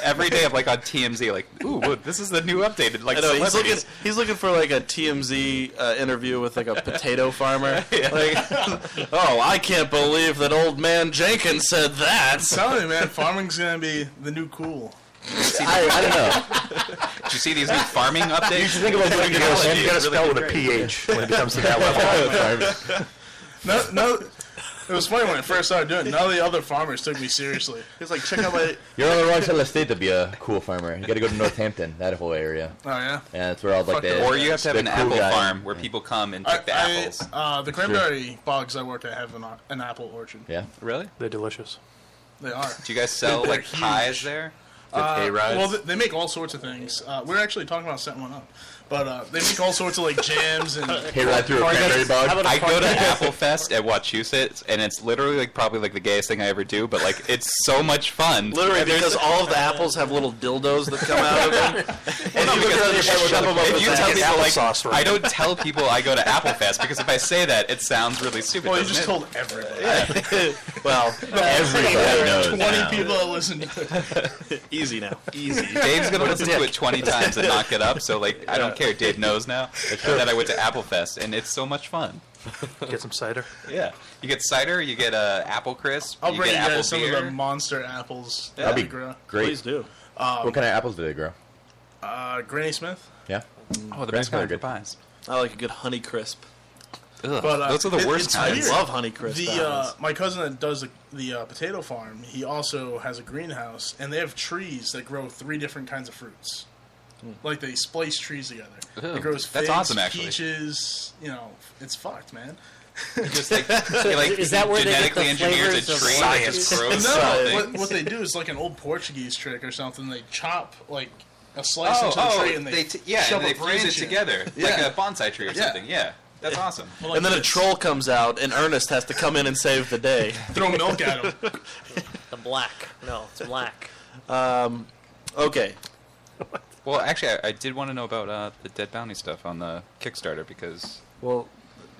every day of like on TMZ, like, ooh, well, this is the new updated like.
I know, he's looking.
celebrities.
He's looking for like a TMZ uh, interview with like a potato farmer. Like, oh, I can't believe that old man Jenkins said that.
I'm telling you, man, farming's gonna be the new cool.
I, I don't know.
Did you see these new farming updates?
Think about putting it
Yes,
on
you gotta spell with a PH when it comes to that level.
No, no. It was funny when I first started doing it. None of the other farmers took me seriously.
He's like, check out my.
You're on the wrong side of the state to be a cool farmer. You gotta go to Northampton, that whole area.
Oh yeah.
Yeah, that's where all like
Fuck
the.
the-
Or you have to have
the
an
cool
apple
guy.
farm where people come and
I,
pick the
I,
apples.
uh, the cranberry bogs I work at have an, o- an apple orchard.
Yeah.
Really?
They're delicious.
They are.
Do you guys sell
They're
like
huge.
pies there?
hay rides.
Well, th- they make all sorts of things. Uh, we are actually talking about setting one up, but uh, they make all sorts of like jams and
Hey, ride through a cranberry bog.
I go to Apple Fest at Wachusett, and it's literally like probably like the gayest thing I ever do, but like it's so much fun.
Literally, because all of the apples have little dildos that come out of them.
Well, no,
you
because
can
if
shove
you-
them up
if
with
you
that.
tell
Get
people like
applesauce right
I don't tell people I go to Apple Fest because if I say that, it sounds really stupid.
well, you
doesn't
just
it?
told everybody.
well,
Everybody knows.
Twenty
now.
people that listen to it.
easy now, easy.
Dave's gonna listen to it 20 times and not get up, so like I don't care. Dave knows now that I went to Apple Fest, and it's so much fun.
Get some cider.
Yeah. You get cider, you get uh, apple crisp,
I'll
you
bring you
get apple
guys some
beer.
of the monster apples. that
That'd
we
be
grow.
great.
Please do.
what kind of apples do they grow?
Uh, Granny Smith.
Yeah.
oh, the best
Grandfather
kind of
good.
pies.
I like a good honey crisp.
Ugh,
But, uh,
those are the
it-
worst
it's
kinds.
weird.
Love honey crisp.
The uh, my cousin that does the, the uh, potato farm, he also has a greenhouse, and they have trees that grow three different kinds of fruits. Like they splice trees together.
Ooh,
it grows
that's
figs,
awesome, actually.
peaches. You know, it's fucked, man.
Just like, you, like
is that where they get
genetically
the
engineers a
flavors of
tree that just grows
No,
something.
what, what they do is like an old Portuguese trick or something. They chop like a slice into the tree and they,
t- yeah,
shove
and Oh, they
a branch
fuse it
in.
together like
Yeah.
a bonsai tree or
Yeah.
something. Yeah, that's awesome.
Well, like
and then a
this.
troll comes out, and Ernest has to come in and save the day.
throw milk at them.
The black. No, it's black.
Okay,
Well, actually, I, I did want to know about uh, the Dead Bounty stuff on the Kickstarter because
well,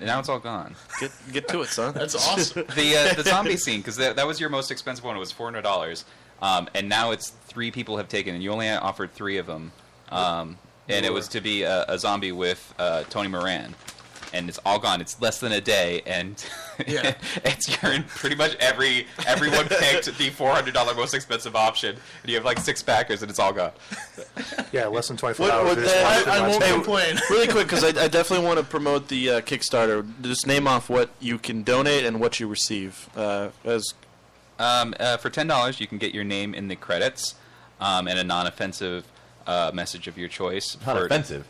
now it's all gone.
get get to it, son.
That's awesome.
The uh, the zombie scene because that, that was your most expensive one. It was four hundred dollars, um, and now it's three people have taken, and you only offered three of them, um, and it was to be a, a zombie with uh, Tony Moran. And it's all gone. It's less than a day, and
Yeah.
it's you're in pretty much every everyone picked the four hundred dollar most expensive option, and you have like six packers, and it's all gone.
Yeah, less than 24
What-
hours.
what
it is
the-
less
I,
than
I
last
won't
night.
complain.
really quick, because I, I definitely want to promote the uh, Kickstarter. Just name off what you can donate and what you receive. Uh, as
Um, uh, for ten dollars, you can get your name in the credits um, and a non-offensive uh, message of your choice.
Not
for-
offensive.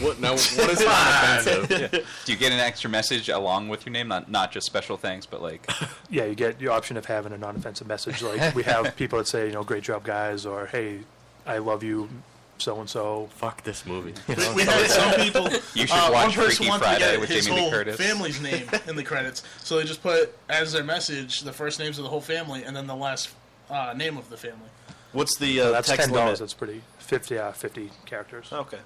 What? No. What is that offensive?
Do you get an extra message along with your name? Not not just special thanks, but like
Yeah, you get your option of having a non-offensive message. Like we have people that say, you know, "Great job, guys," or "Hey, I love you, so and so."
Fuck this movie.
We- we had some people.
you should
uh, one
watch
person
Freaky
wanted to
Friday
get
with
his
Jamie Lee
whole
Curtis.
family's name in the credits, so they just put as their message the first names of the whole family and then the last uh, name of the family.
what's the uh,
That's
text
ten dollars.
limit? Oh.
That's pretty fifty. Yeah, fifty characters.
Okay,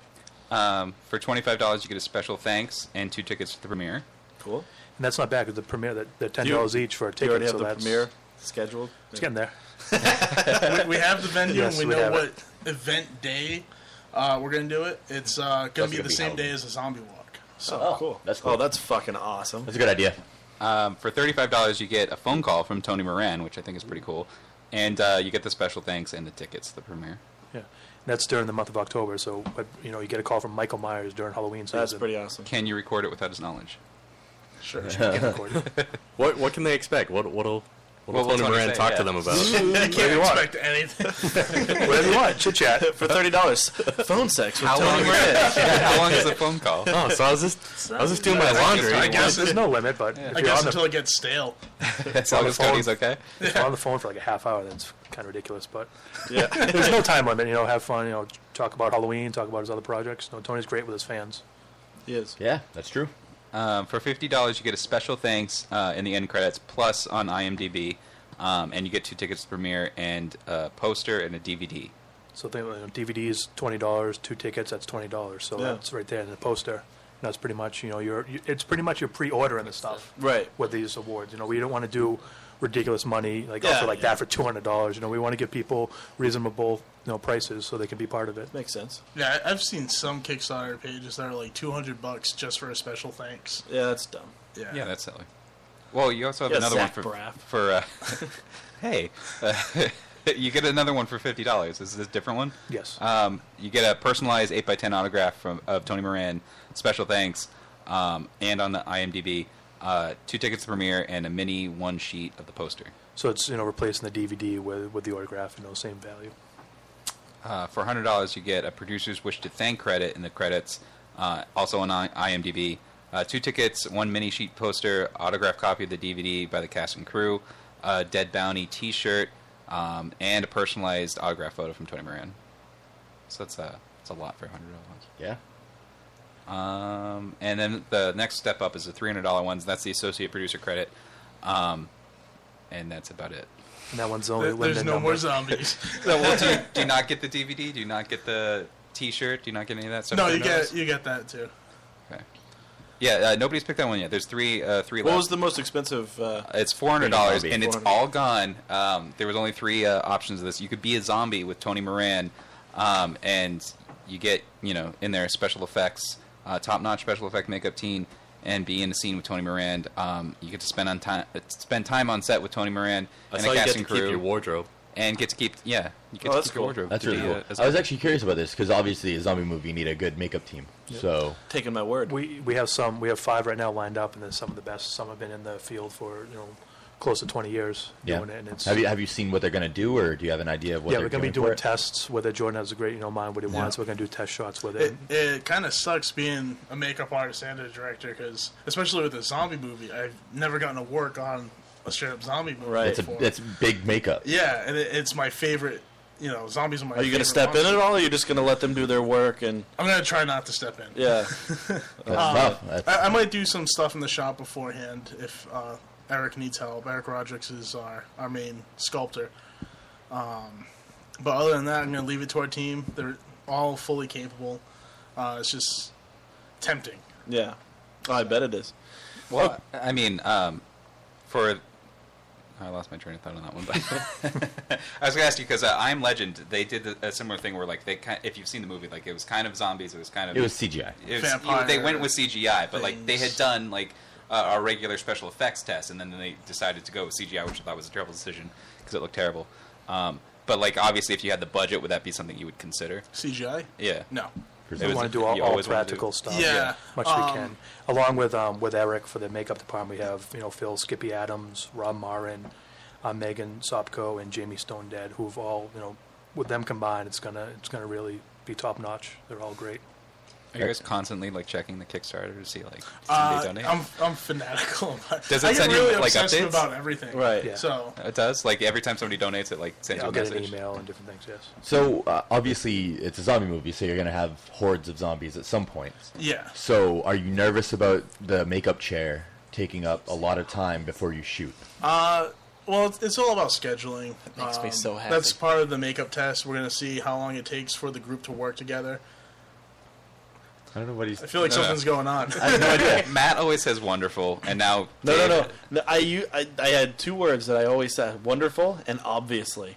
Um, for twenty five dollars, you get a special thanks and two tickets to the premiere.
cool.
And that's not bad because the premiere that they're ten
You-
dollars each for a
You
ticket.
already have
so
the
that's
premiere scheduled.
It's getting there.
We, we have the venue
Yes,
and
we
we, know
have
what
it.
event day uh, we're gonna do it. It's uh, gonna
That's
be
gonna
the
be
same
held.
day as the zombie walk. So
Oh, cool. That's cool.
Oh, that's fucking awesome.
that's a good idea.
Um, for thirty five dollars, you get a phone call from Tony Moran, which I think is pretty cool, and uh, you get the special thanks and the tickets to the premiere.
Yeah, and that's during the month of October. So, but you know, you get a call from Michael Myers during Halloween season.
That's pretty awesome.
Can you record it without his knowledge?
sure.
Can't record it.
What? What can they expect? What? What'll? What'll
What will
Tony
Tony
Moran
say?
talk
Yeah.
to them about?
I can't expect anything.
Whatever you want, chit chat.
For thirty dollars, phone sex with
How long,
Tony Moran.
how long is the phone call?
oh, so I was just I was just doing my laundry.
I guess
There's
it,
no limit, but if
I
you're
guess
on the,
until it gets stale.
As long as Cody's okay.
if you're on the phone for like a half hour, that's kind of ridiculous. But there's no time limit. You know, have fun. You know, talk about Halloween, talk about his other projects. You know, Tony's great with his fans.
Yes.
Yeah, that's true.
Um, for fifty dollars, you get a special thanks uh, in the end credits, plus on IMDb, um, and you get two tickets to premiere and a poster and a DVD.
So think about, you know, DVDs, twenty dollars, two tickets, that's twenty dollars. So
Yeah.
that's right there in the poster. And that's pretty much you know your you- it's pretty much your pre-ordering the stuff
Right.
with these awards. You know, we don't want to do ridiculous money like
Yeah,
offer like
yeah.
that for two hundred dollars. You know, we want to give people reasonable you know prices so they can be part of it.
Makes sense.
Yeah, I- I've seen some Kickstarter pages that are like two hundred bucks just for a special thanks.
Yeah, that's dumb.
Yeah.
Yeah, that's silly. Well, you also have
Yeah,
another
Zach
one for
Braff.
for uh, hey, uh, you get another one for fifty dollars. Is this a different one?
Yes.
Uh,
Um, you get a personalized eight x ten autograph from of Tony Moran. Special thanks, um, and on the IMDb, uh, two tickets to premiere and a mini one sheet of the poster.
So it's you know replacing the DVD with with the autograph. You know, same value.
Uh, for hundred dollars, you get a producer's wish to thank credit in the credits, uh, also on I- IMDb. Uh, two tickets, one mini sheet poster, autographed copy of the DVD by the cast and crew, a Dead Bounty T-shirt, um, and a personalized autograph photo from Tony Moran. So that's a that's a lot for hundred dollars.
Yeah.
Um, and then the next step up is the three hundred dollar ones. That's the associate producer credit, um, and that's about it.
And that one's only
There- There's
limited
no
number.
more zombies.
So, well, do, you, do you not get the DVD? Do you not get the T-shirt? Do you not get any of that stuff?
no,
for
you
$100?
get you get that too.
Okay. Yeah, uh, nobody's picked that one yet. There's three, uh, three
What
left.
was the most expensive? Uh,
it's four hundred dollars,
Being a
and it's
zombie.
all gone. Um, there was only three uh, options of this. You could be a zombie with Tony Moran, um, and you get you know in there special effects, uh, top notch special effect makeup team, and be in a scene with Tony Moran. Um, you get to spend on time spend time on set with Tony Moran
I
and
saw
a
you get
casting
to
crew,
keep your wardrobe.
and get to keep yeah, you get
Oh,
to
that's
keep your
cool.
wardrobe.
That's
to
really
be,
cool.
uh, as
I was actually curious about this because obviously a zombie movie you need a good makeup team. So
Taking my word.
We we have some. We have five right now lined up, and then some of the best. Some have been in the field for you know close to 20 years
yeah,
doing it. And it's
have you have you seen what they're gonna do, or do you have an idea of what?
yeah,
they're
we're gonna be doing
doing for it?
tests. Whether Jordan has a great you know mind what he wants, we're gonna do test shots with it.
It, it kind of sucks being a makeup artist and a director because, especially with a zombie movie, I've never gotten to work on a straight up zombie movie.
Right.
That's a
before.
that's big makeup.
yeah, and it, it's my favorite. You know, zombies are my.
Are you gonna
favorite
step in
monster.
at all? Or are you just gonna let them do their work and
I'm gonna try not to step in.
yeah?
That's tough. That's-
I, I might do some stuff in the shop beforehand if uh, Eric needs help. Eric Rodricks is our, our main sculptor. Um, but other than that, I'm going to leave it to our team. They're all fully capable. Uh, it's just tempting.
Yeah. Oh, I bet it is.
Well, I mean, um, for I lost my train of thought on that one, but I was gonna ask you because uh, I'm Legend. They did a, a similar thing where, like, they kind if you've seen the movie, like, it was kind of zombies. It was kind of
it was CGI.
it was-
Vampire
they went with CGI, but like they had
things.
done like uh, a regular special effects test, and then they decided to go with CGI, which I thought was a terrible decision because it looked terrible. Um, but like, obviously, if you had the budget, would that be something you would consider?
CGI?
Yeah.
No.
It
we
was-
want to do
you
all, all
always wanna do-
practical stuff.
Yeah.
much we
Um,
can. Along with um, with Eric for the makeup department, we have you know Phil Skippy Adams, Rob Marin, uh, Megan Sopko, and Jamie Stone Dead, who've all you know with them combined, it's gonna it's gonna really be top notch. They're all great.
Are you guys constantly like checking the Kickstarter to see like did
Uh,
they donate?
I'm, I'm fanatical. About,
Does it
I get
send you,
really
like,
obsessed
updates?
about everything.
Right.
Yeah.
So
It does. Like every time somebody donates, it like sends
I'll
you a
get
message.
an email and different things. Yes.
So uh, obviously it's a zombie movie, so you're gonna have hordes of zombies at some point.
yeah,
So are you nervous about the makeup chair taking up a lot of time before you shoot?
Uh, well, it's, it's all about scheduling.
makes me
Um,
so happy.
That's part of the makeup test. We're gonna see how long it takes for the group to work together.
I don't know what he's.
I feel like
No, no.
something's going on.
I have no idea.
Matt always says wonderful, and now
No, no,
Dave-
no. no I, u- I I had two words that I always said: wonderful and obviously.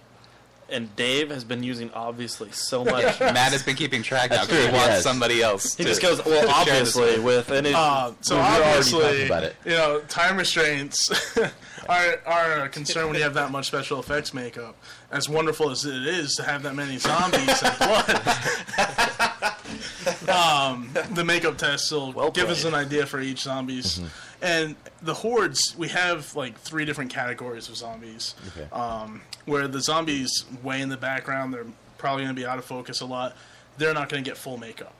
And Dave has been using obviously so much.
Matt has been keeping track now
That's
because he
true,
wants
yes.
somebody else.
He
to-
just goes, well,
share this
obviously, with and it,
Uh, so
we were already
obviously,
talking about it.
you know, time restraints are, are a concern when you have that much special effects makeup. As wonderful as it is to have that many zombies and blood, um, the makeup test will give us an idea for each zombies.
Mm-hmm.
And the hordes, we have like three different categories of zombies Um,
Okay.
where the zombies way in the background, they're probably going to be out of focus a lot. They're not going to get full makeup.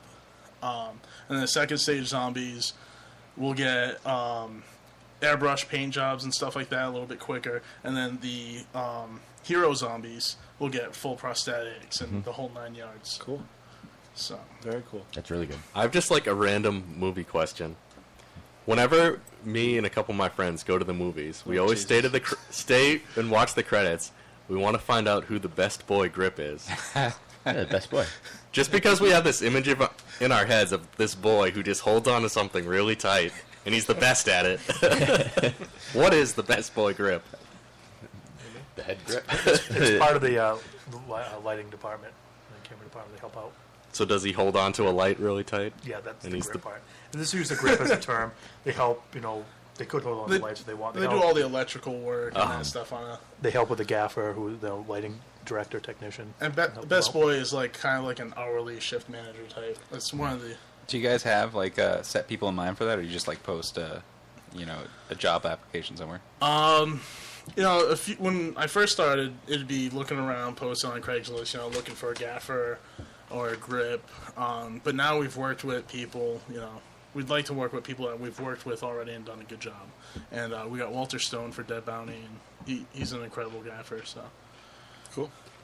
Um, and then the second stage zombies will get um, airbrush paint jobs and stuff like that a little bit quicker. And then the um, hero zombies will get full prosthetics
Mm-hmm.
and the whole nine yards.
cool,
So
very cool.
That's really good.
I have just like a random movie question. Whenever me and a couple of my friends go to the movies,
Oh,
we always stay to the cr- stay and watch the credits. We want to find out who the best boy grip is,
Yeah, best boy.
just because we have this image of, uh, in our heads of this boy who just holds on to something really tight, and he's the best at it. what is the best boy grip?
The head grip.
It's part of the uh, li- uh, lighting department, and the camera department. They help out.
So does he hold on to a light really tight?
Yeah, that's
And
the
he's
grip
the-
part. And this is the grip as a term. They help. You know, they could hold on to
They-
the lights if they want.
they
They,
do
help, Uh-huh.
all the electrical work and that stuff on a.
they help with the gaffer, who the lighting director technician.
And be-
help
Best
them out.
Boy is like kind of like an hourly shift manager type. That's one of the.
Do you guys have like uh, set people in mind for that, or you just like post a, you know, a job application somewhere?
You know, if you, when I first started, it'd be looking around, posting on Craigslist, you know, looking for a gaffer or a grip. Um, but now we've worked with people, you know, we'd like to work with people that we've worked with already and done a good job. And uh, we got Walter Stone for Dead Bounty, and he, he's an incredible gaffer, so.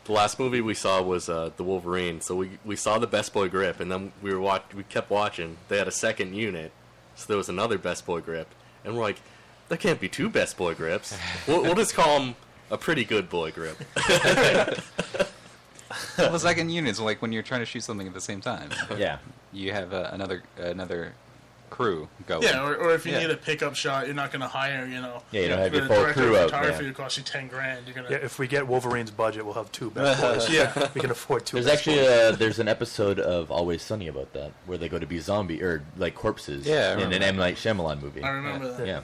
The last movie we saw was uh, the Wolverine. So we we saw the Best Boy Grip, and then we were watch we kept watching. They had a second unit, so there was another Best Boy Grip, and we're like, there can't be two Best Boy Grips. We'll, we'll just call them a pretty good boy grip.
well, the second unit is like when you're trying to shoot something at the same time.
yeah.
You have uh, another another crew going.
Yeah, or, or if you
Yeah.
need a pickup shot, you're not going to hire, you know.
Yeah, you don't have
the
your full
director
crew
of
out,
photography
yeah.
who costs you ten grand. You're gonna.
Yeah, if we get Wolverine's budget, we'll have two best boys.
Yeah.
we can afford two.
There's
best
actually
boys.
a, there's an episode of Always Sunny about that where they go to be zombie or like corpses.
Yeah, I
in an
remember.
M Night Shyamalan movie.
I remember that.
Yeah.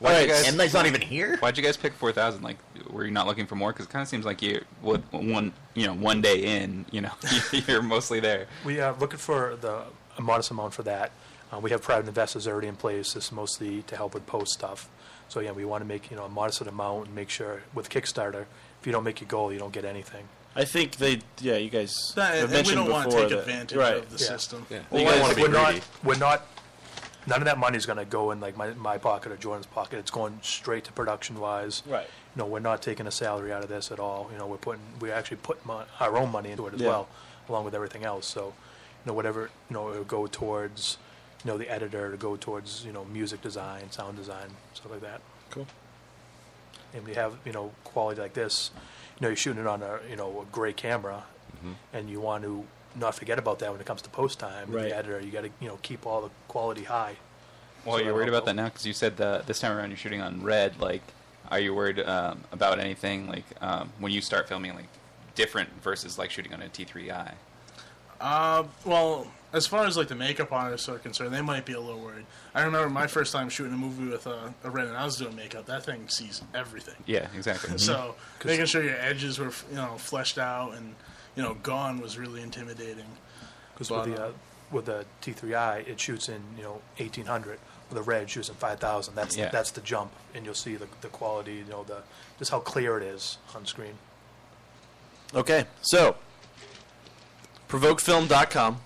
Why'd you
Alright,
guys-
M Night's not even here.
Why'd you guys pick four thousand? Like, were you not looking for more? Because it kind of seems like you, with one, you know, one day in, you know, you're mostly there.
We are looking for the a modest amount for that. Uh, we have private investors already in place. This is mostly to help with post stuff. So yeah, we want to make you know a modest amount and make sure with Kickstarter, if you don't make your goal, you don't get anything.
I think they, yeah, you guys
That-
have
and we
mentioned
don't want to
before
take
that-
advantage
right.
of the
Yeah.
system.
Well,
Well,
you
like,
guys
we're
want to be greedy.
not. We're not. None of that money is going to go in like my, my pocket or Jordan's pocket. It's going straight to production wise.
Right.
You know, we're not taking a salary out of this at all. You know, we're putting we're actually putting mon- our own money into it as
Yeah.
well, along with everything else. So, you know, whatever you know, it'll go towards you know the editor to go towards you know music design, sound design, stuff like that.
Cool.
And we have you know quality like this. You know, you're shooting it on a you know a great camera, and you want to not forget about that when it comes to post time. with
Mm-hmm. Right.
The editor, you got to you know keep all the quality high.
Well,
So
you're
I
worried
don't
about
know.
that now because you said the, this time around you're shooting on red. Like, are you worried um, about anything like um, when you start filming like different versus like shooting on a T3i?
Uh, well, as far as like the makeup artists are concerned, they might be a little worried. I remember my first time shooting a movie with uh, a Ren and I was doing makeup. That thing sees everything.
Yeah, exactly.
So making sure your edges were you know fleshed out and you know gone was really intimidating.
Because with the uh, with the T3i, it shoots in you know 1800. With the red, it shoots in 5000. That's
Yeah.
that's the jump, and you'll see the, the quality. You know the just how clear it is on screen.
Okay, so provokefilm.com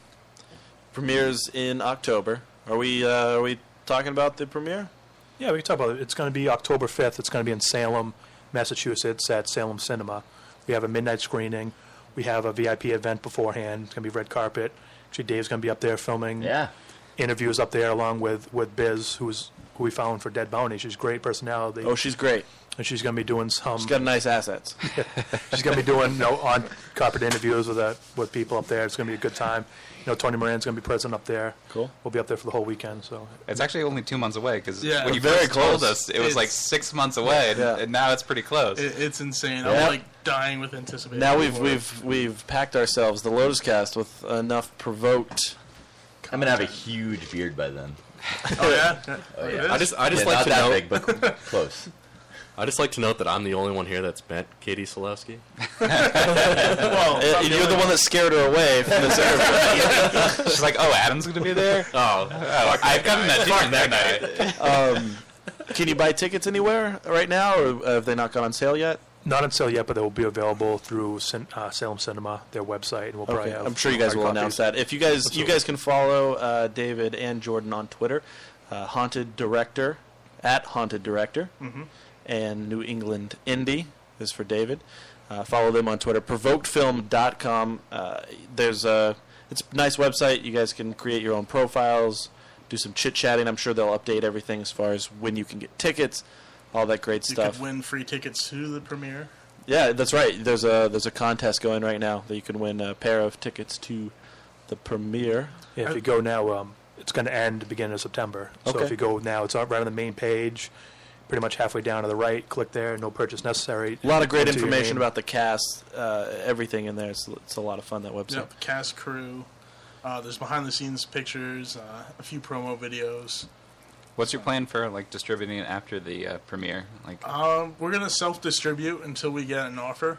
premieres in October. Are we uh, are we talking about the premiere?
Yeah, we can talk about it. It's going to be October 5th. It's going to be in Salem, Massachusetts, at Salem Cinema. We have a midnight screening. We have a VIP event beforehand. It's going to be red carpet. Actually, Dave's going to be up there filming.
Yeah.
Interviews up there along with, with Biz, who's who we found for Dead Bounty. She's a great personality,
Oh, she's great.
and she's going to be doing some.
She's got nice assets.
She's going to be doing you know, on carpet interviews with uh, with people up there. It's going to be a good time. You know, Tony Moran's going to be present up there.
Cool.
We'll be up there for the whole weekend. So
It's actually only two months away because
Yeah.
when you
We're very
first told
close.
us, it was like
It's-
six months away, and,
Yeah.
and now it's pretty close.
It, it's insane.
Yeah.
I'm like dying with anticipation.
now we've
for it.
we've we've packed ourselves the Lotus Cast with enough provoked.
I'm gonna have a huge beard by then.
oh yeah.
uh,
Oh, yeah.
I just, I just
Yeah,
like
not
to
that
note,
big, but close.
I just like to note that I'm the only one here that's met Katie Selowski.
well,
Uh,
I'm
you're the
only-
one that scared her away from this episode.
She's like, "Oh, Adam's gonna be there."
Oh,
Oh, I've gotten that deep that night.
Can you buy tickets anywhere right now, or have they not gone on sale yet?
not on sale yet, but they will be available through Cin- uh, Salem Cinema, their website, and we'll probably.
Okay,
have
I'm sure you guys
hard
will
copies.
announce that. If you guys, you
Absolutely.
guys can follow uh, David and Jordan on Twitter, uh, Haunted Director at Haunted Director,
Mm-hmm.
and New England Indie is for David. Uh, follow them on Twitter, provokedfilm.com. Uh, there's a it's a nice website. You guys can create your own profiles, do some chit chatting. I'm sure they'll update everything as far as when you can get tickets, all that great
You
stuff.
could win free tickets to the premiere.
Yeah, that's right. There's a there's a contest going right now that you can win a pair of tickets to the premiere.
Yeah, if you go now, um, it's going to end beginning of September. So
Okay.
if you go now, it's on- right on the main page, pretty much halfway down to the right. Click there. No purchase necessary.
A lot of great
Enter your
information
name.
about the cast, uh, everything in there. It's, it's a lot of fun that website.
Yep. Cast crew. Uh, there's behind the scenes pictures, uh, a few promo videos.
What's your plan for like distributing it after the uh, premiere? Like,
Um, we're gonna self distribute until we get an offer.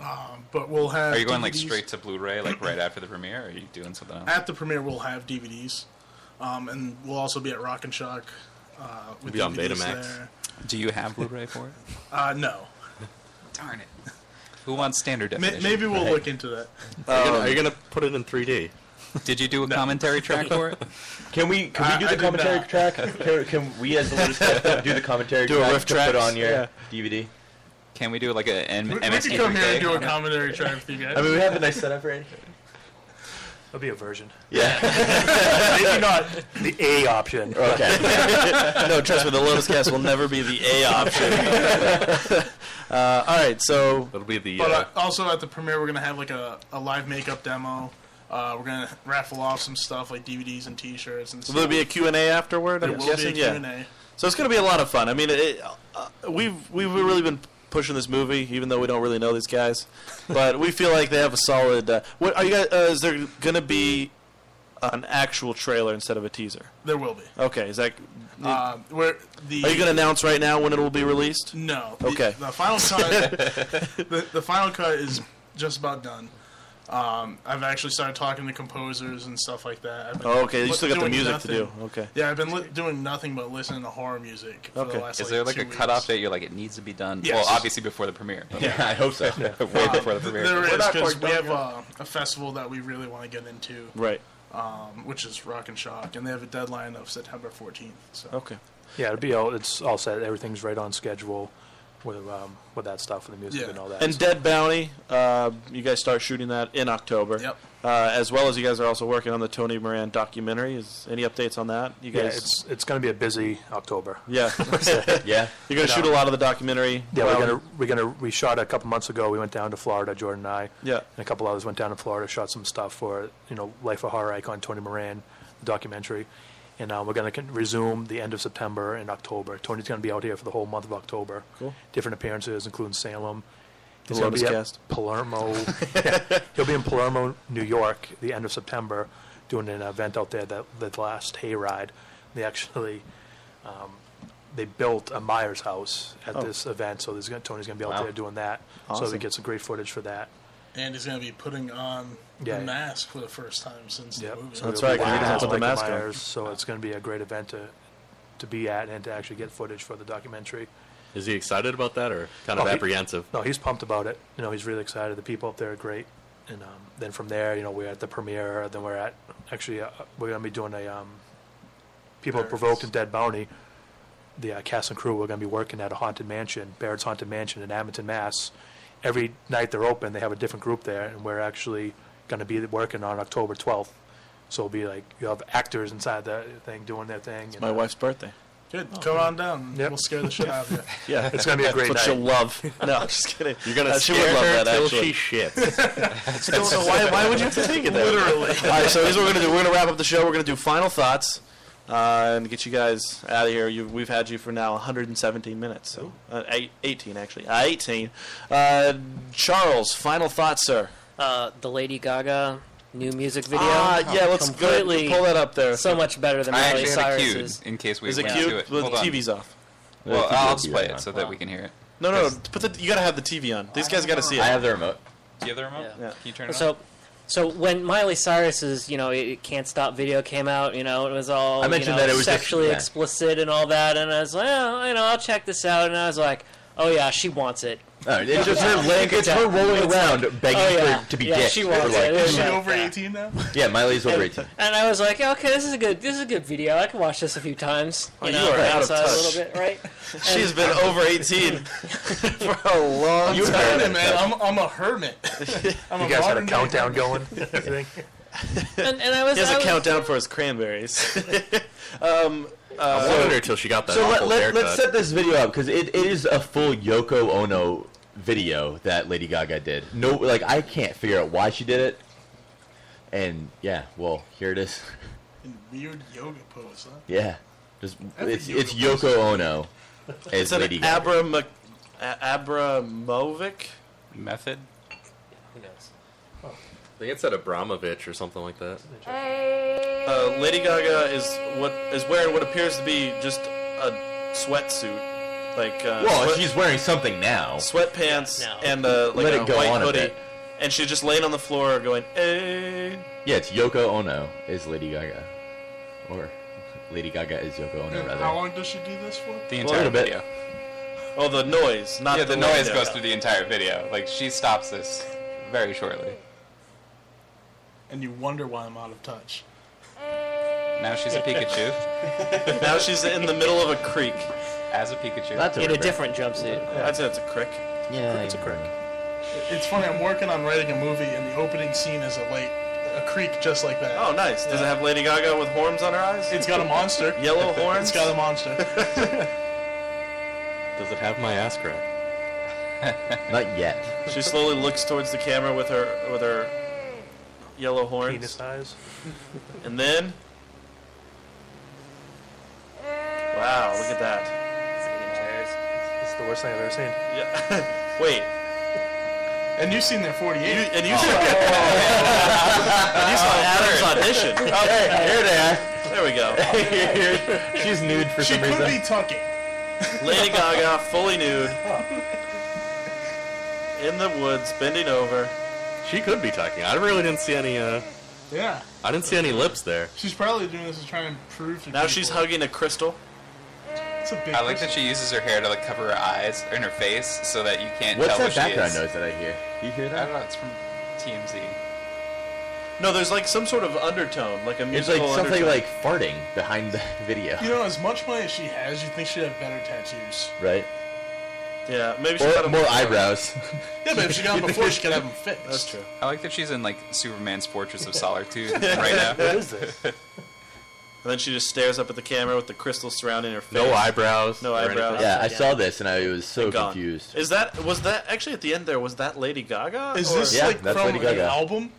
Um, but we'll have.
are you going like
DVDs.
straight to Blu-ray like right after the premiere? Or are you doing something else?
at the premiere? We'll have DVDs, um, and we'll also be at Rock and Shock. Uh, with
Be on
DVDs
Betamax.
There.
Do you have Blu-ray for it?
Uh, no.
Darn it! Who wants standard
Ma
definition?
maybe we'll look into that.
are you gonna- are you going to put it in 3D?
Did you do a commentary track for it?
Can we can
I-
we
I
do the
did
commentary
not.
track? Can, can we as the latest cast, do the commentary
a
track
riff
to
tracks,
put on your
yeah.
DVD?
Can we do like a M-
We, we
MST
could come here and do a
day?
commentary track with you guys.
I mean, we have a nice setup right.
There'll be a version.
Yeah.
Maybe not the A option.
Okay.
no, trust me, the Lotus Cast will never be the A option. uh, all right, so
That'll be the.
But
uh,
uh, also at the premiere, we're gonna have like a, a live makeup demo. Uh, we're gonna raffle off some stuff like DVDs and T-shirts and.
Will there be a Q and A afterward?
There
I'm
will
guessing,
be a
yeah.
Q&A.
So it's going to be a lot of fun. I mean, it, uh, we've we've really been pushing this movie, even though we don't really know these guys, but we feel like they have a solid. Uh, what are you guys? Uh, is there going to be an actual trailer instead of a teaser?
There will be.
Okay, is that?
Uh, where the
Are you going to announce right now when it will be released?
No. The-
Okay.
The, final cut. the, the final cut is just about done. Um, I've actually started talking to composers and stuff like that. I've been
Oh, okay, you still got the
doing
music to do.
nothing.
Okay.
Yeah, I've been li- doing nothing but listening to horror music. For
Okay.
The last,
Is there like
two
a
weeks.
cutoff date? You're like, it needs to be done.
Yes.
Well, obviously before the premiere. but
Yeah, I hope so.
Way before the premiere.
There is
not
because
quite
we
done
have uh, a festival that we really want to get into,
Right.
um, which is Rock and Shock, and they have a deadline of September 14th. So
Okay.
Yeah, it'll be all. It's all set. Everything's right on schedule with um, with that stuff, with the music
Yeah.
and all that.
And Dead Bounty, uh, you guys start shooting that in October.
Yep.
Uh, as well as you guys are also working on the Tony Moran documentary. Is any updates on that? You
yeah,
guys.
it's it's going to be a busy October.
yeah.
yeah.
You're gonna
No.
shoot a lot of the documentary.
Yeah,
Well,
we're gonna we're gonna we shot a couple months ago. We went down to Florida, Jordan and I.
Yeah.
and a couple others went down to Florida, shot some stuff for you know Life of Horror icon Tony Moran documentary, and uh, we're gonna con- resume the end of September and October. Tony's gonna be out here for the whole month of October.
Cool.
Different appearances, including Salem. He's
The
gonna be
Lotus
at
Cast.
Palermo. Yeah, he'll be in Palermo, New York, the end of September, doing an event out there that the last hayride. They actually um, they built a Myers house at this event, so there's gonna, Tony's going to be out
Wow.
there doing that. So we
Oh. Awesome.
get some great footage for that.
and he's going to be putting on
Yeah.
the mask for the first time since
Yep.
the movie.
So
That's
it'll
right,
be
'cause he doesn't
wow.
put the
Michael
mask on.
Myers, So it's going to be a great event to to be at and to actually get footage for the documentary.
Is he excited about that or kind of
Oh, he-
apprehensive?
No, he's pumped about it. You know, he's really excited. The people up there are great. And um, then from there, you know, we're at the premiere. Then we're at actually uh, we're going to be doing a um, people
There it
provoked
is.
and dead bounty. The uh, cast and crew we're going to be working at a haunted mansion, Barrett's haunted mansion in Abington, Mass. Every night they're open, they have a different group there, and we're actually going to be working on October twelfth. So it'll be like you have actors inside the thing doing their thing. and,
my
uh,
wife's birthday.
Good. Come on down.
Yep.
We'll scare the shit out of you.
Yeah,
It's going to be a great
what
night.
she'll love. No, I'm just kidding.
You're gonna
Uh, she
scare
would love
her
that,
till
actually.
she shits.
Don't know why, why would you have to take it there? Literally. All right, so here's what we're gonna do. We're gonna wrap up the show. We're gonna do final thoughts uh, and get you guys out of here. you we've had you for now 117 minutes. So uh, eight, 18 actually. Uh, 18. Uh, Charles, final thoughts, sir.
Uh, the Lady Gaga new music video. Oh,
Ah, yeah, let's go ahead and
completely
pull that up there.
so much better than
I
Miley
actually had it queued
Cyrus's.
in case we
Is it
went
cute?
to it.
Well,
Hold
the
on.
TV's off.
Well,
If you
I'll
do
just
it
play
right
it
now.
so that
Wow.
we can hear it.
No, no, no. Put the, you gotta have the TV on. These guys gotta see it.
I have the remote.
Do you have the remote?
Yeah.
Can you turn it on?
So, so when Miley Cyrus's you know it, It Can't Stop video came out, you know it was all
I mentioned
you know,
that it was just-
sexually
yeah.
explicit and all that, and I was like, well, you know, I'll check this out, and I was like, oh yeah, she wants it.
No, Oh, it's just her leg. It's her rolling around, begging
oh yeah,
for to be
yeah,
dicked.
she
for,
wants
like-
it.
Is she
Yeah.
over
Yeah.
18 now?
yeah, Miley's over
And,
18.
and I was like, okay, this is a good, this is a good video. I can watch this a few times. You know,
you are
right
out of
outside
touch.
a little bit, right?
She's been over 18 for a long
You
time.
heard
Hey, man, I'm, I'm a hermit. I'm
You guys had a
modern-day
countdown going. I think.
And, and I was,
He has
I
a
was,
countdown for his cranberries.
I wanted her till she got that
Oh. So
awful
let, let,
haircut.
let's set this video up because it, it is a full Yoko Ono video that Lady Gaga did. No, like I can't figure out why she did it. And yeah, well, here it is.
hermit. Weird yoga pose, huh?
Yeah, just it's
Yoko
it's Yoko Ono as
It's an
Lady Gaga.
Abram- Abramovic?
Method.
Who knows?
They had said Abramovich or something like that.
Uh, Lady Gaga is what is wearing what appears to be just a sweatsuit, like uh,
well,
sweat-
she's wearing something now.
sweatpants
Yeah, no.
and uh, like
Let
a
it go
white
on a
hoodie,
bit.
and she's just laying on the floor going, "Eh." "Hey."
Yeah, it's Yoko Ono is Lady Gaga, or Lady Gaga is Yoko Ono
And
rather.
How long does she do this for?
The
a
entire
little bit.
video.
Oh, the noise, not
Yeah, the noise
window.
goes through the entire video. Like she stops this very shortly.
And you wonder why I'm out of touch.
Now she's a Pikachu.
Now she's in the middle of a creek.
As a Pikachu.
That's
In a
river.
different jumpsuit.
I'd say it's a creek.
Yeah, it's a crick.
It's funny, I'm working on writing a movie, and the opening scene is a lake, a creek just like that.
Oh, nice. Does it have Lady Gaga with horns on her eyes?
It's got a monster.
yellow horns.
It's got a monster.
Does it have my ass crack?
Not yet.
She slowly looks towards the camera with her with her yellow horns.
Penis eyes.
And then. Wow, look at that.
It's the worst thing I've ever seen.
Yeah. Wait.
And you've seen that 48.
You, and you saw, and you saw Adam's audition.
Here they
There we go.
are. She's nude for
she
some
could be
reason.
tucking.
Lady Gaga, fully nude. In the woods, bending over.
She could be talking. I really didn't see any. Uh,
Yeah.
I didn't see any lips there.
She's probably doing this to try and prove to
Now
people.
she's hugging a crystal.
It's a big
I like that
crystal.
she uses her hair to like cover her eyes and her face so that you can't
What's
tell
that
who she
background
is.
noise that I hear? You hear
I don't
that?
know. It's from TMZ.
No, there's like some sort of undertone, like a
It's
musical
like something
undertone.
like farting behind the video,
You know, as much money as she has, you'd think she'd have better tattoos.
right?
yeah, maybe she got
Or
him
more eyebrows.
Yeah, but if she got them before, she could have them fixed.
That's true.
I like that she's in like Superman's Fortress of Solitude right now.
What is this?
And then she just stares up at the camera with the crystal surrounding her face.
No eyebrows.
No
or anything.
eyebrows.
yeah, I saw this and I was so
Gone.
confused.
Is that was that actually at the end there? Was that Lady Gaga?
Is
Or-
this
Yeah,
like
that's
from
Lady
an
Gaga.
album?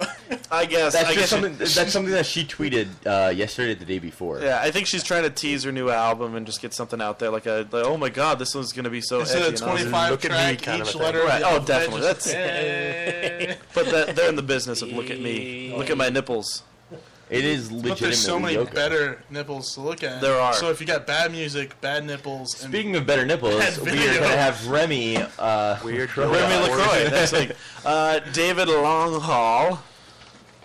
I guess.
That's
I
just
guess
something. that's something that she tweeted uh, yesterday, or the day before.
she- yeah, I think she's trying to tease her new album and just get something out there, like a like, oh my god, this one's gonna be so.
Is it
edgy
a
and awesome."
25
Look at me
track
kind of a
each
thing.
letter?
Right,
of
oh,
the alphabet
definitely,
just-
But that, they're in the business of look at me, look at my nipples.
It is
But
legitimately
there's so many
yoga.
better nipples to look at.
There are.
So if you got bad music, bad nipples,
Speaking of better nipples,
That
we are
video.
gonna have Remy. Uh,
Weird.
Remy
Yeah.
LaCroix next week. Uh, David Longhall.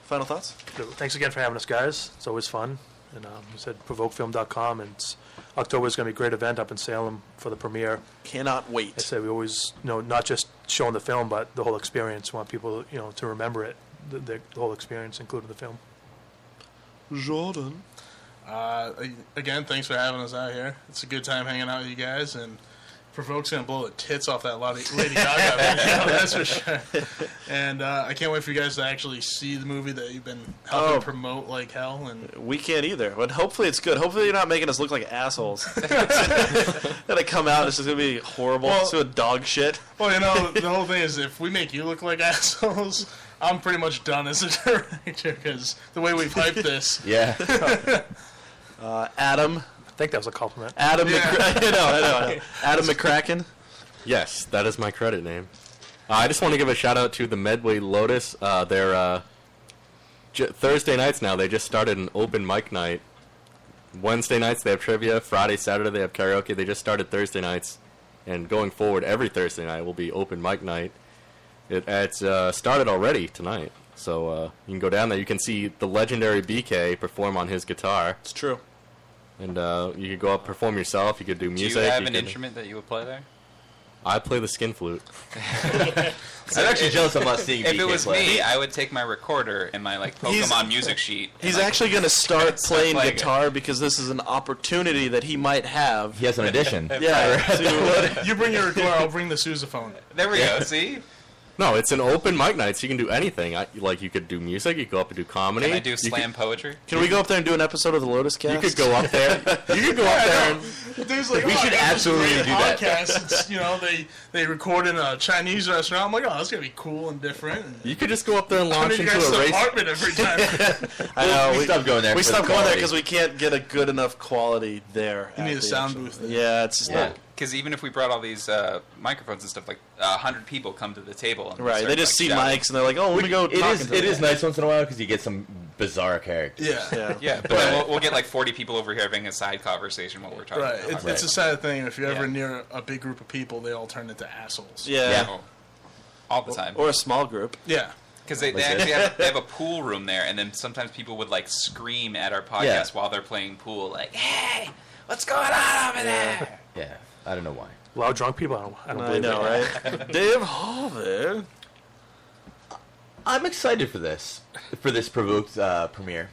Final thoughts?
So Thanks again for having us, guys. It's always fun. And um, we said provokefilm.com, and it's, October is going to be a great event up in Salem for the premiere.
Cannot
I
wait.
say we always, you know, not just showing the film, but the whole experience. We want people, you know, to remember it, the, the, the whole experience, including the film.
Jordan.
Uh, again, thanks for having us out here. It's a good time hanging out with you guys, and Provoke's gonna blow the tits off that Lady, Lady Gaga video, that's for sure. And uh, I can't wait for you guys to actually see the movie that you've been helping
Oh.
promote like hell. And
We can't either, but hopefully it's good. Hopefully you're not making us look like assholes. Gonna come out, it's just gonna be horrible.
Well-
it's gonna be dog shit.
well, you know, the whole thing is if we make you look like assholes, I'm pretty much done as a director because the way we hyped this,
yeah,
Uh, Adam,
I think that was a compliment.
Adam,
Yeah.
McCra- I know, I know, I know. Adam McCracken.
Yes, that is my credit name. Uh, I just want to give a shout out to the Medway Lotus. Uh, they're uh, j- Thursday nights now. They just started an open mic night. Wednesday nights they have trivia. Friday, Saturday they have karaoke. They just started Thursday nights, and going forward, every Thursday night will be open mic night. It, it's uh, started already tonight, so uh, you can go down there. You can see the legendary BK perform on his guitar,
It's true.
and uh, you could go up perform yourself. You could do
Do
music.
you have an
could-
instrument that you would play there?
I play the skin flute.
I'm actually jealous. I'm not seeing
If it
BK
was
play.
me, I would take my recorder and my like
He's-
Pokemon music sheet. and,
He's
like,
actually gonna start playing
playing it.
guitar because this is an opportunity that he might have.
he has an audition.
Yeah, to-
you bring your recorder, I'll bring the sousaphone.
There we go. See,
No, it's an open mic night, so you can do anything. I, like you could do music, you could go up and do comedy.
and I do
you
slam poetry.
can we go up there and do an episode of the Lotus Cast?
Could, you could go up there. you could go up there. And,
There's like, we
should absolutely do that.
podcast. It's, you know, they they record in a Chinese restaurant. I'm like, oh, that's gonna be cool and different. And
you could just go up there and
I'm
launch
in
into
your guys'
a race.
apartment every time.
I know,
we, stopped going there.
We
for the
stopped going there
quality.
because we can't get a good enough quality there.
You
at
need a
the
sound
actual-
booth there.
Yeah, it's just
Yeah.
not
Because even if we brought all these uh, microphones and stuff, like a hundred people come to the table. And
right.
start,
They just
like,
see
shouting.
mics and they're like, "Oh, let me go."
It
talking
is.
to
It
them.
is nice once in a while because you get some bizarre character.
Yeah.
Yeah.
Yeah, but then we'll, we'll get like forty people over here having a side conversation while we're talking.
Right.
about
It's,
Right.
it's a sad thing. If you're ever
Yeah.
near a big group of people, they all turn into assholes.
Yeah.
Yeah.
Oh. All the time.
Or a small group.
Yeah.
Because they, they
Like
actually have, they have a pool room there, and then sometimes people would like scream at our podcast
Yeah.
while they're playing pool, like, "Hey, what's going on over there?"
Yeah, I don't know why.
Loud drunk people, I don't, I don't
I
believe
know,
it.
right? Dave Harvey.
I'm excited for this, for this provoked uh, premiere.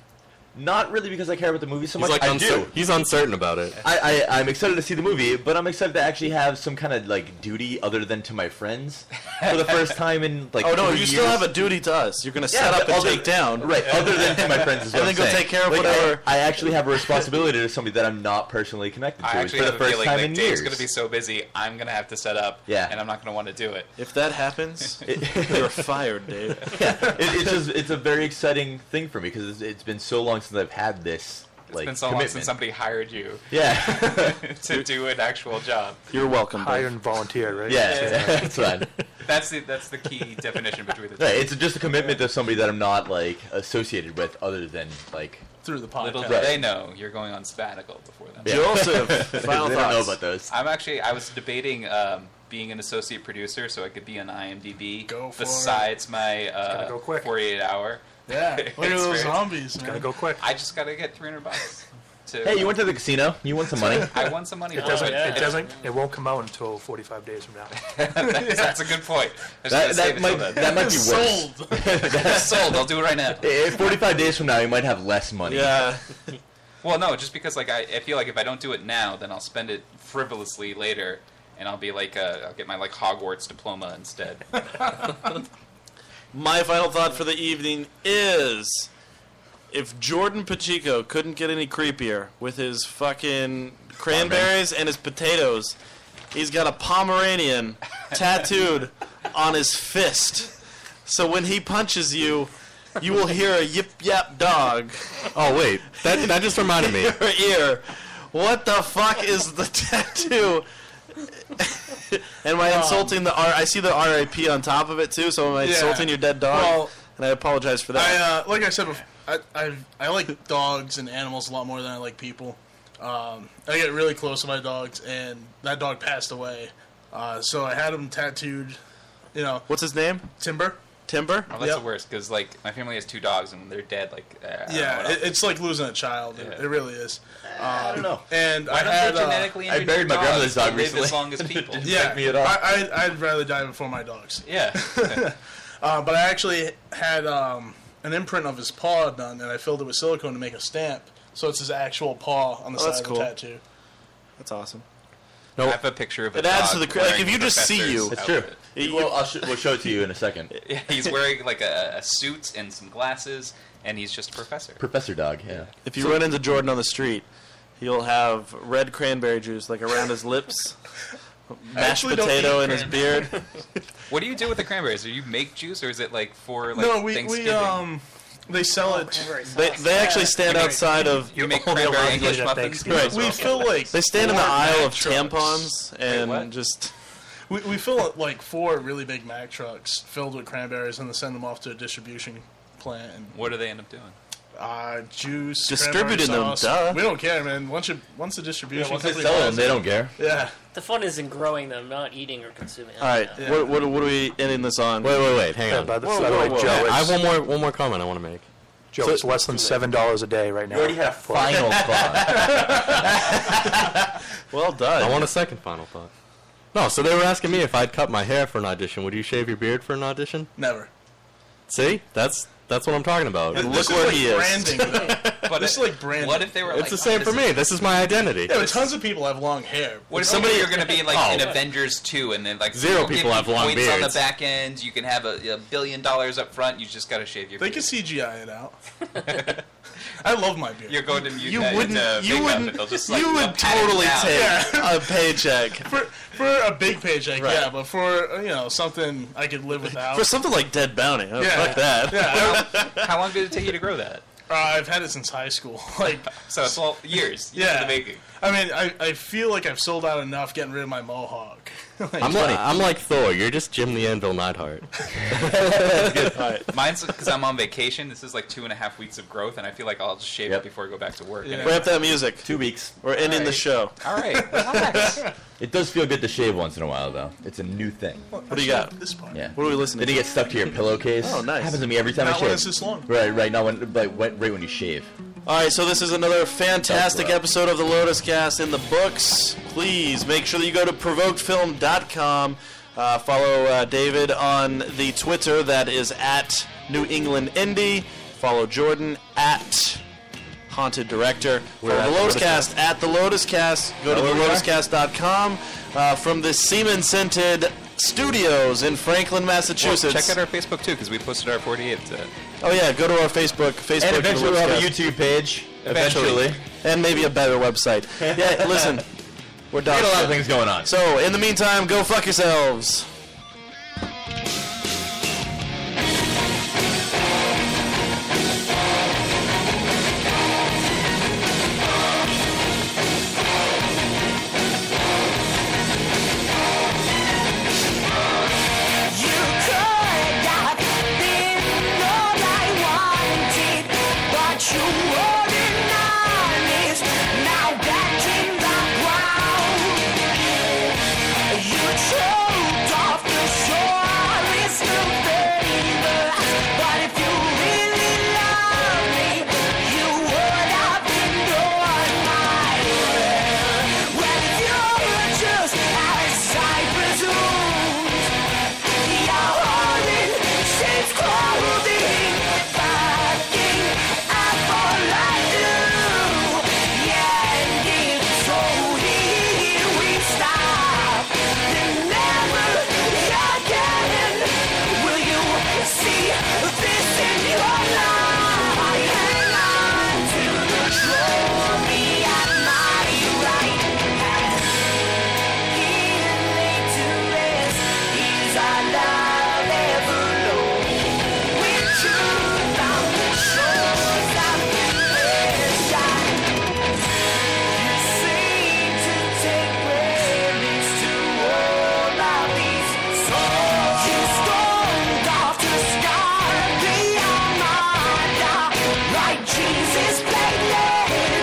Not really because I care about the movie so
He's
much.
like
I
uncer-
do.
he's uncertain about it.
I, I, I'm excited to see the movie, but I'm excited to actually have some kind of like duty other than to my friends for the first time in like.
Oh no, you
three
still
years.
have a duty to us. You're gonna
Yeah,
set up
but
and
other-
take down.
Right, other than to my friends, is what
And then
I'm
go
saying.
take care of
Like, I-
whatever-
I, actually have a responsibility to somebody that I'm not personally connected to
I actually
for
have
the
a
first
feeling
time
like
in
Dave's
years.
going to be so busy, I'm going to have to set up,
Yeah.
and I'm not going to want to do it.
If that happens, you're fired, Dave.
yeah, it, it's just it's a very exciting thing for me because it's, it's been so long since I've had this like
it's been so long
commitment.
since somebody hired you
yeah,
to do an actual job.
You're welcome,
Hire
Dave.
and volunteer, right? uh,
yeah, that's fine.
That's the that's the key definition between the two.
Right, it's just a commitment to somebody that I'm not like associated with, other than like
through the
Little
podcast.
do
Right.
they know you're going on sabbatical before them.
Joseph,
I
final
don't know
thoughts.
about those.
I'm actually I was debating um, being an associate producer so I could be on IMDb
Go for it.
besides my uh,
gotta go quick.
48 hour.
Yeah, look at
It's
those
very-
zombies, man.
Gotta go quick.
I just gotta get 300 bucks. To,
Hey, you went to the casino. You won some money.
I won some money.
It
for
doesn't.
Oh, yeah.
It doesn't. It won't come out until 45 days from now.
That's a good point. I just gotta save
That, that
it
might
till then.
that might be worse.
Sold.
That's sold. I'll do it right now.
Eh, Forty-five days from now, you might have less money.
Yeah,
Well, no, just because like I, I feel like if I don't do it now, then I'll spend it frivolously later, and I'll be like, uh, I'll get my like Hogwarts diploma instead. Oh,
my final thought for the evening is: if Jordan Pacheco couldn't get any creepier with his fucking cranberries and his potatoes, he's got a Pomeranian tattooed on his fist. So when he punches you, you will hear a yip yap dog.
Oh wait, that that just reminded me.
her ear. What the fuck is the tattoo? am I insulting the R? I see the RIP on top of it too. So am I
Um, Yeah.
insulting your dead dog?
Well,
and I apologize for that.
I uh, like I said before, I, I I like dogs and animals a lot more than I like people. Um, I get really close to my dogs, and that dog passed away. Uh, so I had him tattooed, you know,
What's his name?
timber.
Timber.
Oh, that's
Yep.
the worst because like my family has two dogs and when they're dead. Like uh, I don't know what
Yeah,
else-
it, it's like losing a child. It,
Yeah.
it really is.
I don't know.
And
Why
I
don't
had
they
uh,
genetically
I
engineer
buried my
dogs
grandmother's
to
dog
live as
recently.
long as people?
yeah,
me at all.
I, I I'd rather die before my dogs.
yeah.
Uh, but I actually had um, an imprint of his paw done, and I filled it with silicone to make a stamp. So it's his actual paw on the
Oh,
side
that's
of
cool.
the tattoo.
That's awesome.
I have a picture of a
It adds
dog
to the cra- like,
wearing
if you
the
just see
professor's
you-
That's true.
outfit.
You-
well, I'll sh- we'll show it to you in a second.
Yeah, he's wearing like a, a suit and some glasses, and he's just a professor.
Professor Dog. Yeah.
If you run into Jordan on the street, he'll have red cranberry juice like around his lips, mashed
actually don't
potato
eat
in his beard.
What do you do with the cranberries? Do you make juice, or is it like for like
no, we,
Thanksgiving?
we um, they
Oh,
sell it.
They, they actually stand outside of.
you make
Oh, they're
cranberry
all
English
good at
muffins.
Thanksgiving.
Right.
We fill like
They stand in the
four
aisle
Mack
of
trucks.
tampons
what?
and just.
We, we fill like four really big Mack trucks filled with cranberries, and then send them off to a distribution plant and
What do they end up doing?
uh, juice.
Distributing
cranberry
them,
sauce.
duh.
We don't care, man. Once you, once the distribution,
Once they
company
sell them,
buys
they
it-
don't care.
Yeah,
The fun is in growing them, not eating or consuming.
All right,
Yeah.
what, what, what are we ending this on?
Wait, wait, wait. Hang
Yeah, by
on.
the,
Whoa,
by the way,
whoa, whoa.
Joe,
I
it's,
have one more one more comment I want to make.
Joe, it's less than seven dollars a day right now.
You already had a final thought.
Well done.
I want a second final thought. No, so they were asking me if I'd cut my hair for an audition. Would you shave your beard for an audition?
never.
See, that's that's what I'm talking about.
This
Oh, look where
like
he is.
Branding. though.
But
This is like branding.
What if they were?
It's
like,
the
oh,
same
this
for
is-
me. This is my identity.
Yeah, but tons of people have long hair.
What if
somebody-
somebody you're going to be like in
Oh.
Avengers two, and then like
Zero
we'll give
people
you
have long
points on the
beards.
back end. You can have a, a billion dollars up front. You just got to shave your.
They
beard.
could CGI it out. I love my beard.
You're going to mute
you
that
wouldn't.
into
You
Big Mouth,
wouldn't.
and they'll just, like,
you would
pat it
totally
down.
take a paycheck
for for a big paycheck,
Right.
yeah, but for uh, you know something I could live without.
for something like Dead Bounty. Oh,
Yeah.
Fuck that.
yeah,
How long did it take you to grow that?
uh, I've had it since high school. Like,
So it's all years. years in
yeah,
the making.
I mean, I, I feel like I've sold out enough getting rid of my mohawk. Like,
I'm like, I'm like Thor. You're just Jim the Anvil Neidhart.
Mine's because I'm on vacation. This is like two and a half weeks of growth, and I feel like I'll just shave
Yep.
it before I go back to work.
Yeah.
And
Ramp that music.
Two weeks.
We're ending the
Alright.
show.
All right, relax.
It does feel good to shave once in a while, though. It's a new thing.
What do you got?
this part.
Yeah.
What are we listening
Then you get stuck to your pillowcase.
Oh, nice.
Happens to me every time I
Not
shave.
when it's this long.
Right, right. Not when, like, when, right when you shave.
All right, so this is another fantastic
That's right.
episode of the Lotus Cast in the books. Please make sure that you go to provokedfilm.com. Uh, follow uh, David on the Twitter that is at New England Indie. Follow Jordan at haunted director. For
at
the
the
Lotus
Lotus
Cast at the Lotus Cast. Go
Is
to
that where we are?
thelotuscast.com uh, from the Siemens Scented Studios in Franklin,
Well,
Massachusetts.
check out our Facebook too, because we posted our 48th. Uh,
oh yeah, go to our Facebook. Facebook.
And
for the
eventually we'll
Lotus
have a
Cast.
YouTube page.
Eventually.
Eventually.
and maybe a better website. Yeah, listen, we're
We
done.
got a lot of things going on.
So in the meantime, go fuck yourselves.
Jesus, baby.